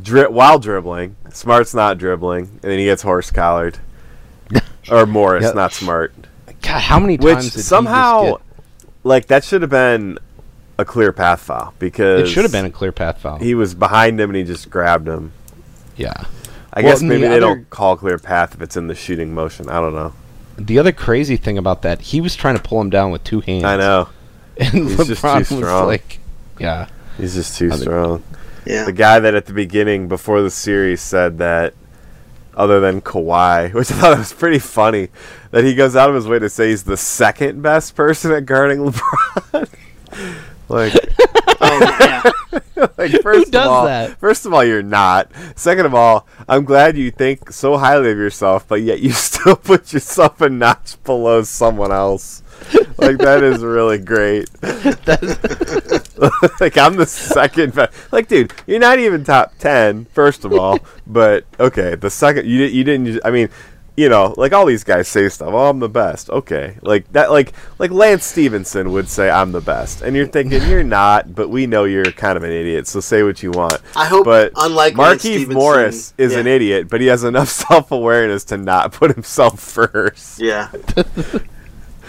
[SPEAKER 4] dri- while dribbling. Smart's not dribbling. And then he gets horse collared.
[SPEAKER 3] <laughs>
[SPEAKER 4] or Morris,
[SPEAKER 3] Yeah.
[SPEAKER 4] not Smart.
[SPEAKER 3] God, how many
[SPEAKER 4] Which
[SPEAKER 3] times did he just
[SPEAKER 4] somehow,
[SPEAKER 3] get-
[SPEAKER 4] like, that should have been a clear path foul because
[SPEAKER 3] it should have been a clear path foul.
[SPEAKER 4] he was behind him and he just grabbed him.
[SPEAKER 3] yeah.
[SPEAKER 4] I
[SPEAKER 3] Well,
[SPEAKER 4] guess
[SPEAKER 3] and the
[SPEAKER 4] maybe they
[SPEAKER 3] other-
[SPEAKER 4] don't call clear path if it's in the shooting motion. I don't know.
[SPEAKER 3] The other crazy thing about that, he was trying to pull him down with two hands.
[SPEAKER 4] I know.
[SPEAKER 3] <laughs> And
[SPEAKER 4] He's
[SPEAKER 3] LeBron
[SPEAKER 4] just too
[SPEAKER 3] was
[SPEAKER 4] strong.
[SPEAKER 3] like, yeah.
[SPEAKER 4] He's just too
[SPEAKER 3] think-
[SPEAKER 4] strong.
[SPEAKER 2] yeah.
[SPEAKER 4] The guy that at the beginning before the series said that other than Kawhi, <laughs> which I thought was pretty funny, that he goes out of his way to say he's the second best person at guarding <laughs> LeBron. like <laughs>
[SPEAKER 2] Oh, yeah.
[SPEAKER 4] Like first
[SPEAKER 3] does
[SPEAKER 4] of all,
[SPEAKER 3] that?
[SPEAKER 4] first of all, you're not. Second of all, I'm glad you think so highly of yourself, but yet you <laughs> still put yourself a notch below someone else. Like that is really great. <laughs> like I'm the second best. Like, dude, you're not even top ten. First of
[SPEAKER 2] <laughs>
[SPEAKER 4] all, but okay, the second you di- you didn't. ju- I mean. You know, like all these guys say stuff. Oh, I'm the best. Okay, like that. Like like Lance Stevenson would say, "I'm the best," and you're thinking you're not, but we know you're kind of an idiot. So say what you want.
[SPEAKER 2] I hope,
[SPEAKER 4] <laughs> But
[SPEAKER 2] unlike Lance
[SPEAKER 4] Marquise
[SPEAKER 2] Stevenson-
[SPEAKER 4] Morris is
[SPEAKER 2] yeah.
[SPEAKER 4] an idiot, but he has enough <laughs> self awareness to not put himself <laughs> first.
[SPEAKER 2] Yeah.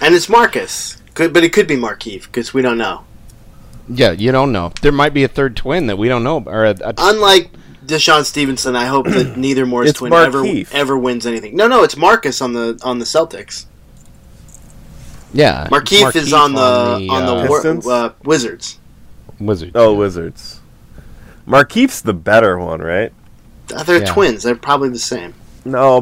[SPEAKER 2] and it's Marcus. Could, but it could be Markeith because we don't know.
[SPEAKER 3] Yeah, you don't know. There might be a third twin that we don't know. Or a,
[SPEAKER 2] Uh,
[SPEAKER 3] a-
[SPEAKER 2] Unlike Deshaun Stevenson, I hope that neither Morris
[SPEAKER 4] It's
[SPEAKER 2] twin
[SPEAKER 4] Markeith.
[SPEAKER 2] ever ever wins anything. No, no, it's Marcus on the on the Celtics.
[SPEAKER 3] yeah,
[SPEAKER 2] Markeith, is on the on the,
[SPEAKER 3] uh,
[SPEAKER 2] Wor-
[SPEAKER 4] Pistons?
[SPEAKER 2] uh, Wizards.
[SPEAKER 3] Wizards.
[SPEAKER 4] Oh, Wizards. Markeef's the better one, right?
[SPEAKER 2] They're
[SPEAKER 3] Yeah.
[SPEAKER 2] twins. They're probably the same.
[SPEAKER 4] No,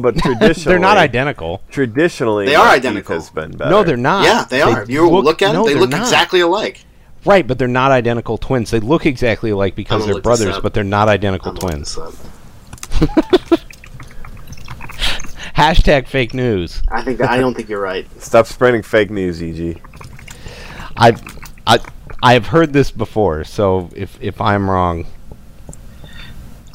[SPEAKER 2] <laughs>
[SPEAKER 4] but traditionally
[SPEAKER 3] they're not identical.
[SPEAKER 4] Traditionally,
[SPEAKER 2] They are
[SPEAKER 4] Markieff
[SPEAKER 2] identical.
[SPEAKER 4] Has been better.
[SPEAKER 3] No, they're not.
[SPEAKER 2] Uh, Yeah, they, are. You look, at
[SPEAKER 3] Ah, no,
[SPEAKER 2] them; they
[SPEAKER 3] they're
[SPEAKER 2] look
[SPEAKER 3] not.
[SPEAKER 2] exactly alike.
[SPEAKER 3] right, but they're not identical twins. They look exactly alike
[SPEAKER 2] I'm
[SPEAKER 3] because
[SPEAKER 2] gonna
[SPEAKER 3] they're
[SPEAKER 2] look this
[SPEAKER 3] brothers,
[SPEAKER 2] up.
[SPEAKER 3] but they're not identical
[SPEAKER 2] I'm looking
[SPEAKER 3] twins.
[SPEAKER 2] this up.
[SPEAKER 3] Hashtag fake news.
[SPEAKER 2] I think I don't think you're right.
[SPEAKER 4] Stop spreading fake news, E EG.
[SPEAKER 3] I, I, I have heard this before. So if if I'm wrong,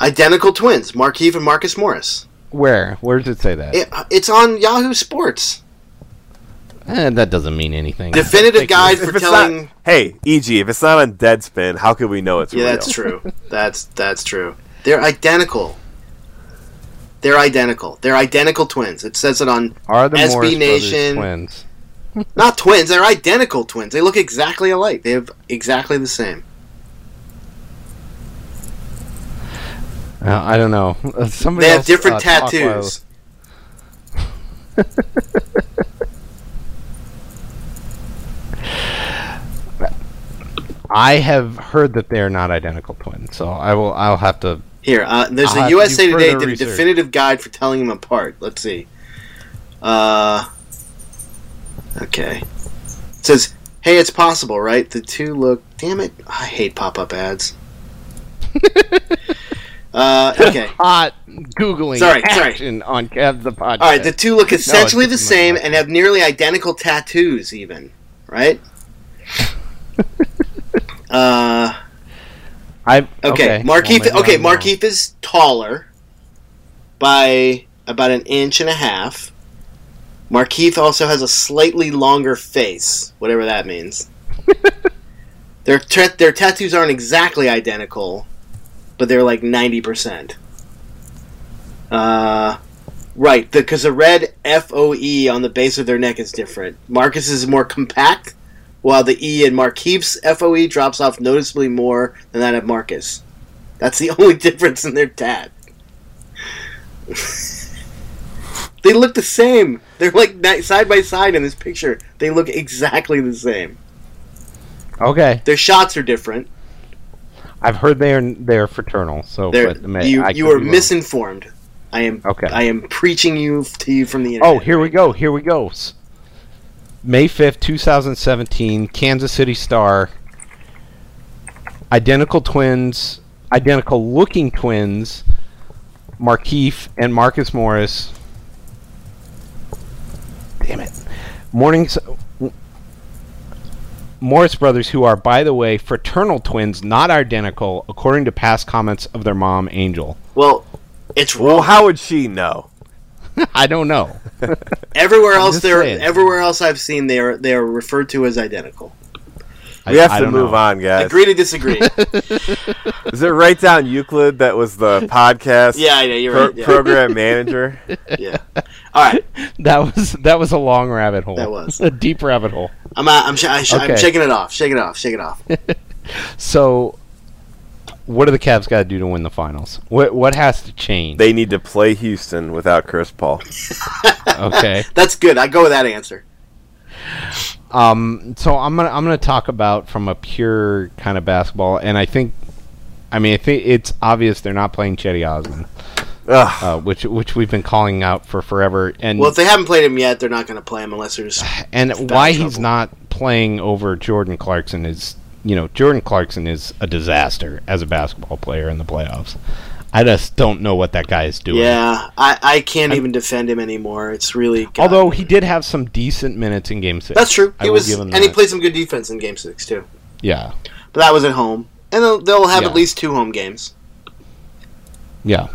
[SPEAKER 2] Identical twins, Markeith and Marcus Morris.
[SPEAKER 3] where where does it say that?
[SPEAKER 2] It, it's on Yahoo Sports.
[SPEAKER 3] Eh, that doesn't mean anything.
[SPEAKER 2] Definitive
[SPEAKER 3] Fake
[SPEAKER 2] guide
[SPEAKER 3] news.
[SPEAKER 2] for
[SPEAKER 4] If it's
[SPEAKER 2] telling.
[SPEAKER 4] not, hey, EG, if it's not on Deadspin, how could we know it's
[SPEAKER 2] yeah,
[SPEAKER 4] real?
[SPEAKER 2] that's
[SPEAKER 3] <laughs>
[SPEAKER 2] true. That's that's true. They're identical. They're identical. They're identical twins. It says it on
[SPEAKER 3] Are the
[SPEAKER 2] SB
[SPEAKER 3] Morris brothers
[SPEAKER 2] Nation.
[SPEAKER 3] twins?
[SPEAKER 2] not twins. They're identical twins. They look exactly alike. They have exactly the same.
[SPEAKER 3] Uh, I don't know. <laughs> Uh, Somebody
[SPEAKER 2] they have
[SPEAKER 3] else,
[SPEAKER 2] different
[SPEAKER 3] uh, talk while-
[SPEAKER 2] tattoos.
[SPEAKER 3] I have heard that they are not identical twins, so I will. I'll have to.
[SPEAKER 2] Here, uh, there's
[SPEAKER 3] I'll
[SPEAKER 2] a
[SPEAKER 3] have to do
[SPEAKER 2] USA Today
[SPEAKER 3] further
[SPEAKER 2] de-
[SPEAKER 3] research.
[SPEAKER 2] definitive guide for telling them apart. Let's see. Uh, okay. It says, "Hey, it's possible, right? The two look. Damn it! I hate pop-up
[SPEAKER 3] <laughs>
[SPEAKER 2] ads." uh, okay.
[SPEAKER 3] Hot googling
[SPEAKER 2] Sorry, sorry.
[SPEAKER 3] action on Kev the podcast.
[SPEAKER 2] All right. The two look essentially the
[SPEAKER 3] doesn't look
[SPEAKER 2] same
[SPEAKER 3] like
[SPEAKER 2] and have nearly identical tattoos, even. Right. uh,
[SPEAKER 3] I,
[SPEAKER 2] okay.
[SPEAKER 3] well,
[SPEAKER 2] Markeith.
[SPEAKER 3] maybe
[SPEAKER 2] okay,
[SPEAKER 3] I'm wrong.
[SPEAKER 2] Markeith is taller by about an inch and a half. Markeith also has a slightly longer face, whatever that means. their tra- their tattoos aren't exactly identical, but they're like ninety percent. Uh, right, because the red F O E on the base of their neck is different. Marcus is more compact, while the E in Markeith's FOE E drops off noticeably more than that of Marcus. That's the <laughs> only difference in their tat. <laughs> they look the same. They're like ni- side by side in this picture. They look exactly the same.
[SPEAKER 3] Okay,
[SPEAKER 2] Their shots are different.
[SPEAKER 3] I've heard they're they're fraternal. So
[SPEAKER 2] They're,
[SPEAKER 3] Oh, but may-
[SPEAKER 2] you
[SPEAKER 3] I
[SPEAKER 2] you
[SPEAKER 3] could
[SPEAKER 2] are
[SPEAKER 3] be wrong.
[SPEAKER 2] misinformed. I am
[SPEAKER 3] Okay.
[SPEAKER 2] I am preaching you to you from the internet.
[SPEAKER 3] Oh, here we go. Here we go. S- May 5th, 2017, Kansas City Star. Identical twins, identical looking twins, Markeef and Marcus Morris. Damn it. Mornings. Morris brothers, who are, by the way, fraternal twins, not identical, according to past comments of their mom, Angel. <laughs>
[SPEAKER 2] Well, it's
[SPEAKER 4] Well,
[SPEAKER 2] wrong.
[SPEAKER 4] how would she know?
[SPEAKER 3] I don't know.
[SPEAKER 2] everywhere else
[SPEAKER 3] just
[SPEAKER 2] they're
[SPEAKER 3] saying.
[SPEAKER 2] everywhere else I've seen they are they are referred to as identical.
[SPEAKER 4] We have
[SPEAKER 3] I, I
[SPEAKER 4] to
[SPEAKER 3] don't
[SPEAKER 4] move
[SPEAKER 3] know.
[SPEAKER 4] on, guys.
[SPEAKER 2] Agree to
[SPEAKER 3] <laughs>
[SPEAKER 2] disagree.
[SPEAKER 4] Is it right down Euclid that was
[SPEAKER 2] <laughs>
[SPEAKER 4] the podcast?
[SPEAKER 2] Yeah, I know, you're right, yeah. <laughs>
[SPEAKER 4] Program manager.
[SPEAKER 2] yeah. All right.
[SPEAKER 3] That was that was a long rabbit hole.
[SPEAKER 2] That was.
[SPEAKER 3] <laughs> a deep rabbit hole.
[SPEAKER 2] I'm out. I'm, sh- I sh- I'm
[SPEAKER 3] Okay.
[SPEAKER 2] shaking it off. Shaking it off. Shaking it off.
[SPEAKER 3] So, what do the Cavs got to do to win the finals? What what has to change?
[SPEAKER 4] They need to play Houston without Chris Paul.
[SPEAKER 3] <laughs>
[SPEAKER 2] <laughs>
[SPEAKER 3] okay.
[SPEAKER 2] That's good. I go with that answer.
[SPEAKER 3] Um. So I'm gonna I'm gonna talk about from a pure kind of basketball, and I think, I mean, I think it's obvious they're not playing Chetty Osman,
[SPEAKER 4] Ugh.
[SPEAKER 3] uh, which which we've been calling out for forever. And
[SPEAKER 2] Well, if they haven't played him yet, they're not going to play him unless
[SPEAKER 3] <sighs>
[SPEAKER 2] there's.
[SPEAKER 3] and why he's
[SPEAKER 2] trouble.
[SPEAKER 3] not playing over Jordan Clarkson is you know Jordan Clarkson is a disaster as a basketball player in the playoffs. I just don't know what that guy is doing.
[SPEAKER 2] Yeah, I, I can't even defend him anymore. It's really. gotten-
[SPEAKER 3] Although he did have some decent minutes in Game Six.
[SPEAKER 2] that's true.
[SPEAKER 3] I
[SPEAKER 2] He
[SPEAKER 3] will
[SPEAKER 2] was,
[SPEAKER 3] give him
[SPEAKER 2] and he
[SPEAKER 3] that.
[SPEAKER 2] played some good defense in Game Six too.
[SPEAKER 3] Yeah,
[SPEAKER 2] But that was at home, and they'll, they'll have
[SPEAKER 3] Yeah.
[SPEAKER 2] at least two home games.
[SPEAKER 3] yeah.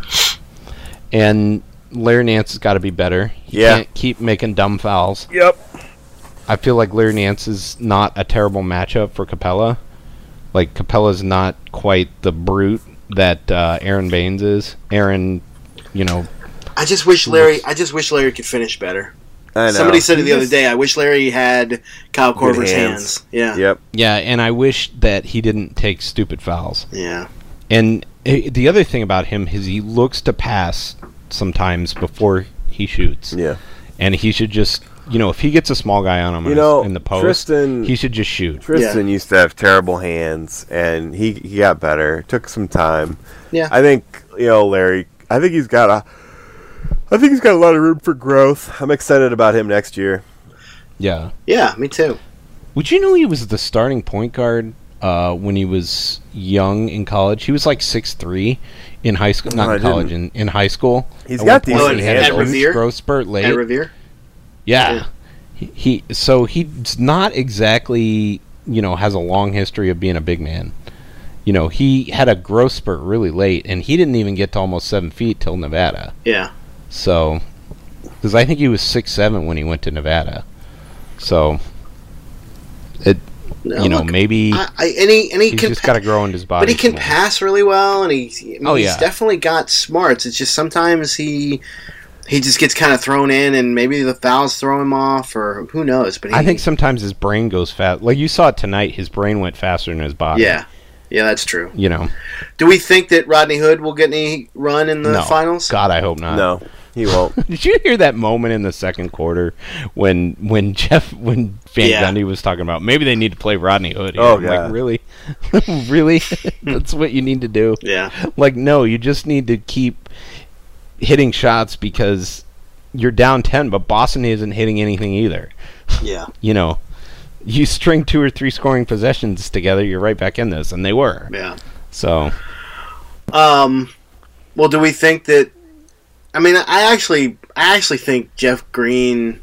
[SPEAKER 3] And Larry Nance has got to be better. He
[SPEAKER 4] Yeah.
[SPEAKER 3] can't keep making dumb fouls.
[SPEAKER 4] Yep.
[SPEAKER 3] I feel like Larry Nance is not a terrible matchup for Capella. Like Capella's not quite the brute that uh, Aaron Baines is. Aaron, you know,
[SPEAKER 2] I just wish Larry. I just wish Larry could finish better.
[SPEAKER 4] I know.
[SPEAKER 2] Somebody said it
[SPEAKER 4] He
[SPEAKER 2] the other
[SPEAKER 4] just-
[SPEAKER 2] day. I wish Larry had Kyle Corver's
[SPEAKER 4] hands.
[SPEAKER 2] hands. Yeah.
[SPEAKER 4] Yep.
[SPEAKER 3] yeah. And I wish that he didn't take stupid fouls.
[SPEAKER 2] Yeah.
[SPEAKER 3] And eh, the other thing about him is he looks to pass sometimes before he shoots.
[SPEAKER 4] Yeah.
[SPEAKER 3] and he should just you know if he gets a small guy on him
[SPEAKER 4] You
[SPEAKER 3] in-
[SPEAKER 4] know,
[SPEAKER 3] in the post
[SPEAKER 4] Tristan-
[SPEAKER 3] he should just shoot
[SPEAKER 4] Tristan used to have terrible hands, and he he got better. It took some time.
[SPEAKER 2] Yeah.
[SPEAKER 4] I think you know Larry. I think he's got a. I think he's got a lot of room for growth. I'm excited about him next year.
[SPEAKER 3] yeah
[SPEAKER 2] yeah. Me too.
[SPEAKER 3] would you know he was the starting point guard uh, when he was young in college he was like six three in high school not
[SPEAKER 4] No, I
[SPEAKER 3] in college in, in high school
[SPEAKER 4] He's
[SPEAKER 3] At
[SPEAKER 4] got
[SPEAKER 3] one
[SPEAKER 4] decent
[SPEAKER 3] point he had a
[SPEAKER 2] hands.
[SPEAKER 3] huge
[SPEAKER 2] Ed Revere?
[SPEAKER 3] growth spurt late
[SPEAKER 2] Ed Revere.
[SPEAKER 3] yeah,
[SPEAKER 2] Yeah.
[SPEAKER 3] He, he so he's not exactly you know has a long history of being a big man you know he had a growth spurt really late and he didn't even get to almost seven feet till nevada
[SPEAKER 2] Yeah.
[SPEAKER 3] So, because I think he was six seven when he went to Nevada. So, it
[SPEAKER 2] No,
[SPEAKER 3] you know
[SPEAKER 2] look,
[SPEAKER 3] maybe
[SPEAKER 2] I, I, and he and he
[SPEAKER 3] he's
[SPEAKER 2] can
[SPEAKER 3] just
[SPEAKER 2] pa-
[SPEAKER 3] got to grow in his body.
[SPEAKER 2] but he can
[SPEAKER 3] more.
[SPEAKER 2] pass really well, and he I mean,
[SPEAKER 3] Oh,
[SPEAKER 2] he's
[SPEAKER 3] yeah.
[SPEAKER 2] definitely got smarts. It's just sometimes he he just gets kind of thrown in, and maybe the fouls throw him off, or who knows. But he,
[SPEAKER 3] I think sometimes his brain goes fast. Like you saw it tonight, his brain went faster than his body.
[SPEAKER 2] yeah, yeah, that's true.
[SPEAKER 3] You know,
[SPEAKER 2] Do we think that Rodney Hood will get any run in the
[SPEAKER 3] no.
[SPEAKER 2] finals?
[SPEAKER 3] God, I hope not.
[SPEAKER 4] No, he won't.
[SPEAKER 3] <laughs> Did you hear that moment in the second quarter when when <laughs> Jeff when Van
[SPEAKER 2] Yeah.
[SPEAKER 3] Gundy was talking about maybe they need to play Rodney Hood? here."
[SPEAKER 4] Oh,
[SPEAKER 3] I'm
[SPEAKER 4] God.
[SPEAKER 3] like really, <laughs> really? <laughs> That's what you need to do. <laughs>
[SPEAKER 2] Yeah,
[SPEAKER 3] like no you just need to keep hitting shots because you're down 10 but boston isn't hitting anything either
[SPEAKER 2] yeah,
[SPEAKER 3] you know you string two or three scoring possessions together you're right back in this and they were
[SPEAKER 2] yeah.
[SPEAKER 3] so
[SPEAKER 2] Um, well, do we think that? I mean, I actually, I actually think Jeff Green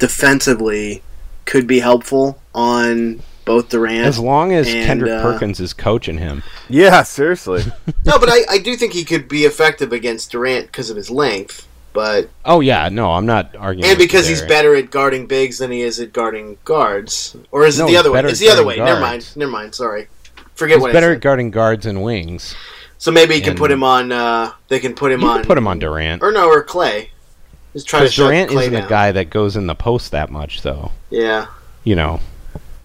[SPEAKER 2] defensively could be helpful on both Durant
[SPEAKER 3] as long as
[SPEAKER 2] and,
[SPEAKER 3] kendrick
[SPEAKER 2] uh,
[SPEAKER 3] perkins is coaching him
[SPEAKER 4] yeah, seriously.
[SPEAKER 2] No, but I, I do think he could be effective against Durant because of his length, but
[SPEAKER 3] oh yeah no i'm not arguing
[SPEAKER 2] and
[SPEAKER 3] with you
[SPEAKER 2] because he's
[SPEAKER 3] there.
[SPEAKER 2] better at guarding bigs than he is at guarding guards. Or is it
[SPEAKER 3] No,
[SPEAKER 2] the
[SPEAKER 3] he's
[SPEAKER 2] other way?
[SPEAKER 3] better
[SPEAKER 2] It's
[SPEAKER 3] at
[SPEAKER 2] the other way.
[SPEAKER 3] guarding
[SPEAKER 2] Never mind.
[SPEAKER 3] guards.
[SPEAKER 2] Never mind. Sorry. Forget
[SPEAKER 3] he's
[SPEAKER 2] what
[SPEAKER 3] better
[SPEAKER 2] I
[SPEAKER 3] at
[SPEAKER 2] said.
[SPEAKER 3] guarding guards and wings
[SPEAKER 2] so maybe you can put
[SPEAKER 3] and-
[SPEAKER 2] him on. Uh, they can put him
[SPEAKER 3] you
[SPEAKER 2] on.
[SPEAKER 3] can put him on durant
[SPEAKER 2] Or no, or Clay. Just try to
[SPEAKER 3] because
[SPEAKER 2] shut
[SPEAKER 3] durant
[SPEAKER 2] Clay
[SPEAKER 3] isn't
[SPEAKER 2] down.
[SPEAKER 3] a guy that goes in the post that much though
[SPEAKER 2] Yeah.
[SPEAKER 3] you know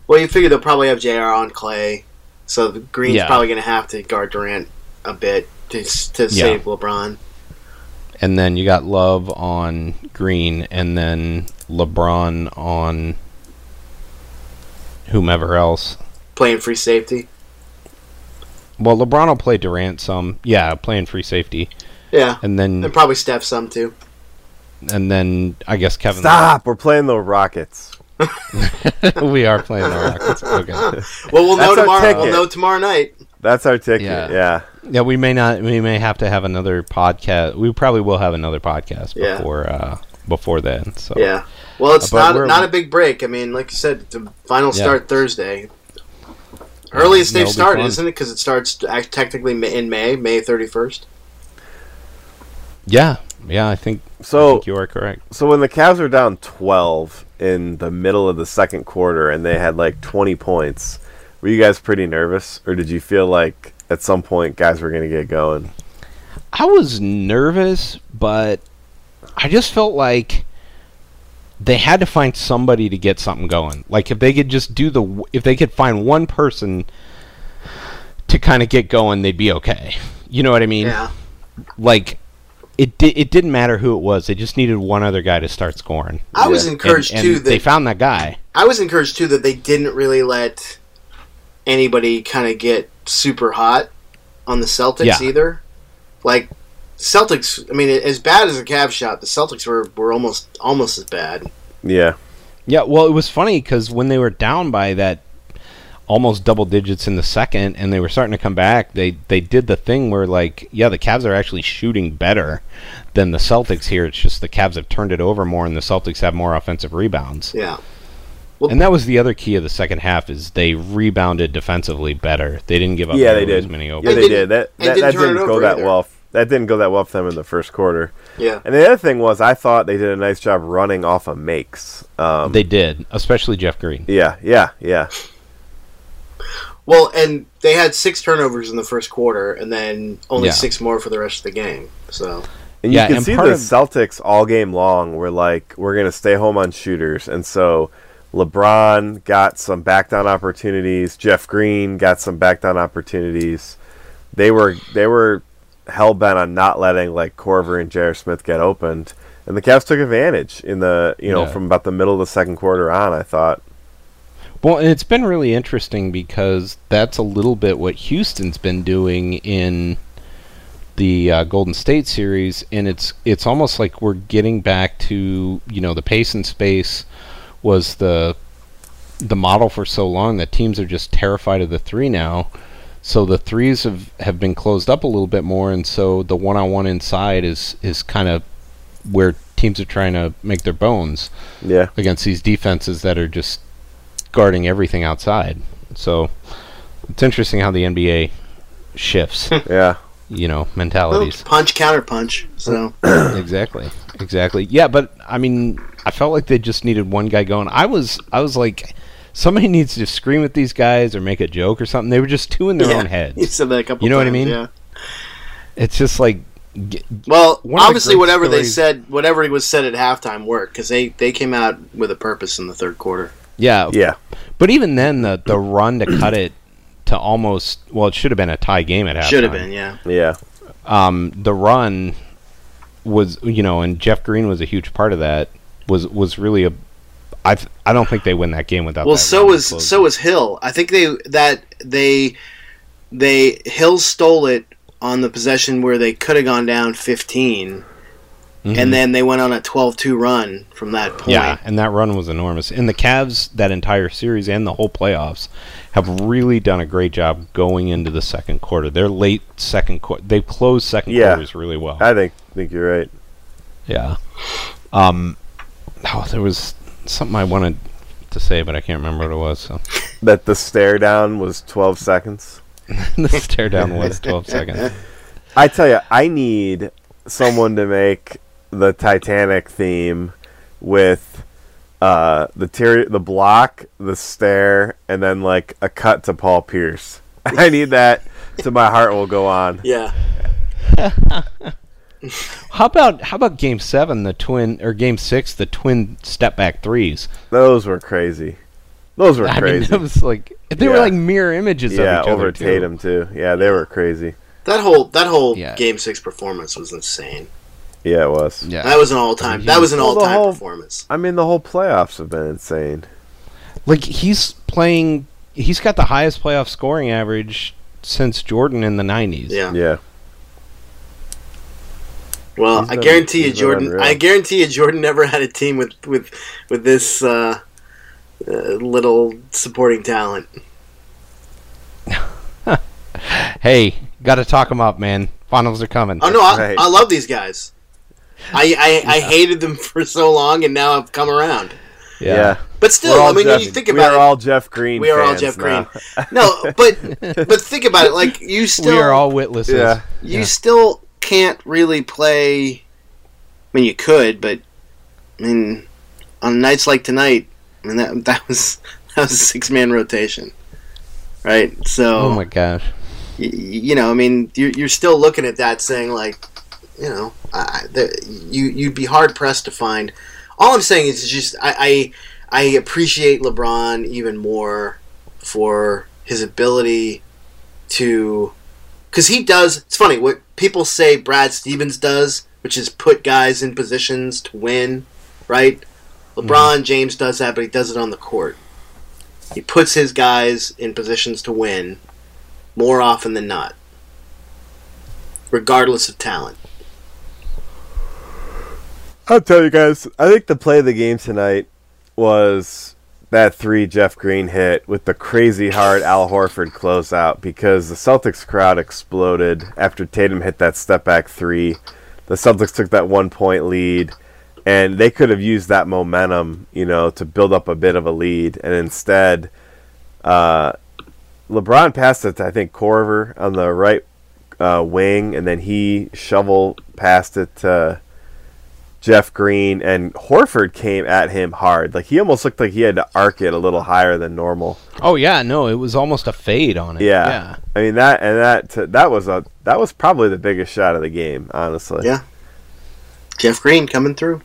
[SPEAKER 2] Well, you figure they'll probably have Jr. on Clay, so the Green's
[SPEAKER 3] Yeah.
[SPEAKER 2] probably going to have to guard Durant a bit to s- to
[SPEAKER 3] Yeah.
[SPEAKER 2] save LeBron.
[SPEAKER 3] and then you got Love on Green, and then LeBron on whomever else.
[SPEAKER 2] playing free safety.
[SPEAKER 3] Well, LeBron will play Durant some. Yeah, playing free safety,
[SPEAKER 2] Yeah,
[SPEAKER 3] and then
[SPEAKER 2] and probably Steph some too.
[SPEAKER 3] and then I guess Kevin.
[SPEAKER 4] Stop! We're playing the Rockets.
[SPEAKER 3] <laughs> we are playing the Rockets. Okay.
[SPEAKER 2] Well, we'll know
[SPEAKER 4] That's our
[SPEAKER 2] tomorrow. We'll
[SPEAKER 4] ticket.
[SPEAKER 2] know tomorrow night.
[SPEAKER 4] That's our ticket.
[SPEAKER 5] Yeah.
[SPEAKER 4] Yeah.
[SPEAKER 3] Yeah, we may not. We may have to have another podcast. We probably will have another podcast
[SPEAKER 2] Yeah.
[SPEAKER 3] before uh, before then. So
[SPEAKER 2] Yeah. Well, it's
[SPEAKER 3] Oh. Uh, But we're-
[SPEAKER 2] not not a big break. I mean, like you said, the final
[SPEAKER 3] Yeah.
[SPEAKER 2] start Thursday. Earliest
[SPEAKER 3] That'll
[SPEAKER 2] they've
[SPEAKER 3] be
[SPEAKER 2] started,
[SPEAKER 3] fun.
[SPEAKER 2] isn't it? Because it starts act- technically ma- in May, May thirty first.
[SPEAKER 3] yeah, yeah. I think, I
[SPEAKER 4] So
[SPEAKER 3] think you are correct.
[SPEAKER 4] so when the Cavs were down 12 in the middle of the second quarter and they had like 20 points, were you guys pretty nervous or did you feel like at some point guys were going to get going?
[SPEAKER 3] I was nervous, but I just felt like they had to find somebody to get something going. Like if they could just do the w- if they could find one person to kind of get going, they'd be okay. You know what I mean?
[SPEAKER 2] Yeah.
[SPEAKER 3] Like it di- it didn't matter who it was. They just needed one other guy to start scoring.
[SPEAKER 2] I was
[SPEAKER 3] And-
[SPEAKER 2] encouraged,
[SPEAKER 3] and
[SPEAKER 2] too, that-
[SPEAKER 3] they found that guy.
[SPEAKER 2] I was encouraged too that they didn't really let anybody kind of get super hot on the Celtics
[SPEAKER 3] Yeah.
[SPEAKER 2] either. Like Celtics, I mean, as bad as the Cavs shot, the Celtics were were almost almost as bad.
[SPEAKER 4] Yeah.
[SPEAKER 3] Yeah, well, it was funny because when they were down by that almost double digits in the second, and they were starting to come back, they they did the thing where like, yeah, the Cavs are actually shooting better than the Celtics here. It's just the Cavs have turned it over more, and the Celtics have more offensive rebounds.
[SPEAKER 2] Yeah.
[SPEAKER 3] And that was the other key of the second half is they rebounded defensively better. They didn't give up
[SPEAKER 4] Yeah, they
[SPEAKER 3] nearly as
[SPEAKER 4] did.
[SPEAKER 3] many
[SPEAKER 4] Yeah,
[SPEAKER 3] open.
[SPEAKER 4] they
[SPEAKER 2] didn't-
[SPEAKER 4] did. That
[SPEAKER 2] and
[SPEAKER 4] that,
[SPEAKER 2] didn't
[SPEAKER 4] that
[SPEAKER 2] turn it
[SPEAKER 4] didn't go
[SPEAKER 2] over
[SPEAKER 4] that
[SPEAKER 2] either.
[SPEAKER 4] well. f- That didn't go that well for them in the first quarter.
[SPEAKER 2] Yeah.
[SPEAKER 4] And the other thing was, I thought they did a nice job running off of makes. Um,
[SPEAKER 3] They did, especially Jeff Green.
[SPEAKER 4] yeah, yeah, yeah.
[SPEAKER 2] Well, and they had six turnovers in the first quarter, and then only
[SPEAKER 3] Yeah.
[SPEAKER 2] six more for the rest of the game. So
[SPEAKER 4] And you
[SPEAKER 3] Yeah,
[SPEAKER 4] can
[SPEAKER 3] and
[SPEAKER 4] see the
[SPEAKER 3] part of-
[SPEAKER 4] Celtics all game long were like, we're going to stay home on shooters. And so LeBron got some back down opportunities. Jeff Green got some back down opportunities. They were they were hell bent on not letting like Corver and J.R. Smith get opened. And the Cavs took advantage in the you know
[SPEAKER 3] Yeah.
[SPEAKER 4] from about the middle of the second quarter on. I thought,
[SPEAKER 3] Well, and it's been really interesting because that's a little bit what Houston's been doing in the uh, Golden State series, and it's it's almost like we're getting back to you know the pace and space was the the model for so long that teams are just terrified of the three now. So the threes have, have been closed up a little bit more, and so the one on one inside is is kind of where teams are trying to make their bones
[SPEAKER 4] yeah,
[SPEAKER 3] against these defenses that are just guarding everything outside. So it's interesting how the NBA
[SPEAKER 2] <laughs>
[SPEAKER 3] shifts,
[SPEAKER 4] yeah,
[SPEAKER 3] you know,
[SPEAKER 2] well,
[SPEAKER 3] mentalities.
[SPEAKER 2] punch counter punch.
[SPEAKER 3] <laughs>
[SPEAKER 2] So <laughs>
[SPEAKER 3] <coughs> exactly. Exactly. Yeah, but I mean, I felt like they just needed one guy going. I was I was like somebody <laughs> needs to scream at these guys or make a joke or something. They were just two in their own
[SPEAKER 2] you
[SPEAKER 3] heads.
[SPEAKER 2] said that a couple.
[SPEAKER 3] You know what I
[SPEAKER 2] times,
[SPEAKER 3] mean?
[SPEAKER 2] Yeah.
[SPEAKER 3] It's just like g-
[SPEAKER 2] Well,
[SPEAKER 3] One of the
[SPEAKER 2] obviously,
[SPEAKER 3] great
[SPEAKER 2] whatever they
[SPEAKER 3] stories-
[SPEAKER 2] said, whatever was said at halftime worked because they they came out with a purpose in the third quarter.
[SPEAKER 3] yeah,
[SPEAKER 4] yeah,
[SPEAKER 3] But even then the the run to cut it to almost well, it should have been a tie game at halftime.
[SPEAKER 2] Should have been, yeah.
[SPEAKER 4] yeah,
[SPEAKER 3] um, the run was you know, and Jeff Green was a huge part of that. Was was really a. I th- I don't think they win that game without.
[SPEAKER 2] Well,
[SPEAKER 3] that
[SPEAKER 2] so
[SPEAKER 3] run to
[SPEAKER 2] was
[SPEAKER 3] close
[SPEAKER 2] so was Hill. I think they that they they Hill stole it on the possession where they could have gone down 15 and then they went on a 12-2 run from that point.
[SPEAKER 3] Mm-hmm. Yeah, and that run was enormous. And the Cavs, that entire series and the whole playoffs, have really done a great job going into the second quarter. Their late second quarter, they've closed second
[SPEAKER 4] Yeah.
[SPEAKER 3] quarters really well.
[SPEAKER 4] I think think you're right.
[SPEAKER 3] Yeah. Um. Oh, there was something I wanted to say, but I can't remember what it was. So <laughs>
[SPEAKER 4] That the stare down was 12 seconds.
[SPEAKER 3] the stare down was twelve seconds.
[SPEAKER 4] I tell you, I need someone to make the Titanic theme with uh, the ter- the block, the stare, and then like a cut to Paul Pierce. <laughs> I need that so my heart will go on.
[SPEAKER 2] Yeah.
[SPEAKER 3] How about how about game seven, the twin or game six, the twin step back threes?
[SPEAKER 4] Those were crazy. Those were
[SPEAKER 3] I mean,
[SPEAKER 4] crazy.
[SPEAKER 3] that was like they were
[SPEAKER 4] Yeah.
[SPEAKER 3] like mirror images
[SPEAKER 4] yeah,
[SPEAKER 3] of each
[SPEAKER 4] over
[SPEAKER 3] other. too.
[SPEAKER 4] Tatum too. Yeah, they were crazy.
[SPEAKER 2] That whole that whole
[SPEAKER 5] Yeah.
[SPEAKER 2] game 6 performance was insane.
[SPEAKER 4] Yeah, it was.
[SPEAKER 5] Yeah.
[SPEAKER 2] That was an all-time. That was an
[SPEAKER 4] Well, the
[SPEAKER 2] all-time
[SPEAKER 4] whole-
[SPEAKER 2] performance.
[SPEAKER 4] I mean, the whole playoffs have been insane.
[SPEAKER 3] Like he's playing. He's got the highest playoff scoring average since Jordan in the nineties.
[SPEAKER 2] Yeah.
[SPEAKER 4] Yeah.
[SPEAKER 2] Well,
[SPEAKER 4] He's
[SPEAKER 2] I
[SPEAKER 4] been-
[SPEAKER 2] guarantee you,
[SPEAKER 4] he's been
[SPEAKER 2] Jordan.
[SPEAKER 4] unreal.
[SPEAKER 2] I guarantee you, Jordan never had a team with with with this uh, uh, little supporting talent.
[SPEAKER 3] Hey, got to talk him up, man. Finals are coming.
[SPEAKER 2] Oh no, I,
[SPEAKER 4] Right.
[SPEAKER 2] I love these guys. I I, I hated them <laughs> for so long, and now I've come around.
[SPEAKER 4] Yeah.
[SPEAKER 2] But still,
[SPEAKER 4] We're
[SPEAKER 2] I
[SPEAKER 4] all
[SPEAKER 2] mean, when
[SPEAKER 4] Jeff-
[SPEAKER 2] you think
[SPEAKER 4] we
[SPEAKER 2] about
[SPEAKER 4] are
[SPEAKER 2] it,
[SPEAKER 4] all Jeff Green.
[SPEAKER 2] we are all
[SPEAKER 4] fans
[SPEAKER 2] Jeff Green.
[SPEAKER 4] now.
[SPEAKER 2] No,
[SPEAKER 4] <laughs>
[SPEAKER 2] but but think about it. Like you still,
[SPEAKER 3] we are all witnesses.
[SPEAKER 4] Yeah.
[SPEAKER 2] you still can't really play. I mean, you could, but I mean, on nights like tonight, I mean that <laughs> that was that was a six man rotation, right? So
[SPEAKER 3] Oh my gosh.
[SPEAKER 2] y- y- you know, I mean, you're, you're still looking at that saying like, you know, I, I- the, you you'd be hard pressed to find. All I'm saying is just I, I I appreciate LeBron even more for his ability to, because he does. It's funny what people say Brad Stevens does, which is put guys in positions to win, right? LeBron James does that, but he does it on the court. He puts his guys in positions to win more often than not, regardless of talent.
[SPEAKER 4] I'll tell you guys, I think the play of the game tonight was that three Jeff Green hit with the crazy hard Al Horford closeout because the Celtics crowd exploded after Tatum hit that step back three. The Celtics took that one point lead, and they could have used that momentum, you know, to build up a bit of a lead. And instead, uh, LeBron passed it to, I think, Corver on the right uh, wing, and then he shovel passed it to. Jeff Green and Horford came at him hard. Like he almost looked like he had to arc it a little higher than normal.
[SPEAKER 3] Oh yeah. No, it was almost a fade on it.
[SPEAKER 4] Yeah. I mean that and that t- that was a that was probably the biggest shot of the game, honestly.
[SPEAKER 2] Yeah. Jeff Green coming through.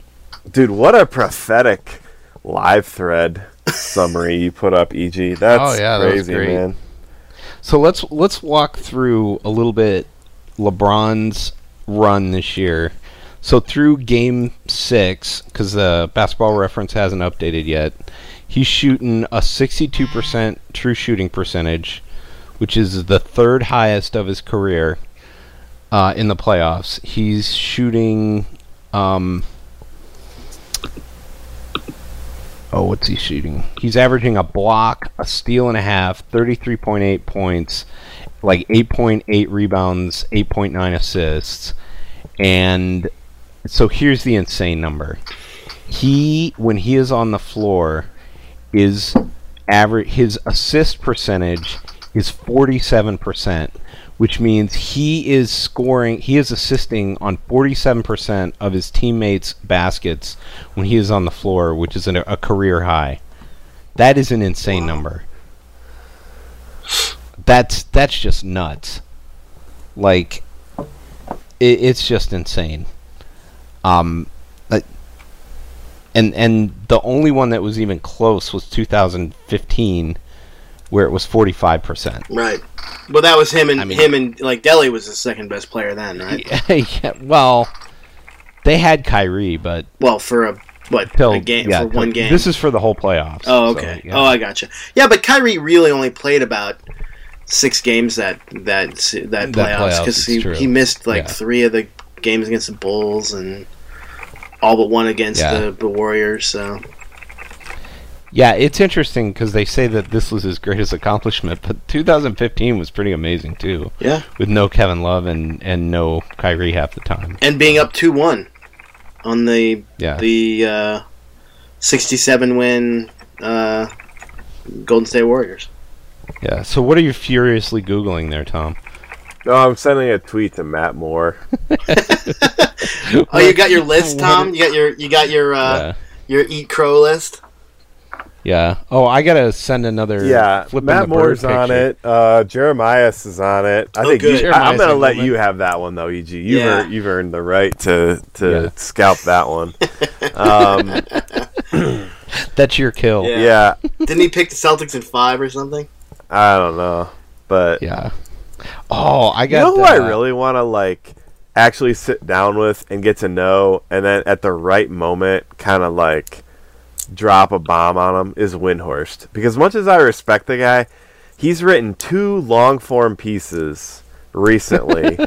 [SPEAKER 4] Dude, what a prophetic live thread summary you put up, EG. That's
[SPEAKER 3] <laughs> Oh, yeah, that was
[SPEAKER 4] crazy,
[SPEAKER 3] great.
[SPEAKER 4] man.
[SPEAKER 3] So let's let's walk through a little bit LeBron's run this year. So through game six, because the basketball reference hasn't updated yet, he's shooting a 62% true shooting percentage, which is the third highest of his career uh, in the playoffs. He's shooting. Um, Oh, what's he shooting? He's averaging a block, a steal and a half, 33.8 points, like 8.8 rebounds, 8.9 assists. And so here's the insane number. He when he is on the floor is average his assist percentage is 47%, which means he is scoring, he is assisting on 47% of his teammates' baskets when he is on the floor, which is an, a career high. That is an insane number. That's that's just nuts. Like it, it's just insane. Um uh, and and the only one that was even close was 2015 where it was 45%.
[SPEAKER 2] Right. Well, that was him and
[SPEAKER 3] I mean-
[SPEAKER 2] him and like Delhi was the second best player then, right?
[SPEAKER 3] <laughs> yeah, well, they had Kyrie, but
[SPEAKER 2] Well, for a what
[SPEAKER 3] till
[SPEAKER 2] a game
[SPEAKER 3] yeah,
[SPEAKER 2] for
[SPEAKER 3] till-
[SPEAKER 2] one game.
[SPEAKER 3] This is for the whole playoffs.
[SPEAKER 2] oh,
[SPEAKER 3] so,
[SPEAKER 2] okay.
[SPEAKER 3] yeah.
[SPEAKER 2] Oh, I gotcha. Yeah, but Kyrie really only played about six games that that se- that
[SPEAKER 3] That
[SPEAKER 2] playoffs
[SPEAKER 3] playoffs,
[SPEAKER 2] because
[SPEAKER 3] it's
[SPEAKER 2] he,
[SPEAKER 3] true.
[SPEAKER 2] he missed like
[SPEAKER 3] Yeah.
[SPEAKER 2] three of the games against the Bulls and all but one against
[SPEAKER 3] Yeah.
[SPEAKER 2] the, the Warriors. So
[SPEAKER 3] yeah, it's interesting because they say that this was his greatest accomplishment, but 2015 was pretty amazing too,
[SPEAKER 2] yeah,
[SPEAKER 3] with no Kevin Love and and no Kyrie half the time.
[SPEAKER 2] and being up two one on the
[SPEAKER 3] Yeah,
[SPEAKER 2] the uh, 67 win uh, Golden State Warriors.
[SPEAKER 3] yeah. So what are you furiously googling there, Tom?
[SPEAKER 4] No, Oh, I'm sending a tweet to Matt Moore.
[SPEAKER 2] Oh, you got your
[SPEAKER 4] <laughs>
[SPEAKER 2] list, Tom. You got your you got your uh,
[SPEAKER 3] Yeah.
[SPEAKER 2] your eat crow list.
[SPEAKER 3] Yeah. Oh, I gotta send another.
[SPEAKER 4] Yeah,
[SPEAKER 3] flipping the bird
[SPEAKER 4] Matt Moore's on
[SPEAKER 3] picture.
[SPEAKER 4] it. Uh, Jeremias is on it. I
[SPEAKER 2] Oh,
[SPEAKER 4] think
[SPEAKER 2] good.
[SPEAKER 4] you, I, am
[SPEAKER 3] Jeremias
[SPEAKER 4] going to
[SPEAKER 3] and
[SPEAKER 4] let
[SPEAKER 3] Goldman.
[SPEAKER 4] you have that one though, EG. You've
[SPEAKER 2] Yeah.
[SPEAKER 4] earned, you've earned the right to to
[SPEAKER 3] Yeah.
[SPEAKER 4] scalp that one.
[SPEAKER 2] <laughs>
[SPEAKER 4] um,
[SPEAKER 3] That's your kill.
[SPEAKER 2] Yeah.
[SPEAKER 4] yeah,
[SPEAKER 2] Didn't he pick the Celtics in five or something?
[SPEAKER 4] I don't know, but
[SPEAKER 3] Yeah. Oh, I
[SPEAKER 4] you
[SPEAKER 3] got.
[SPEAKER 4] know who I
[SPEAKER 3] uh,
[SPEAKER 4] really want to like actually sit down with and get to know, and then at the right moment, kind of like drop a bomb on him is Windhorst. Because much as I respect the guy, he's written two long form pieces recently.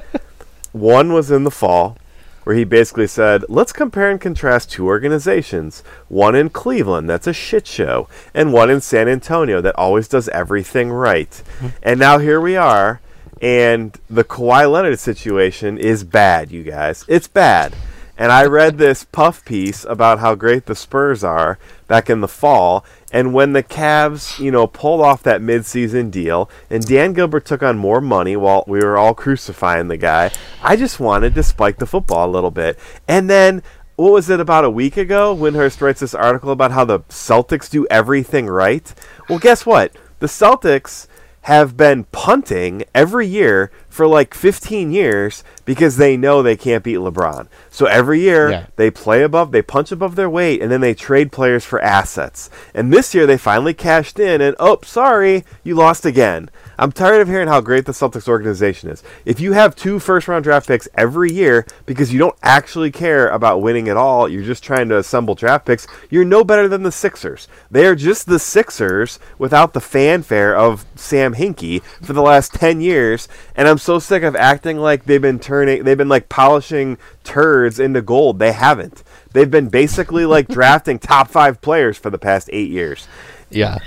[SPEAKER 4] One was in the fall, where he basically said, let's compare and contrast two organizations. One in Cleveland, that's a shit show, and one in San Antonio, that always does everything right. And now here we are, and the Kawhi Leonard situation is bad, you guys. It's bad. And I read this puff piece about how great the Spurs are back in the fall. And when the Cavs, you know, pulled off that midseason deal and Dan Gilbert took on more money while we were all crucifying the guy, I just wanted to spike the football a little bit. And then what was it about a week ago? Winhurst writes this article about how the Celtics do everything right. Well, guess what? The Celtics have been punting every year for like 15 years because they know they can't beat LeBron. So every year
[SPEAKER 3] Yeah.
[SPEAKER 4] they play above, they punch above their weight, and then they trade players for assets. And this year they finally cashed in, and oh, sorry, you lost again. I'm tired of hearing how great the Celtics organization is. If you have two first round draft picks every year because you don't actually care about winning at all, you're just trying to assemble draft picks, you're no better than the Sixers. They are just the Sixers without the fanfare of Sam Hinkie for the last 10 years. And I'm so sick of acting like they've been turning, they've been like polishing turds into gold. They haven't. They've been basically like drafting top five players for the past eight years.
[SPEAKER 3] Yeah.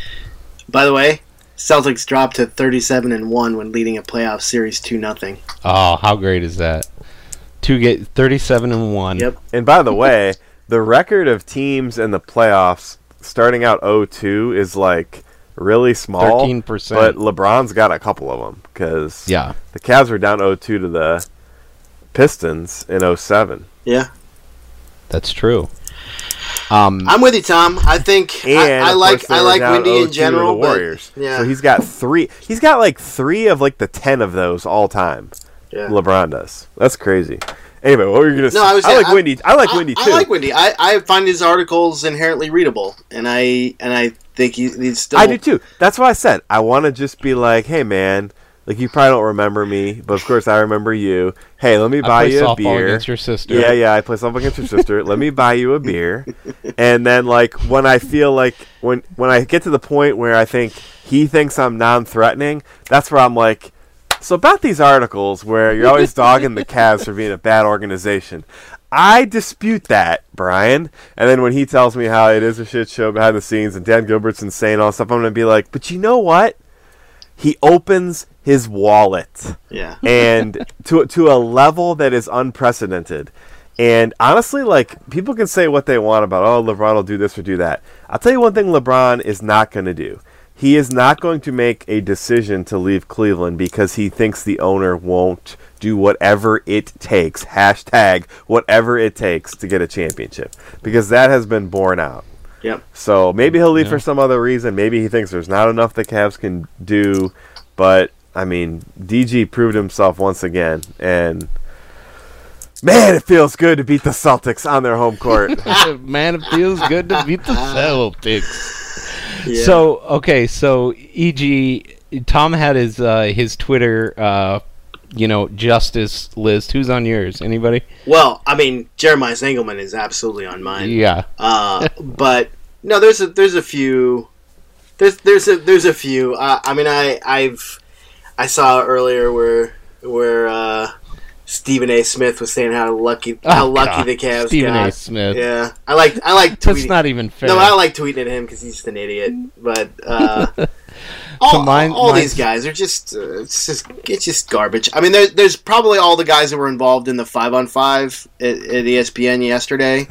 [SPEAKER 2] By the way, Celtics dropped to 37 and 1 when leading a playoff series 2 nothing.
[SPEAKER 3] Oh, how great is that? Two get thirty-seven and one.
[SPEAKER 2] Yep.
[SPEAKER 4] And by the way, the record of teams in the playoffs starting out 0-2 is like really small.
[SPEAKER 3] 13%.
[SPEAKER 4] But LeBron's got a couple of them because
[SPEAKER 3] Yeah.
[SPEAKER 4] the Cavs were down 0-2 to the Pistons in 07.
[SPEAKER 2] Yeah.
[SPEAKER 3] That's true. Um,
[SPEAKER 2] I'm with you, Tom. I think
[SPEAKER 4] And
[SPEAKER 2] I, I
[SPEAKER 4] of course,
[SPEAKER 2] like
[SPEAKER 4] they
[SPEAKER 2] I
[SPEAKER 4] were
[SPEAKER 2] like
[SPEAKER 4] down
[SPEAKER 2] Wendy
[SPEAKER 4] 0-2
[SPEAKER 2] in
[SPEAKER 4] to
[SPEAKER 2] general,
[SPEAKER 4] The Warriors.
[SPEAKER 2] but yeah,
[SPEAKER 4] So he's got three. He's got like three of like the ten of those all time.
[SPEAKER 2] yeah.
[SPEAKER 4] LeBron does. That's crazy. Anyway, what were you gonna say?
[SPEAKER 2] No, I was.
[SPEAKER 4] like Wendy. I like Wendy too.
[SPEAKER 2] I like Wendy. I, I find his articles inherently readable, and I and I think he, he's still.
[SPEAKER 4] I do too. That's why I said I want to just be like, hey man, like you probably don't remember me, but of course I remember you. Hey, let me
[SPEAKER 3] I
[SPEAKER 4] buy
[SPEAKER 3] play
[SPEAKER 4] you a
[SPEAKER 3] softball
[SPEAKER 4] beer.
[SPEAKER 3] against your sister.
[SPEAKER 4] Yeah, yeah, I play softball against your sister. Let me
[SPEAKER 3] <laughs>
[SPEAKER 4] buy you a beer, and then like when I feel like when when I get to the point where I think he thinks I'm non-threatening, that's where I'm like. So about these articles where you're always dogging the Cavs for being a bad organization, I dispute that, Brian. And then when he tells me how it is a shit show behind the scenes and Dan Gilbert's insane and all that stuff, I'm gonna be like, but you know what? He opens his wallet
[SPEAKER 2] Yeah.
[SPEAKER 4] and to to a level that is unprecedented. And honestly, like people can say what they want about oh LeBron will do this or do that. I'll tell you one thing: LeBron is not going to do. He is not going to make a decision to leave Cleveland because he thinks the owner won't do whatever it takes. Hashtag whatever it takes to get a championship because that has been borne out.
[SPEAKER 2] Yep.
[SPEAKER 4] So maybe he'll leave for some other reason. Maybe he thinks there's not enough the Cavs can do. But I mean, DG proved himself once again, and man, it feels good to beat the Celtics on their home court.
[SPEAKER 3] <laughs> Man, it feels good to beat
[SPEAKER 4] <laughs>
[SPEAKER 3] the Celtics.
[SPEAKER 2] Yeah.
[SPEAKER 3] So okay, so E.g. Tom had his uh, his Twitter, uh, you know, justice list. Who's on yours? Anybody?
[SPEAKER 2] Well, I mean, Jeremiah Engelman is absolutely on mine.
[SPEAKER 3] Yeah.
[SPEAKER 2] Uh, but no, there's a there's a few. There's there's a there's a few. Uh, I mean, I I've I saw earlier where where uh, Stephen A. Smith was saying how lucky how
[SPEAKER 3] Oh,
[SPEAKER 2] lucky
[SPEAKER 3] <laughs> God.
[SPEAKER 2] the Cavs
[SPEAKER 3] Stephen
[SPEAKER 2] got.
[SPEAKER 3] A. Smith.
[SPEAKER 2] Yeah, I like I like
[SPEAKER 3] That's
[SPEAKER 2] tweeting.
[SPEAKER 3] not even fair.
[SPEAKER 2] no, I like tweeting at him because he's just an idiot. But
[SPEAKER 3] <laughs>
[SPEAKER 2] uh, all,
[SPEAKER 3] mine-
[SPEAKER 2] all
[SPEAKER 3] mine's-
[SPEAKER 2] these guys are just uh, it's just it's just garbage. I mean, there, there's probably all the guys that were involved in the five on five at, at E ESPN yesterday,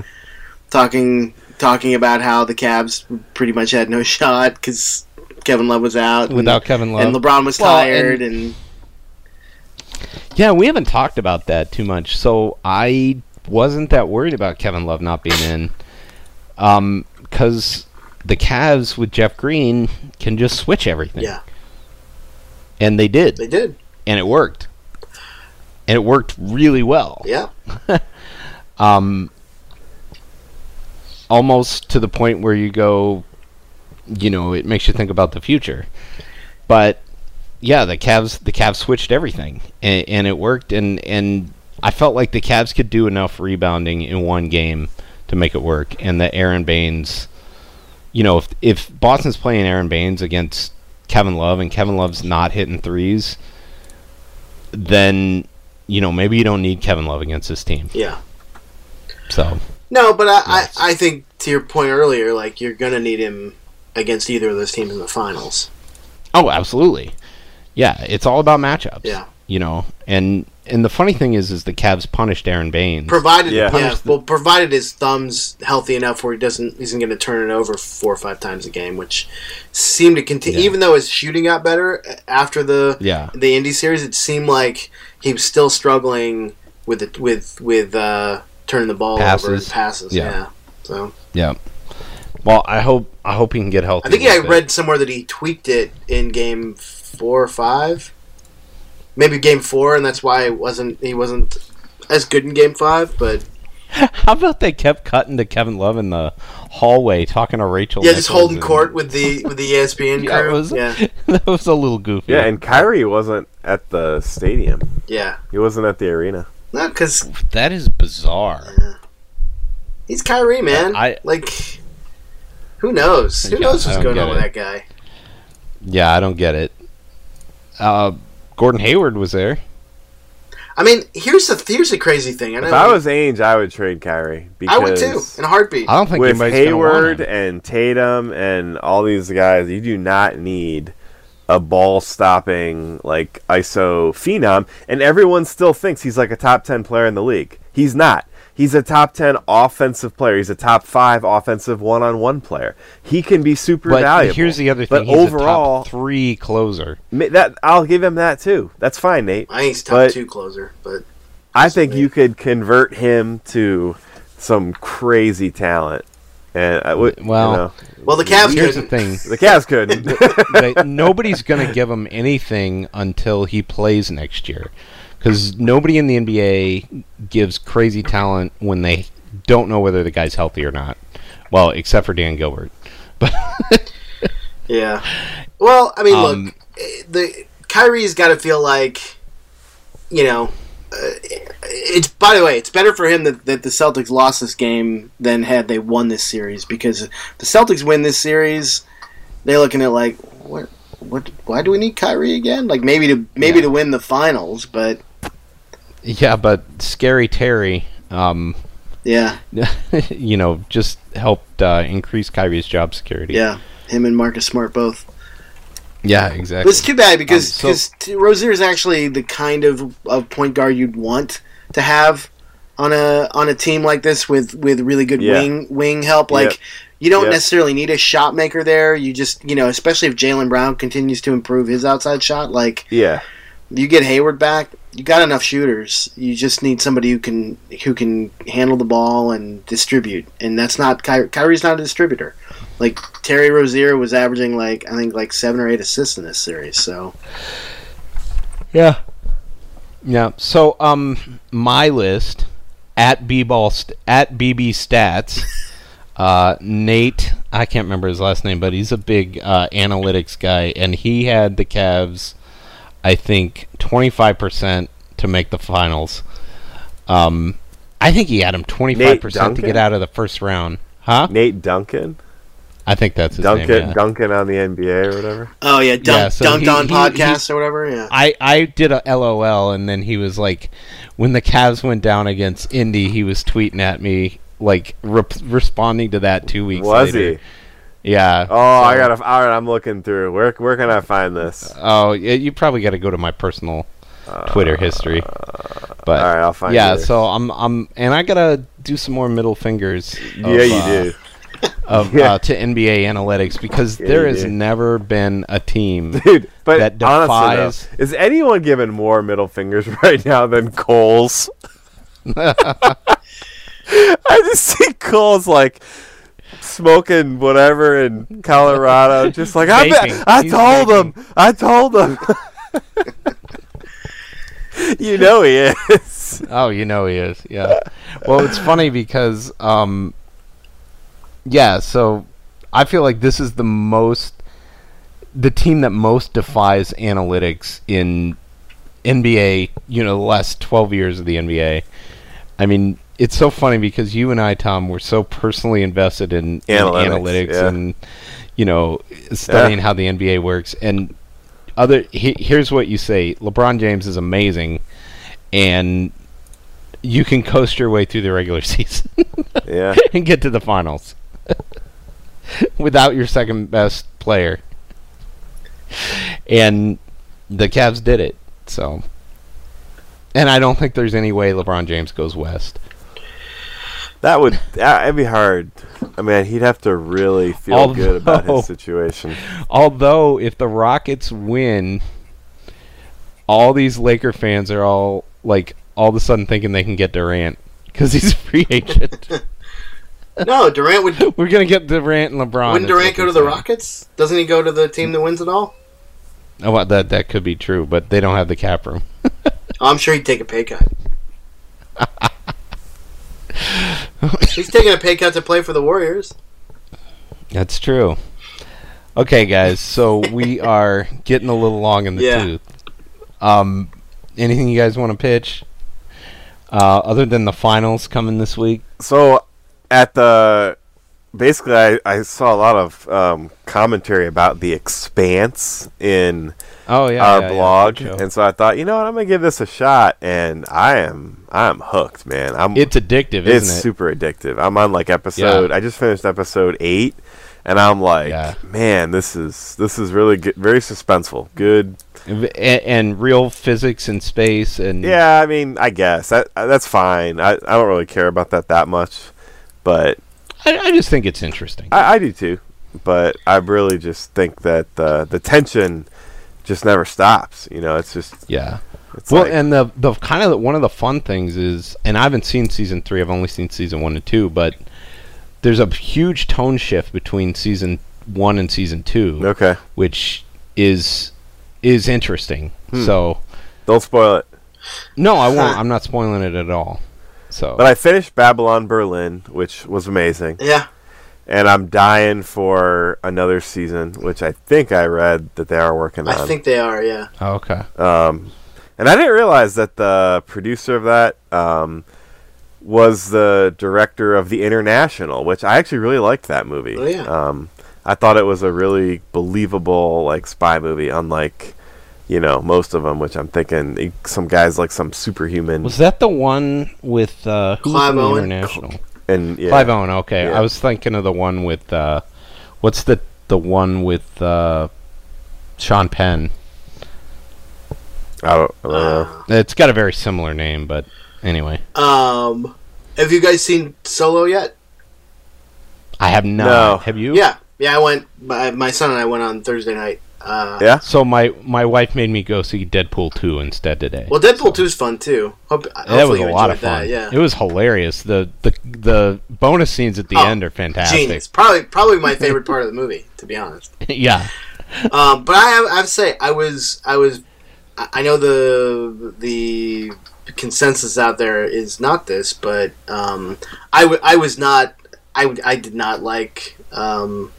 [SPEAKER 2] talking talking about how the Cavs pretty much had no <laughs> shot because Kevin Love was out
[SPEAKER 3] Without
[SPEAKER 2] and,
[SPEAKER 3] Kevin Love.
[SPEAKER 2] and LeBron was
[SPEAKER 3] Well, and-
[SPEAKER 2] tired and
[SPEAKER 3] Yeah, we haven't talked about that too much. So I wasn't that worried about Kevin Love not being in, because the Cavs with Jeff Green can just switch everything.
[SPEAKER 2] yeah,
[SPEAKER 3] and they did,
[SPEAKER 2] they did.
[SPEAKER 3] and it worked, and it worked really well.
[SPEAKER 2] Yeah,
[SPEAKER 3] <laughs> Um, almost to the point where you go, you know, it makes you think about the future. But yeah, the Cavs the Cavs switched everything, and, and it worked. And and I felt like the Cavs could do enough rebounding in one game to make it work, and that Aaron Baines you know, if if Boston's playing Aaron Baines against Kevin Love and Kevin Love's not hitting threes, then you know maybe you don't need Kevin Love against this team.
[SPEAKER 2] Yeah.
[SPEAKER 3] So
[SPEAKER 2] No, but I, I, I think to your point earlier, like you're gonna need him against either of those teams in the finals.
[SPEAKER 3] Oh, absolutely. Yeah, it's all about matchups.
[SPEAKER 2] Yeah.
[SPEAKER 3] You know, and and the funny thing is, is the Cavs punished Aaron Baines.
[SPEAKER 2] Provided,
[SPEAKER 4] Yeah.
[SPEAKER 2] yeah. well, provided his thumb's healthy enough where he doesn't isn't going to turn it over four or five times a game, which seemed to continue.
[SPEAKER 3] Yeah.
[SPEAKER 2] Even though his shooting got better uh, after the
[SPEAKER 3] Yeah.
[SPEAKER 2] the Indy series, it seemed like he was still struggling with it with with uh, turning the ball over and
[SPEAKER 3] Passes.
[SPEAKER 2] passes.
[SPEAKER 3] Yeah.
[SPEAKER 2] Yeah. So
[SPEAKER 3] yeah. Well, I hope I hope he can get healthy.
[SPEAKER 2] I think
[SPEAKER 3] a
[SPEAKER 2] I
[SPEAKER 3] little bit.
[SPEAKER 2] read somewhere that he tweaked it in game four or five, maybe game four, and that's why it wasn't he wasn't as good in game five, but.
[SPEAKER 3] How about they kept cutting to Kevin Love in the hallway talking to Rachel?
[SPEAKER 2] Yeah, just
[SPEAKER 3] Nichols
[SPEAKER 2] holding
[SPEAKER 3] and-
[SPEAKER 2] court with the E with the ESPN
[SPEAKER 3] <laughs> Yeah, it
[SPEAKER 2] crew.
[SPEAKER 3] was,
[SPEAKER 2] Yeah,
[SPEAKER 3] that was a little goofy.
[SPEAKER 4] Yeah, and Kyrie wasn't at the stadium.
[SPEAKER 2] yeah.
[SPEAKER 4] He wasn't at the arena.
[SPEAKER 2] No, because
[SPEAKER 3] that is bizarre.
[SPEAKER 2] he's Kyrie, man.
[SPEAKER 3] I-
[SPEAKER 2] like, who knows? Who
[SPEAKER 3] Yeah,
[SPEAKER 2] knows
[SPEAKER 3] I
[SPEAKER 2] what's
[SPEAKER 3] don't
[SPEAKER 2] going
[SPEAKER 3] get
[SPEAKER 2] on with that
[SPEAKER 3] it.
[SPEAKER 2] guy?
[SPEAKER 3] Yeah, I don't get it. Uh, Gordon Hayward was there.
[SPEAKER 2] I mean, here's the here's the crazy thing. I know
[SPEAKER 4] If I was Ainge, I would trade Kyrie because
[SPEAKER 2] I would too in a heartbeat.
[SPEAKER 3] I don't think
[SPEAKER 4] with
[SPEAKER 3] anybody's gonna want
[SPEAKER 4] Hayward
[SPEAKER 3] him.
[SPEAKER 4] and Tatum and all these guys, you do not need a ball stopping like ISO phenom. And everyone still thinks he's like a top ten player in the league. He's not. He's a top ten offensive player. He's a top five offensive one on one player. He can be super
[SPEAKER 3] But
[SPEAKER 4] valuable.
[SPEAKER 3] here's the other
[SPEAKER 4] But
[SPEAKER 3] thing: he's a
[SPEAKER 4] overall,
[SPEAKER 3] top three closer.
[SPEAKER 4] Ma- That I'll give him that too. That's fine, Nate.
[SPEAKER 2] I think he's top
[SPEAKER 4] But
[SPEAKER 2] two closer, but
[SPEAKER 4] I think you could convert him to some crazy talent. And I would,
[SPEAKER 3] Well-
[SPEAKER 4] you know,
[SPEAKER 2] well, the Cavs
[SPEAKER 3] Here's the
[SPEAKER 2] couldn't.
[SPEAKER 3] thing:
[SPEAKER 2] <laughs>
[SPEAKER 4] the Cavs
[SPEAKER 3] <laughs>
[SPEAKER 4] couldn't. <laughs>
[SPEAKER 3] that nobody's going to give him anything until he plays next year. Because nobody in the NBA gives crazy talent when they don't know whether the guy's healthy or not. Well, except for Dan Gilbert.
[SPEAKER 2] Yeah. Well, I mean,
[SPEAKER 3] Um,
[SPEAKER 2] look, eh, the Kyrie's got to feel like, you know, uh, it's. By the way, it's better for him that, that the Celtics lost this game than had they won this series because if the Celtics win this series, they're looking at like what. What? Why do we need Kyrie again? Like maybe to maybe to win the finals, but
[SPEAKER 3] Yeah, but Scary Terry, um, <laughs>
[SPEAKER 2] yeah,
[SPEAKER 3] you know, just helped uh, increase Kyrie's job security.
[SPEAKER 2] yeah, him and Marcus Smart both.
[SPEAKER 3] yeah, exactly.
[SPEAKER 2] It's too bad because
[SPEAKER 3] Um,
[SPEAKER 2] because t Rozier is actually the kind of, of point guard you'd want to have on a on a team like this with with really good
[SPEAKER 4] Yeah.
[SPEAKER 2] wing wing help. Like
[SPEAKER 4] Yep.
[SPEAKER 2] you don't
[SPEAKER 4] Yep.
[SPEAKER 2] necessarily need a shot maker there. You just you know, especially if Jalen Brown continues to improve his outside shot. Like
[SPEAKER 4] yeah,
[SPEAKER 2] you get Hayward back, you got enough shooters. You just need somebody who can who can handle the ball and distribute. And that's not Ky- Kyrie's not a distributor. Like Terry Rozier was averaging like I think like seven or eight assists in this series. So.
[SPEAKER 3] Yeah. Yeah. So, um, my list at b ball st- at bb stats. Uh, Nate, I can't remember his last name, but he's a big uh, analytics guy, and he had the Cavs, I think, twenty five percent to make the finals. Um, I think he had him twenty five percent to
[SPEAKER 4] Duncan?
[SPEAKER 3] get out of the first round. Huh?
[SPEAKER 4] Nate Duncan,
[SPEAKER 3] I think that's his
[SPEAKER 4] Duncan,
[SPEAKER 3] name. yeah.
[SPEAKER 4] Duncan on the NBA or whatever.
[SPEAKER 2] Oh yeah, dunk,
[SPEAKER 3] Yeah, so
[SPEAKER 2] dunked
[SPEAKER 3] he-
[SPEAKER 2] on
[SPEAKER 3] he-
[SPEAKER 2] podcast or whatever. Yeah,
[SPEAKER 3] I, I did a LOL, and then he was like, when the Cavs went down against Indy, he was tweeting at me, like rep- responding to that two weeks
[SPEAKER 4] Was
[SPEAKER 3] later.
[SPEAKER 4] he?
[SPEAKER 3] Yeah.
[SPEAKER 4] Oh, I gotta. All right, I'm looking through. Where where can I find this?
[SPEAKER 3] Oh, yeah, you probably got to go to my personal Twitter history. But
[SPEAKER 4] Uh, all right, I'll find
[SPEAKER 3] Yeah,
[SPEAKER 4] yours.
[SPEAKER 3] so I'm I'm and I gotta do some more middle fingers. of,
[SPEAKER 4] yeah, you
[SPEAKER 3] uh,
[SPEAKER 4] do.
[SPEAKER 3] of
[SPEAKER 4] <laughs> Yeah.
[SPEAKER 3] uh, to NBA analytics because
[SPEAKER 4] Yeah,
[SPEAKER 3] there
[SPEAKER 4] you
[SPEAKER 3] has
[SPEAKER 4] do.
[SPEAKER 3] never been a
[SPEAKER 4] <laughs>
[SPEAKER 3] team
[SPEAKER 4] Dude, but
[SPEAKER 3] that
[SPEAKER 4] honestly,
[SPEAKER 3] defies.
[SPEAKER 4] though, is anyone giving more middle fingers <laughs> right now than Coles? <laughs> I just see Coles like smoking whatever in Colorado, just like I,
[SPEAKER 3] Vaping.
[SPEAKER 4] I
[SPEAKER 3] He's
[SPEAKER 4] told him, I told him. <laughs> you know he is. <laughs>
[SPEAKER 3] Oh, you know he is. Yeah. well, it's funny because, um, yeah. So I feel like this is the most, the team that most defies analytics in NBA. You know, the last twelve years of the NBA. I mean, it's so funny because you and I, Tom, were so personally invested in in
[SPEAKER 4] Analytics,
[SPEAKER 3] analytics,
[SPEAKER 4] yeah.
[SPEAKER 3] and you know studying how the NBA works. And other he, here's what you say: LeBron James is amazing, and you can coast your way through the regular <laughs> season
[SPEAKER 4] Yeah.
[SPEAKER 3] and get to the finals <laughs> without your second best player. And the Cavs did it. So, and I don't think there's any way LeBron James goes west.
[SPEAKER 4] That would that, it'd be hard. I mean, he'd have to really feel good about
[SPEAKER 3] Although-
[SPEAKER 4] his situation.
[SPEAKER 3] Although, if the Rockets win, all these Laker fans are all like all of a sudden thinking they can get Durant because he's a free agent.
[SPEAKER 2] <laughs>
[SPEAKER 3] <laughs>
[SPEAKER 2] No, Durant would.
[SPEAKER 3] We're gonna get Durant and LeBron.
[SPEAKER 2] Wouldn't
[SPEAKER 3] is what
[SPEAKER 2] Durant go to
[SPEAKER 3] they're
[SPEAKER 2] the
[SPEAKER 3] saying.
[SPEAKER 2] Rockets? Doesn't he go to the team that wins it all?
[SPEAKER 3] Oh, well, that that could be true, but they don't have the cap room.
[SPEAKER 2] Oh, I'm sure he'd take a pay
[SPEAKER 3] <laughs>
[SPEAKER 2] cut. He's taking a pay cut to play for the Warriors.
[SPEAKER 3] That's true. Okay, guys, so
[SPEAKER 2] <laughs>
[SPEAKER 3] we are getting a little long in the
[SPEAKER 2] Yeah.
[SPEAKER 3] tooth. Um, anything you guys want to pitch? Uh, other than the finals coming this week,
[SPEAKER 4] So, at the basically, I, I saw a lot of um, commentary about the expanse in
[SPEAKER 3] oh yeah,
[SPEAKER 4] our
[SPEAKER 3] yeah, yeah,
[SPEAKER 4] blog,
[SPEAKER 3] good show.
[SPEAKER 4] and so I thought, you know what, I'm gonna give this a shot, and I am I am hooked, man. I'm
[SPEAKER 3] it's addictive,
[SPEAKER 4] it's
[SPEAKER 3] isn't it?
[SPEAKER 4] super addictive. I'm on like episode. I just finished episode eight, and I'm like,
[SPEAKER 3] Yeah.
[SPEAKER 4] man, this is this is really good, very suspenseful, good
[SPEAKER 3] and, and real physics and space and
[SPEAKER 4] Yeah, I mean, I guess that uh, that's fine. I, I don't really care about that that much, but
[SPEAKER 3] I, I just think it's interesting.
[SPEAKER 4] I, I do too. But I really just think that the the tension just never stops. You know, it's just
[SPEAKER 3] yeah.
[SPEAKER 4] it's
[SPEAKER 3] Well,
[SPEAKER 4] like,
[SPEAKER 3] and the the kind of the, one of the fun things is, and I haven't seen season three. I've only seen season one and two, but there's a huge tone shift between season one and season two.
[SPEAKER 4] okay,
[SPEAKER 3] which is is interesting.
[SPEAKER 4] Hmm.
[SPEAKER 3] So
[SPEAKER 4] don't spoil it.
[SPEAKER 3] no, I
[SPEAKER 4] <laughs>
[SPEAKER 3] won't. I'm not spoiling it at all. So
[SPEAKER 4] But I finished Babylon Berlin, which was amazing,
[SPEAKER 2] Yeah.
[SPEAKER 4] and I'm dying for another season, which I think I read that they are working on.
[SPEAKER 2] I think they are, yeah.
[SPEAKER 3] Oh, okay,
[SPEAKER 4] And I didn't realize that the producer of that um, was the director of The International, which I actually really liked that movie.
[SPEAKER 2] Oh, yeah.
[SPEAKER 4] Um, I thought it was a really believable like spy movie, unlike you know most of them, which I'm thinking eh, some guys like some superhuman
[SPEAKER 3] was that the one with uh, who was
[SPEAKER 2] Clive
[SPEAKER 3] in the
[SPEAKER 2] Owen.
[SPEAKER 3] international?
[SPEAKER 4] and yeah,
[SPEAKER 3] Clive Owen. oh Okay,
[SPEAKER 4] Yeah.
[SPEAKER 3] I was thinking of the one with uh, what's the the one with uh, Sean Penn.
[SPEAKER 4] I don't, I don't
[SPEAKER 2] Ah.
[SPEAKER 4] know.
[SPEAKER 3] It's got a very similar name, but anyway,
[SPEAKER 2] Um, have you guys seen Solo yet?
[SPEAKER 3] I have not.
[SPEAKER 4] No.
[SPEAKER 3] Have you?
[SPEAKER 2] Yeah, yeah. I went. My, my son and I went on Thursday night. Uh,
[SPEAKER 4] Yeah.
[SPEAKER 3] So my my wife made me go see Deadpool two instead today.
[SPEAKER 2] Well, Deadpool Two is fun too. Hope,
[SPEAKER 3] that was
[SPEAKER 2] hopefully
[SPEAKER 3] a
[SPEAKER 2] you
[SPEAKER 3] lot
[SPEAKER 2] enjoyed
[SPEAKER 3] of fun.
[SPEAKER 2] That, yeah.
[SPEAKER 3] It was hilarious. The the the bonus scenes at the
[SPEAKER 2] Oh,
[SPEAKER 3] end are fantastic.
[SPEAKER 2] Genius. Probably, probably my favorite part of the movie, to be honest.
[SPEAKER 3] <laughs> yeah.
[SPEAKER 2] Um, but I have, I have to say, I was, I was, I I know the the consensus out there is not this, but um, I, w- I was not, I, w- I did not like um,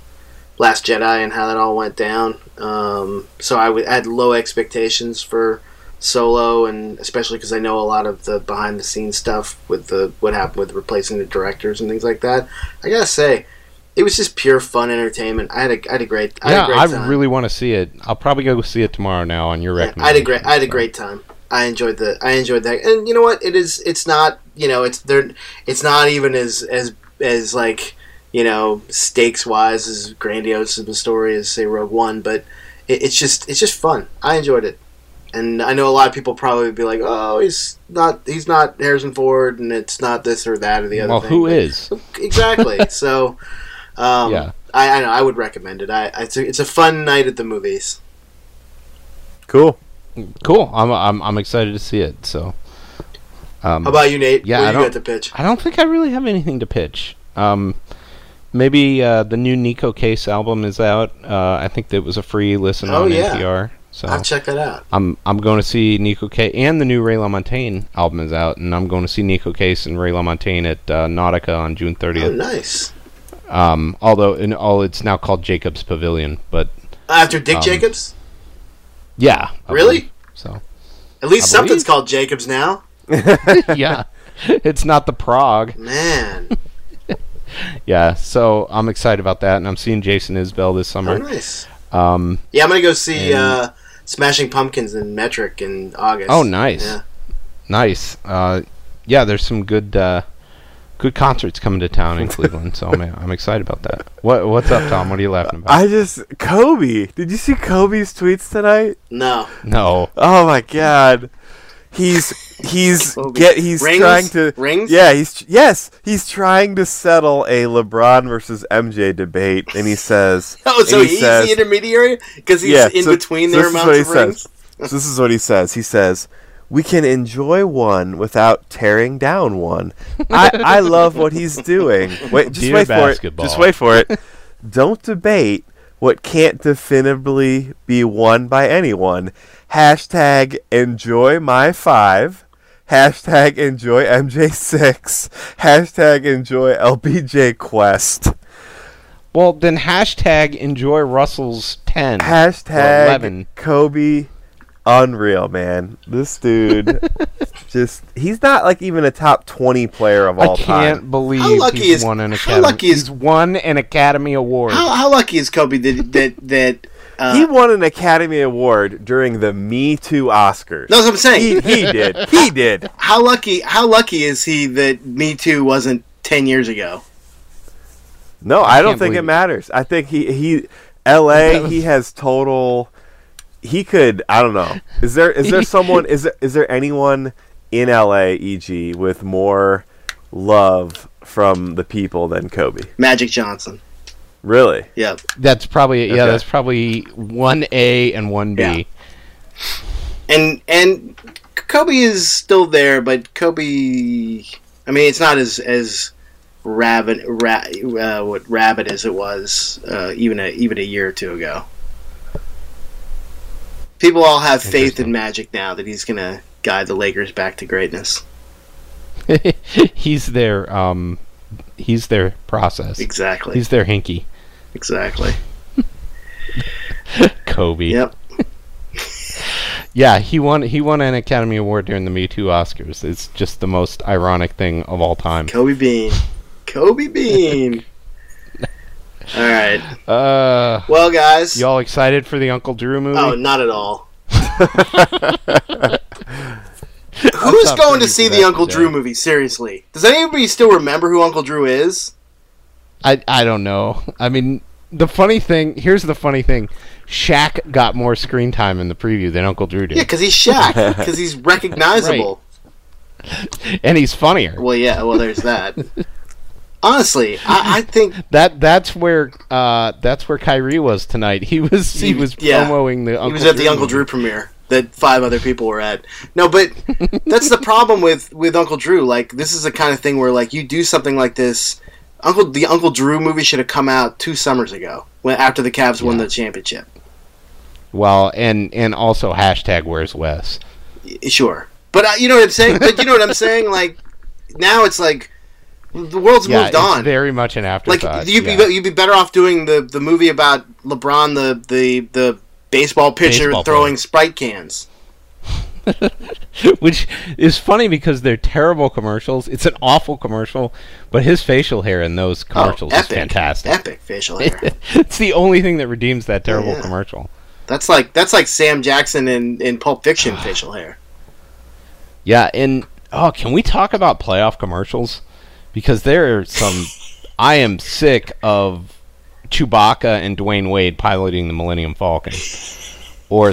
[SPEAKER 2] Last Jedi and how that all went down. Um, so I w- had low expectations for Solo, and especially because I know a lot of the behind the scenes stuff with the what happened with replacing the directors and things like that. I gotta say. It was just pure fun entertainment. I had a, I had a great, I
[SPEAKER 3] Yeah,
[SPEAKER 2] had a great
[SPEAKER 3] I
[SPEAKER 2] time.
[SPEAKER 3] really want to see it. I'll probably go see it tomorrow now on your
[SPEAKER 2] Yeah, I had
[SPEAKER 3] recommendation.
[SPEAKER 2] a great I had a great time. I enjoyed the I enjoyed that. And you know what? It is it's not, you know, it's they're it's not even as as as like, you know, stakes wise as grandiose of a story as say Rogue One, but it, it's just it's just fun. I enjoyed it. And I know a lot of people probably would be like, "Oh, he's not he's not Harrison Ford and it's not this or that or the other
[SPEAKER 3] Well,
[SPEAKER 2] thing."
[SPEAKER 3] who
[SPEAKER 2] But- <laughs>
[SPEAKER 3] is?
[SPEAKER 2] Exactly.
[SPEAKER 3] <laughs>
[SPEAKER 2] so um
[SPEAKER 3] Yeah.
[SPEAKER 2] I, I know I would recommend it. I it's a, it's a fun night at the movies.
[SPEAKER 4] Cool.
[SPEAKER 3] Cool. I'm, I'm I'm excited to see it. So
[SPEAKER 2] How about you, Nate?
[SPEAKER 3] Um, Yeah,
[SPEAKER 2] what
[SPEAKER 3] I
[SPEAKER 2] do you got
[SPEAKER 3] don't-
[SPEAKER 2] to pitch?
[SPEAKER 3] I don't think I really have anything to pitch. Um, maybe uh, the new Nico Case album is out. Uh, I think that was a free listen
[SPEAKER 2] Oh,
[SPEAKER 3] on
[SPEAKER 2] yeah.
[SPEAKER 3] NPR. So
[SPEAKER 2] I'll check that out.
[SPEAKER 3] I'm I'm going to see Nico Case and the new Ray LaMontagne album is out, and I'm going to see Nico Case and Ray LaMontagne at uh, Nautica on June 30th.
[SPEAKER 2] Oh, nice.
[SPEAKER 3] Um, although in all it's now called Jacobs Pavilion, but
[SPEAKER 2] After Dick
[SPEAKER 4] Um,
[SPEAKER 2] Jacobs?
[SPEAKER 3] yeah,
[SPEAKER 2] <laughs>
[SPEAKER 3] I
[SPEAKER 2] Really?
[SPEAKER 3] believe. So
[SPEAKER 2] <laughs> At least
[SPEAKER 3] I believe-
[SPEAKER 2] something's called Jacobs now.
[SPEAKER 3] yeah, it's not the Prague.
[SPEAKER 2] Man.
[SPEAKER 4] <laughs>
[SPEAKER 3] Yeah, so I'm excited about that, and I'm seeing Jason Isbell this
[SPEAKER 2] Oh,
[SPEAKER 3] summer.
[SPEAKER 2] nice.
[SPEAKER 3] Um,
[SPEAKER 2] Yeah, I'm going to go see uh, Smashing Pumpkins in Metric in August.
[SPEAKER 3] Oh, nice.
[SPEAKER 2] Yeah.
[SPEAKER 3] nice. Uh, yeah, there's some good uh, good concerts coming to
[SPEAKER 2] <laughs>
[SPEAKER 3] town in Cleveland, so I'm, I'm excited about that. What What's up, Tom? What are you laughing about?
[SPEAKER 4] I just Kobe. Did you see Kobe's tweets tonight?
[SPEAKER 2] No.
[SPEAKER 3] no.
[SPEAKER 4] Oh my god. He's
[SPEAKER 2] <laughs>
[SPEAKER 4] he's
[SPEAKER 2] Kobe.
[SPEAKER 4] get he's
[SPEAKER 2] Rings?
[SPEAKER 4] trying to
[SPEAKER 2] Rings?
[SPEAKER 4] Yeah, he's yes, he's trying to settle a LeBron versus MJ debate and
[SPEAKER 2] <laughs>
[SPEAKER 4] he says
[SPEAKER 2] <laughs> Oh, so
[SPEAKER 4] and he
[SPEAKER 2] he's
[SPEAKER 4] says-
[SPEAKER 2] the intermediary? Because he's in
[SPEAKER 4] so-
[SPEAKER 2] between
[SPEAKER 4] so
[SPEAKER 2] their
[SPEAKER 4] this is
[SPEAKER 2] amounts of
[SPEAKER 4] what he
[SPEAKER 2] rings?
[SPEAKER 4] Says. So this is what he says. He says, "We can enjoy one without tearing down one." I, I love
[SPEAKER 2] <laughs>
[SPEAKER 4] what he's doing. Wait, just
[SPEAKER 3] Dear
[SPEAKER 4] wait
[SPEAKER 3] basketball.
[SPEAKER 4] for it. Just wait for it. Don't debate what can't definitively be won by anyone. Hashtag enjoy my five. Hashtag enjoy MJ6. Hashtag enjoy LBJ Quest.
[SPEAKER 3] Well, then hashtag enjoy Russell's 10.
[SPEAKER 4] Hashtag
[SPEAKER 3] 11.
[SPEAKER 4] Kobe Unreal, man. This
[SPEAKER 3] <laughs>
[SPEAKER 4] dude just he's not like even a top twenty player of all
[SPEAKER 3] I can't
[SPEAKER 4] time.
[SPEAKER 3] believe
[SPEAKER 2] How lucky
[SPEAKER 3] he's
[SPEAKER 2] is-
[SPEAKER 3] won an
[SPEAKER 2] how
[SPEAKER 3] Academy.
[SPEAKER 2] lucky is-
[SPEAKER 3] he's won an Academy Award.
[SPEAKER 2] How, how lucky is Kobe that. that, that uh,
[SPEAKER 4] He won an Academy Award during the Me Too Oscars.
[SPEAKER 2] No, that's what I'm saying.
[SPEAKER 4] he, he did.
[SPEAKER 2] <laughs>
[SPEAKER 4] He did.
[SPEAKER 2] how lucky how lucky is he that Me Too wasn't ten years ago?
[SPEAKER 4] No, I, don't
[SPEAKER 3] can't
[SPEAKER 4] think
[SPEAKER 3] believe
[SPEAKER 4] it
[SPEAKER 3] it.
[SPEAKER 4] matters. I think he he LA he has total he could I don't know. Is there is
[SPEAKER 3] <laughs>
[SPEAKER 4] there someone is there is there anyone in LA EG with more love from the people than Kobe?
[SPEAKER 2] Magic Johnson.
[SPEAKER 4] Really?
[SPEAKER 2] Yeah.
[SPEAKER 3] That's probably yeah.
[SPEAKER 4] Okay.
[SPEAKER 3] That's probably one A and one B.
[SPEAKER 2] Yeah. And and Kobe is still there, but Kobe I mean it's not as as rabid ra, uh, what rabid as it was uh, even a even a year or two ago. People all have faith in Magic now that he's gonna guide the Lakers back to greatness.
[SPEAKER 3] <laughs> he's their um, he's their process.
[SPEAKER 2] Exactly.
[SPEAKER 3] He's their hinky.
[SPEAKER 2] exactly.
[SPEAKER 3] Kobe.
[SPEAKER 2] Yep.
[SPEAKER 3] Yeah, he won. He won an Academy Award during the Me Too Oscars. It's just the most ironic thing of all time.
[SPEAKER 2] Kobe Bean. Kobe
[SPEAKER 3] <laughs>
[SPEAKER 2] Bean. All right.
[SPEAKER 3] Uh,
[SPEAKER 2] Well, guys.
[SPEAKER 3] y'all excited for the Uncle Drew movie?
[SPEAKER 2] Oh, not at
[SPEAKER 3] <laughs>
[SPEAKER 2] all. Who's
[SPEAKER 3] not
[SPEAKER 2] going to
[SPEAKER 3] privy
[SPEAKER 2] see
[SPEAKER 3] to
[SPEAKER 2] the
[SPEAKER 3] that
[SPEAKER 2] Uncle
[SPEAKER 3] today.
[SPEAKER 2] Drew movie? Seriously, does anybody still remember who Uncle Drew
[SPEAKER 3] <laughs>
[SPEAKER 2] is?
[SPEAKER 3] I I don't know. I mean, the funny thing here's the funny thing. Shaq got more screen time in the preview than Uncle Drew did,
[SPEAKER 2] Yeah, because he's Shaq. Because he's recognizable.
[SPEAKER 3] and he's funnier.
[SPEAKER 2] Well, yeah. Well, there's
[SPEAKER 3] <laughs>
[SPEAKER 2] that. Honestly, I, I think
[SPEAKER 3] That that's where uh, that's where Kyrie was tonight. <laughs> He was he was
[SPEAKER 2] yeah.
[SPEAKER 3] promoing the Uncle
[SPEAKER 2] he was at the
[SPEAKER 3] Drew
[SPEAKER 2] Uncle
[SPEAKER 3] movie.
[SPEAKER 2] Drew premiere that five other people were at. No,
[SPEAKER 3] <laughs>
[SPEAKER 2] but that's the problem with with Uncle Drew. Like this is the kind of thing where like you do something like this. Uncle the Uncle Drew movie should have come out two summers ago when after the Cavs won the championship.
[SPEAKER 3] Well, and and also hashtag Where's Wes?
[SPEAKER 2] Sure, but uh, you know what I'm saying. But you know what I'm
[SPEAKER 3] <laughs>
[SPEAKER 2] saying. Like now it's like the world's
[SPEAKER 3] Yeah,
[SPEAKER 2] moved
[SPEAKER 3] it's
[SPEAKER 2] on.
[SPEAKER 3] very much an
[SPEAKER 2] like
[SPEAKER 3] afterthought.
[SPEAKER 2] you'd be
[SPEAKER 3] yeah.
[SPEAKER 2] you'd be better off doing the the movie about LeBron the the the baseball pitcher
[SPEAKER 3] Baseball player.
[SPEAKER 2] throwing Sprite cans.
[SPEAKER 3] <laughs> which is funny because they're terrible commercials. It's an awful commercial, but his facial hair in those
[SPEAKER 2] Oh,
[SPEAKER 3] commercials is
[SPEAKER 2] epic.
[SPEAKER 3] fantastic.
[SPEAKER 2] Epic facial
[SPEAKER 3] <laughs>
[SPEAKER 2] hair.
[SPEAKER 3] it's the only thing that redeems that terrible
[SPEAKER 2] yeah.
[SPEAKER 3] commercial.
[SPEAKER 2] That's like that's like Sam Jackson in, in Pulp
[SPEAKER 3] <sighs>
[SPEAKER 2] Fiction facial hair.
[SPEAKER 3] Yeah, and oh, can we talk about playoff commercials? Because there
[SPEAKER 2] <laughs>
[SPEAKER 3] are some. I am sick of Chewbacca and Dwayne Wade piloting the Millennium Falcon, or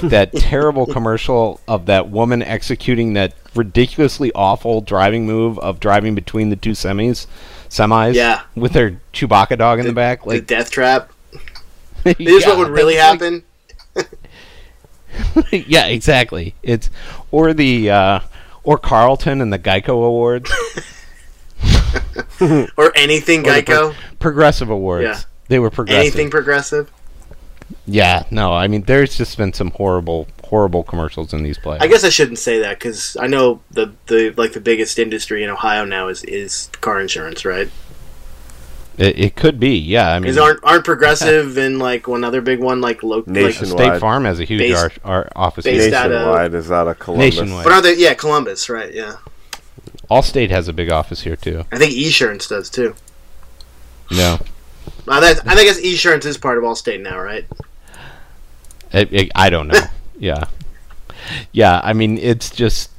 [SPEAKER 2] <laughs>
[SPEAKER 3] that terrible commercial of that woman executing that ridiculously awful driving move of driving between the two semis, semis.
[SPEAKER 2] Yeah.
[SPEAKER 3] with their Chewbacca dog in the,
[SPEAKER 2] Like,
[SPEAKER 3] back.
[SPEAKER 2] the
[SPEAKER 3] Like,
[SPEAKER 2] death trap. Here's
[SPEAKER 3] <laughs> here's
[SPEAKER 2] what would really happen.
[SPEAKER 3] <laughs> yeah, exactly. It's or the uh, or Carlton and the Geico Awards.
[SPEAKER 2] Or anything
[SPEAKER 3] Or the
[SPEAKER 2] Geico.
[SPEAKER 3] Progressive Awards.
[SPEAKER 2] Yeah.
[SPEAKER 3] They were progressive.
[SPEAKER 2] Anything progressive.
[SPEAKER 3] Yeah, no, I mean, there's just been some horrible, horrible commercials in these plays.
[SPEAKER 2] I guess I shouldn't say that because I know the, the like the biggest industry in Ohio now is, is car insurance, right?
[SPEAKER 3] Mm-hmm. it, it could be, yeah. I mean,
[SPEAKER 2] Because aren't aren't progressive and like one other big one like local like,
[SPEAKER 4] Nation-
[SPEAKER 3] State Farm has a huge
[SPEAKER 2] Based-
[SPEAKER 3] ar- ar- office.
[SPEAKER 2] based
[SPEAKER 3] here.
[SPEAKER 2] out of-
[SPEAKER 4] Nationwide is out of Columbus.
[SPEAKER 3] Nationwide.
[SPEAKER 2] but are they yeah Columbus right yeah
[SPEAKER 3] Allstate has a big office here too.
[SPEAKER 2] I think Esurance does too.
[SPEAKER 3] No,
[SPEAKER 2] Well, that's, I think it's Esurance is part of Allstate now, right?
[SPEAKER 3] I, I- I
[SPEAKER 2] <laughs>
[SPEAKER 3] don't know. yeah, yeah. I mean, it's just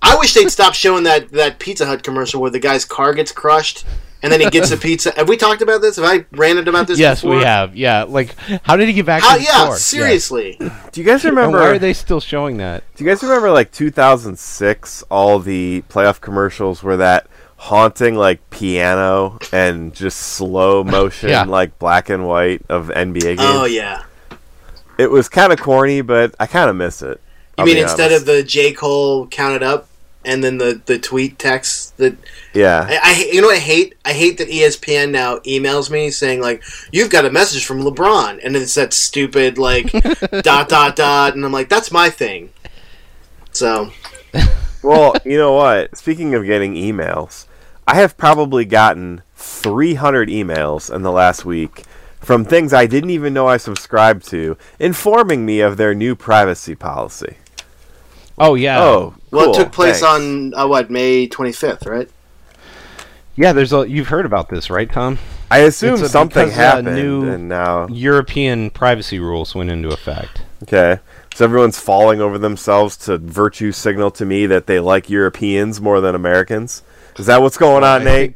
[SPEAKER 2] I wish they'd stop showing that that Pizza Hut commercial where the guy's car gets crushed and then he gets a pizza. Have we talked about this? Have I ranted about this?
[SPEAKER 3] yes,
[SPEAKER 2] before?
[SPEAKER 3] we have. Yeah, like how did he get back
[SPEAKER 2] How,
[SPEAKER 3] to the
[SPEAKER 2] yeah,
[SPEAKER 3] store?
[SPEAKER 2] seriously.
[SPEAKER 4] Do you guys
[SPEAKER 3] Yeah. And
[SPEAKER 4] remember?
[SPEAKER 3] why are they still showing that?
[SPEAKER 4] Do you guys remember like 2006? All the playoff commercials were that haunting like piano and just slow motion
[SPEAKER 3] Yeah.
[SPEAKER 4] like black and white of NBA games.
[SPEAKER 2] Oh yeah.
[SPEAKER 4] It was kind of corny, but I kind of miss it.
[SPEAKER 2] You
[SPEAKER 4] I'll
[SPEAKER 2] mean
[SPEAKER 4] be
[SPEAKER 2] instead
[SPEAKER 4] honest.
[SPEAKER 2] of the J Cole counted up and then the the tweet text that
[SPEAKER 4] yeah
[SPEAKER 2] I, I you know what I hate I hate that E ESPN now emails me saying like you've got a message from LeBron and it's that stupid like dot dot dot and I'm like that's my thing. So
[SPEAKER 4] well you know what speaking of getting emails I have probably gotten 300 emails in the last week from things I didn't even know I subscribed to informing me of their new privacy policy
[SPEAKER 3] Oh yeah.
[SPEAKER 4] oh
[SPEAKER 2] well, it
[SPEAKER 4] cool,
[SPEAKER 2] took place
[SPEAKER 4] thanks.
[SPEAKER 2] on uh, what May 25th, right?
[SPEAKER 3] yeah. There's a you've heard about this, right, Tom?
[SPEAKER 4] I assume
[SPEAKER 3] It's a-
[SPEAKER 4] something
[SPEAKER 3] because, uh,
[SPEAKER 4] happened
[SPEAKER 3] new-
[SPEAKER 4] and
[SPEAKER 2] Oh.
[SPEAKER 4] now
[SPEAKER 3] European privacy rules went into effect.
[SPEAKER 4] okay. So everyone's falling over themselves to virtue signal to me that they like Europeans more than Americans. Is that what's going on, Nate?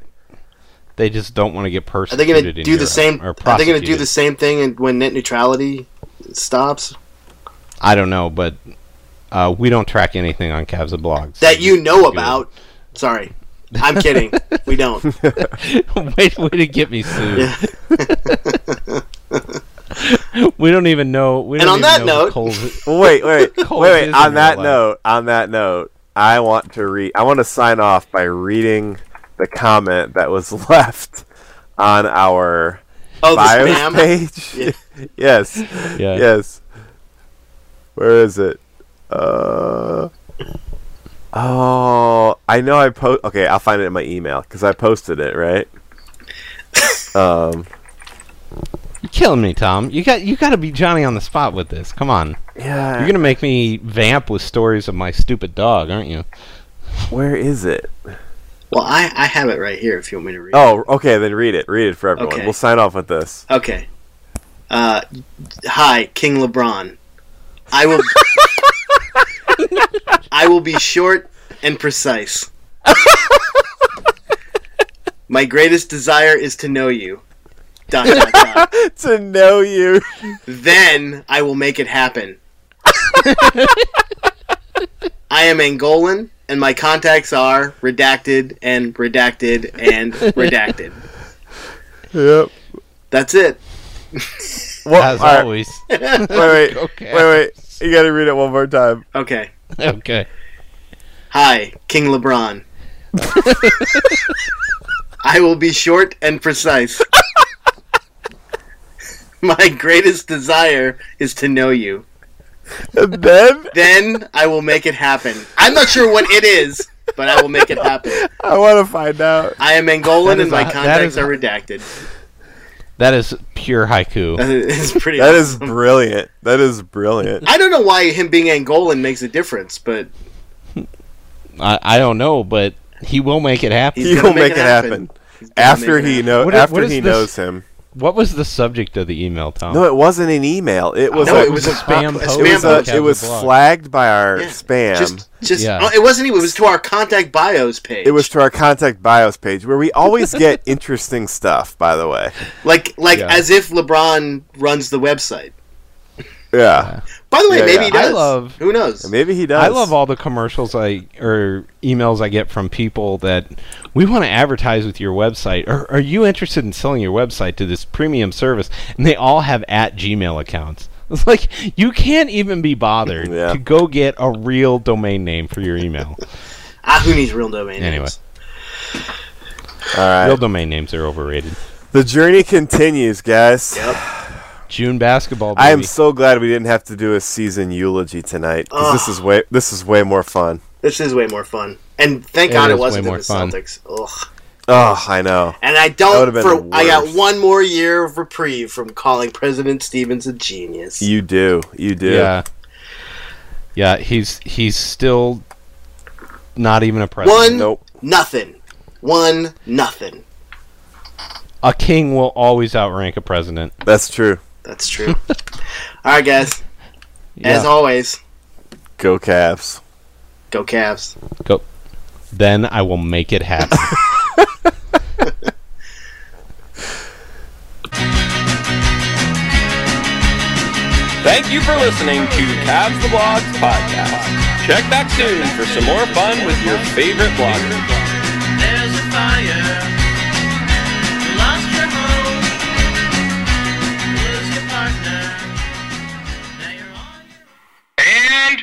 [SPEAKER 3] They just don't want to get
[SPEAKER 2] Are they
[SPEAKER 3] persecuted.
[SPEAKER 2] going to
[SPEAKER 3] in
[SPEAKER 2] do the
[SPEAKER 3] Europe,
[SPEAKER 2] same?
[SPEAKER 3] or
[SPEAKER 2] Are they going to do
[SPEAKER 3] prosecuted.
[SPEAKER 2] the same thing and when net neutrality stops?
[SPEAKER 3] I don't know, but uh, we don't track anything on Cavs and blogs
[SPEAKER 2] That you know about? Sorry, I'm kidding. we don't.
[SPEAKER 3] wait, <laughs> way to get me sued. <laughs> we don't even know. We
[SPEAKER 2] And
[SPEAKER 3] don't
[SPEAKER 2] on that
[SPEAKER 3] even know
[SPEAKER 2] note- <laughs>
[SPEAKER 3] Cole's-
[SPEAKER 4] Well, wait, wait, wait,
[SPEAKER 3] Cold
[SPEAKER 4] wait.
[SPEAKER 3] is in
[SPEAKER 4] On
[SPEAKER 3] real
[SPEAKER 4] that
[SPEAKER 3] life.
[SPEAKER 4] note, on that note, I want to read. I want to sign off by reading the comment that was <laughs> left on our
[SPEAKER 2] Oh, the
[SPEAKER 4] bio
[SPEAKER 2] spam.
[SPEAKER 4] page. <laughs> yes,
[SPEAKER 3] yeah.
[SPEAKER 4] yes. Where is it? Uh. Oh, I know. I post. Okay, I'll find it in my email because I posted it. Right. Um.
[SPEAKER 3] You're killing me, Tom. You got you got to be Johnny on the spot with this. Come on,
[SPEAKER 4] Yeah.
[SPEAKER 3] you're gonna make me vamp with stories of my stupid dog, aren't you?
[SPEAKER 4] Where is it?
[SPEAKER 2] Well, I I have it right here. If you want me to read. it.
[SPEAKER 4] Oh, okay. Then read it. Read it for everyone.
[SPEAKER 2] Okay.
[SPEAKER 4] We'll sign off with this. <laughs>
[SPEAKER 2] Okay. Uh, hi, King LeBron. I will. I will be short and precise. My greatest desire is to know you. Dot, dot, dot.
[SPEAKER 4] to know you. <laughs>
[SPEAKER 2] Then I will make it happen. I am Angolan, and my contacts are redacted and redacted and redacted.
[SPEAKER 4] Yep.
[SPEAKER 2] That's it.
[SPEAKER 4] Well,
[SPEAKER 3] As
[SPEAKER 4] all right,
[SPEAKER 3] always. <laughs>
[SPEAKER 4] Wait, <laughs> wait,
[SPEAKER 3] Okay.
[SPEAKER 4] wait, wait. You gotta read it one more time.
[SPEAKER 2] Okay.
[SPEAKER 3] okay.
[SPEAKER 2] Hi, King LeBron. I will be short and precise. My greatest desire is to know you.
[SPEAKER 4] And then
[SPEAKER 2] Then I will make it happen. I'm not sure what it is, but I will make it happen.
[SPEAKER 4] I want to find out.
[SPEAKER 2] I am
[SPEAKER 3] That
[SPEAKER 2] Angolan
[SPEAKER 3] is
[SPEAKER 2] and my
[SPEAKER 3] a- that
[SPEAKER 2] contacts
[SPEAKER 3] is a-
[SPEAKER 2] are redacted. <laughs>
[SPEAKER 3] That is pure haiku.
[SPEAKER 2] it's pretty.
[SPEAKER 4] That is brilliant. That is <laughs> brilliant.
[SPEAKER 2] I don't know why him being Angolan makes a difference, but
[SPEAKER 3] I, I don't know, but he will make it happen.
[SPEAKER 2] He's
[SPEAKER 4] He
[SPEAKER 2] gonna
[SPEAKER 4] will make it happen.
[SPEAKER 2] He's gonna
[SPEAKER 4] After
[SPEAKER 2] make it
[SPEAKER 4] he
[SPEAKER 2] happen.
[SPEAKER 4] know,
[SPEAKER 3] What i-
[SPEAKER 4] after
[SPEAKER 3] what is
[SPEAKER 4] he
[SPEAKER 3] this?
[SPEAKER 4] knows him.
[SPEAKER 3] What was the subject of the email, Tom?
[SPEAKER 4] No, it wasn't an email. It was
[SPEAKER 2] No,
[SPEAKER 4] a,
[SPEAKER 2] it was a
[SPEAKER 3] spam
[SPEAKER 2] a
[SPEAKER 3] post.
[SPEAKER 4] it was,
[SPEAKER 2] spam
[SPEAKER 4] a-
[SPEAKER 2] post.
[SPEAKER 4] it was
[SPEAKER 3] Blog.
[SPEAKER 4] flagged by our
[SPEAKER 2] Yeah,
[SPEAKER 4] spam.
[SPEAKER 2] Just, just
[SPEAKER 3] Yeah.
[SPEAKER 2] oh, it wasn't even. It was to our contact bios page.
[SPEAKER 4] it was <laughs> to our contact bios page where we always <laughs> get interesting stuff. By the way,
[SPEAKER 2] Like like
[SPEAKER 3] Yeah.
[SPEAKER 2] as if LeBron runs the website.
[SPEAKER 4] yeah,
[SPEAKER 2] By the way,
[SPEAKER 4] Yeah,
[SPEAKER 2] maybe
[SPEAKER 4] yeah.
[SPEAKER 2] he does.
[SPEAKER 3] I love-
[SPEAKER 2] Who knows?
[SPEAKER 4] maybe he does.
[SPEAKER 3] I love all the commercials I or emails I get from people that we want to advertise with your website. Or are you interested in selling your website to this premium service? And they all have at Gmail accounts. <laughs> It's like you can't even be bothered
[SPEAKER 4] Yeah.
[SPEAKER 3] to go get a real domain name for your
[SPEAKER 4] <laughs>
[SPEAKER 3] email.
[SPEAKER 2] Ah, who needs real domain names?
[SPEAKER 3] Anyway.
[SPEAKER 4] All right,
[SPEAKER 3] real domain names are overrated.
[SPEAKER 4] the journey continues, guys.
[SPEAKER 3] June basketball. Baby.
[SPEAKER 4] I am so glad we didn't have to do a season eulogy tonight 'cause this is way this is way more fun.
[SPEAKER 2] This is way more fun. And thank
[SPEAKER 3] It
[SPEAKER 2] God
[SPEAKER 3] is
[SPEAKER 2] it
[SPEAKER 3] way
[SPEAKER 2] wasn't in
[SPEAKER 3] more
[SPEAKER 2] the
[SPEAKER 3] fun.
[SPEAKER 2] Celtics. Ugh.
[SPEAKER 4] Oh, I know.
[SPEAKER 2] And I
[SPEAKER 4] That
[SPEAKER 2] don't.
[SPEAKER 4] would've been
[SPEAKER 2] For,
[SPEAKER 4] the
[SPEAKER 2] I got
[SPEAKER 4] worst.
[SPEAKER 2] one more year of reprieve from calling President Stevens a genius.
[SPEAKER 4] You do. You do.
[SPEAKER 3] yeah. Yeah, he's he's still not even a president.
[SPEAKER 2] one
[SPEAKER 4] Nope.
[SPEAKER 2] Nothing. One nothing.
[SPEAKER 3] A king will always outrank a president.
[SPEAKER 4] That's true.
[SPEAKER 2] That's true.
[SPEAKER 3] <laughs>
[SPEAKER 2] All right, guys. As
[SPEAKER 3] Yeah.
[SPEAKER 2] always,
[SPEAKER 4] Go Cavs.
[SPEAKER 2] go Cavs.
[SPEAKER 3] Go. Then I will make it happen.
[SPEAKER 6] Thank you for listening to Cavs the Blogs podcast. Check back soon for some more fun with your favorite bloggers.
[SPEAKER 7] There's a fire. Lost your home. Lose your partner. Now you're on your own.
[SPEAKER 8] And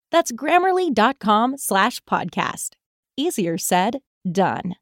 [SPEAKER 9] That's grammarly.com slash podcast. Easier said, done.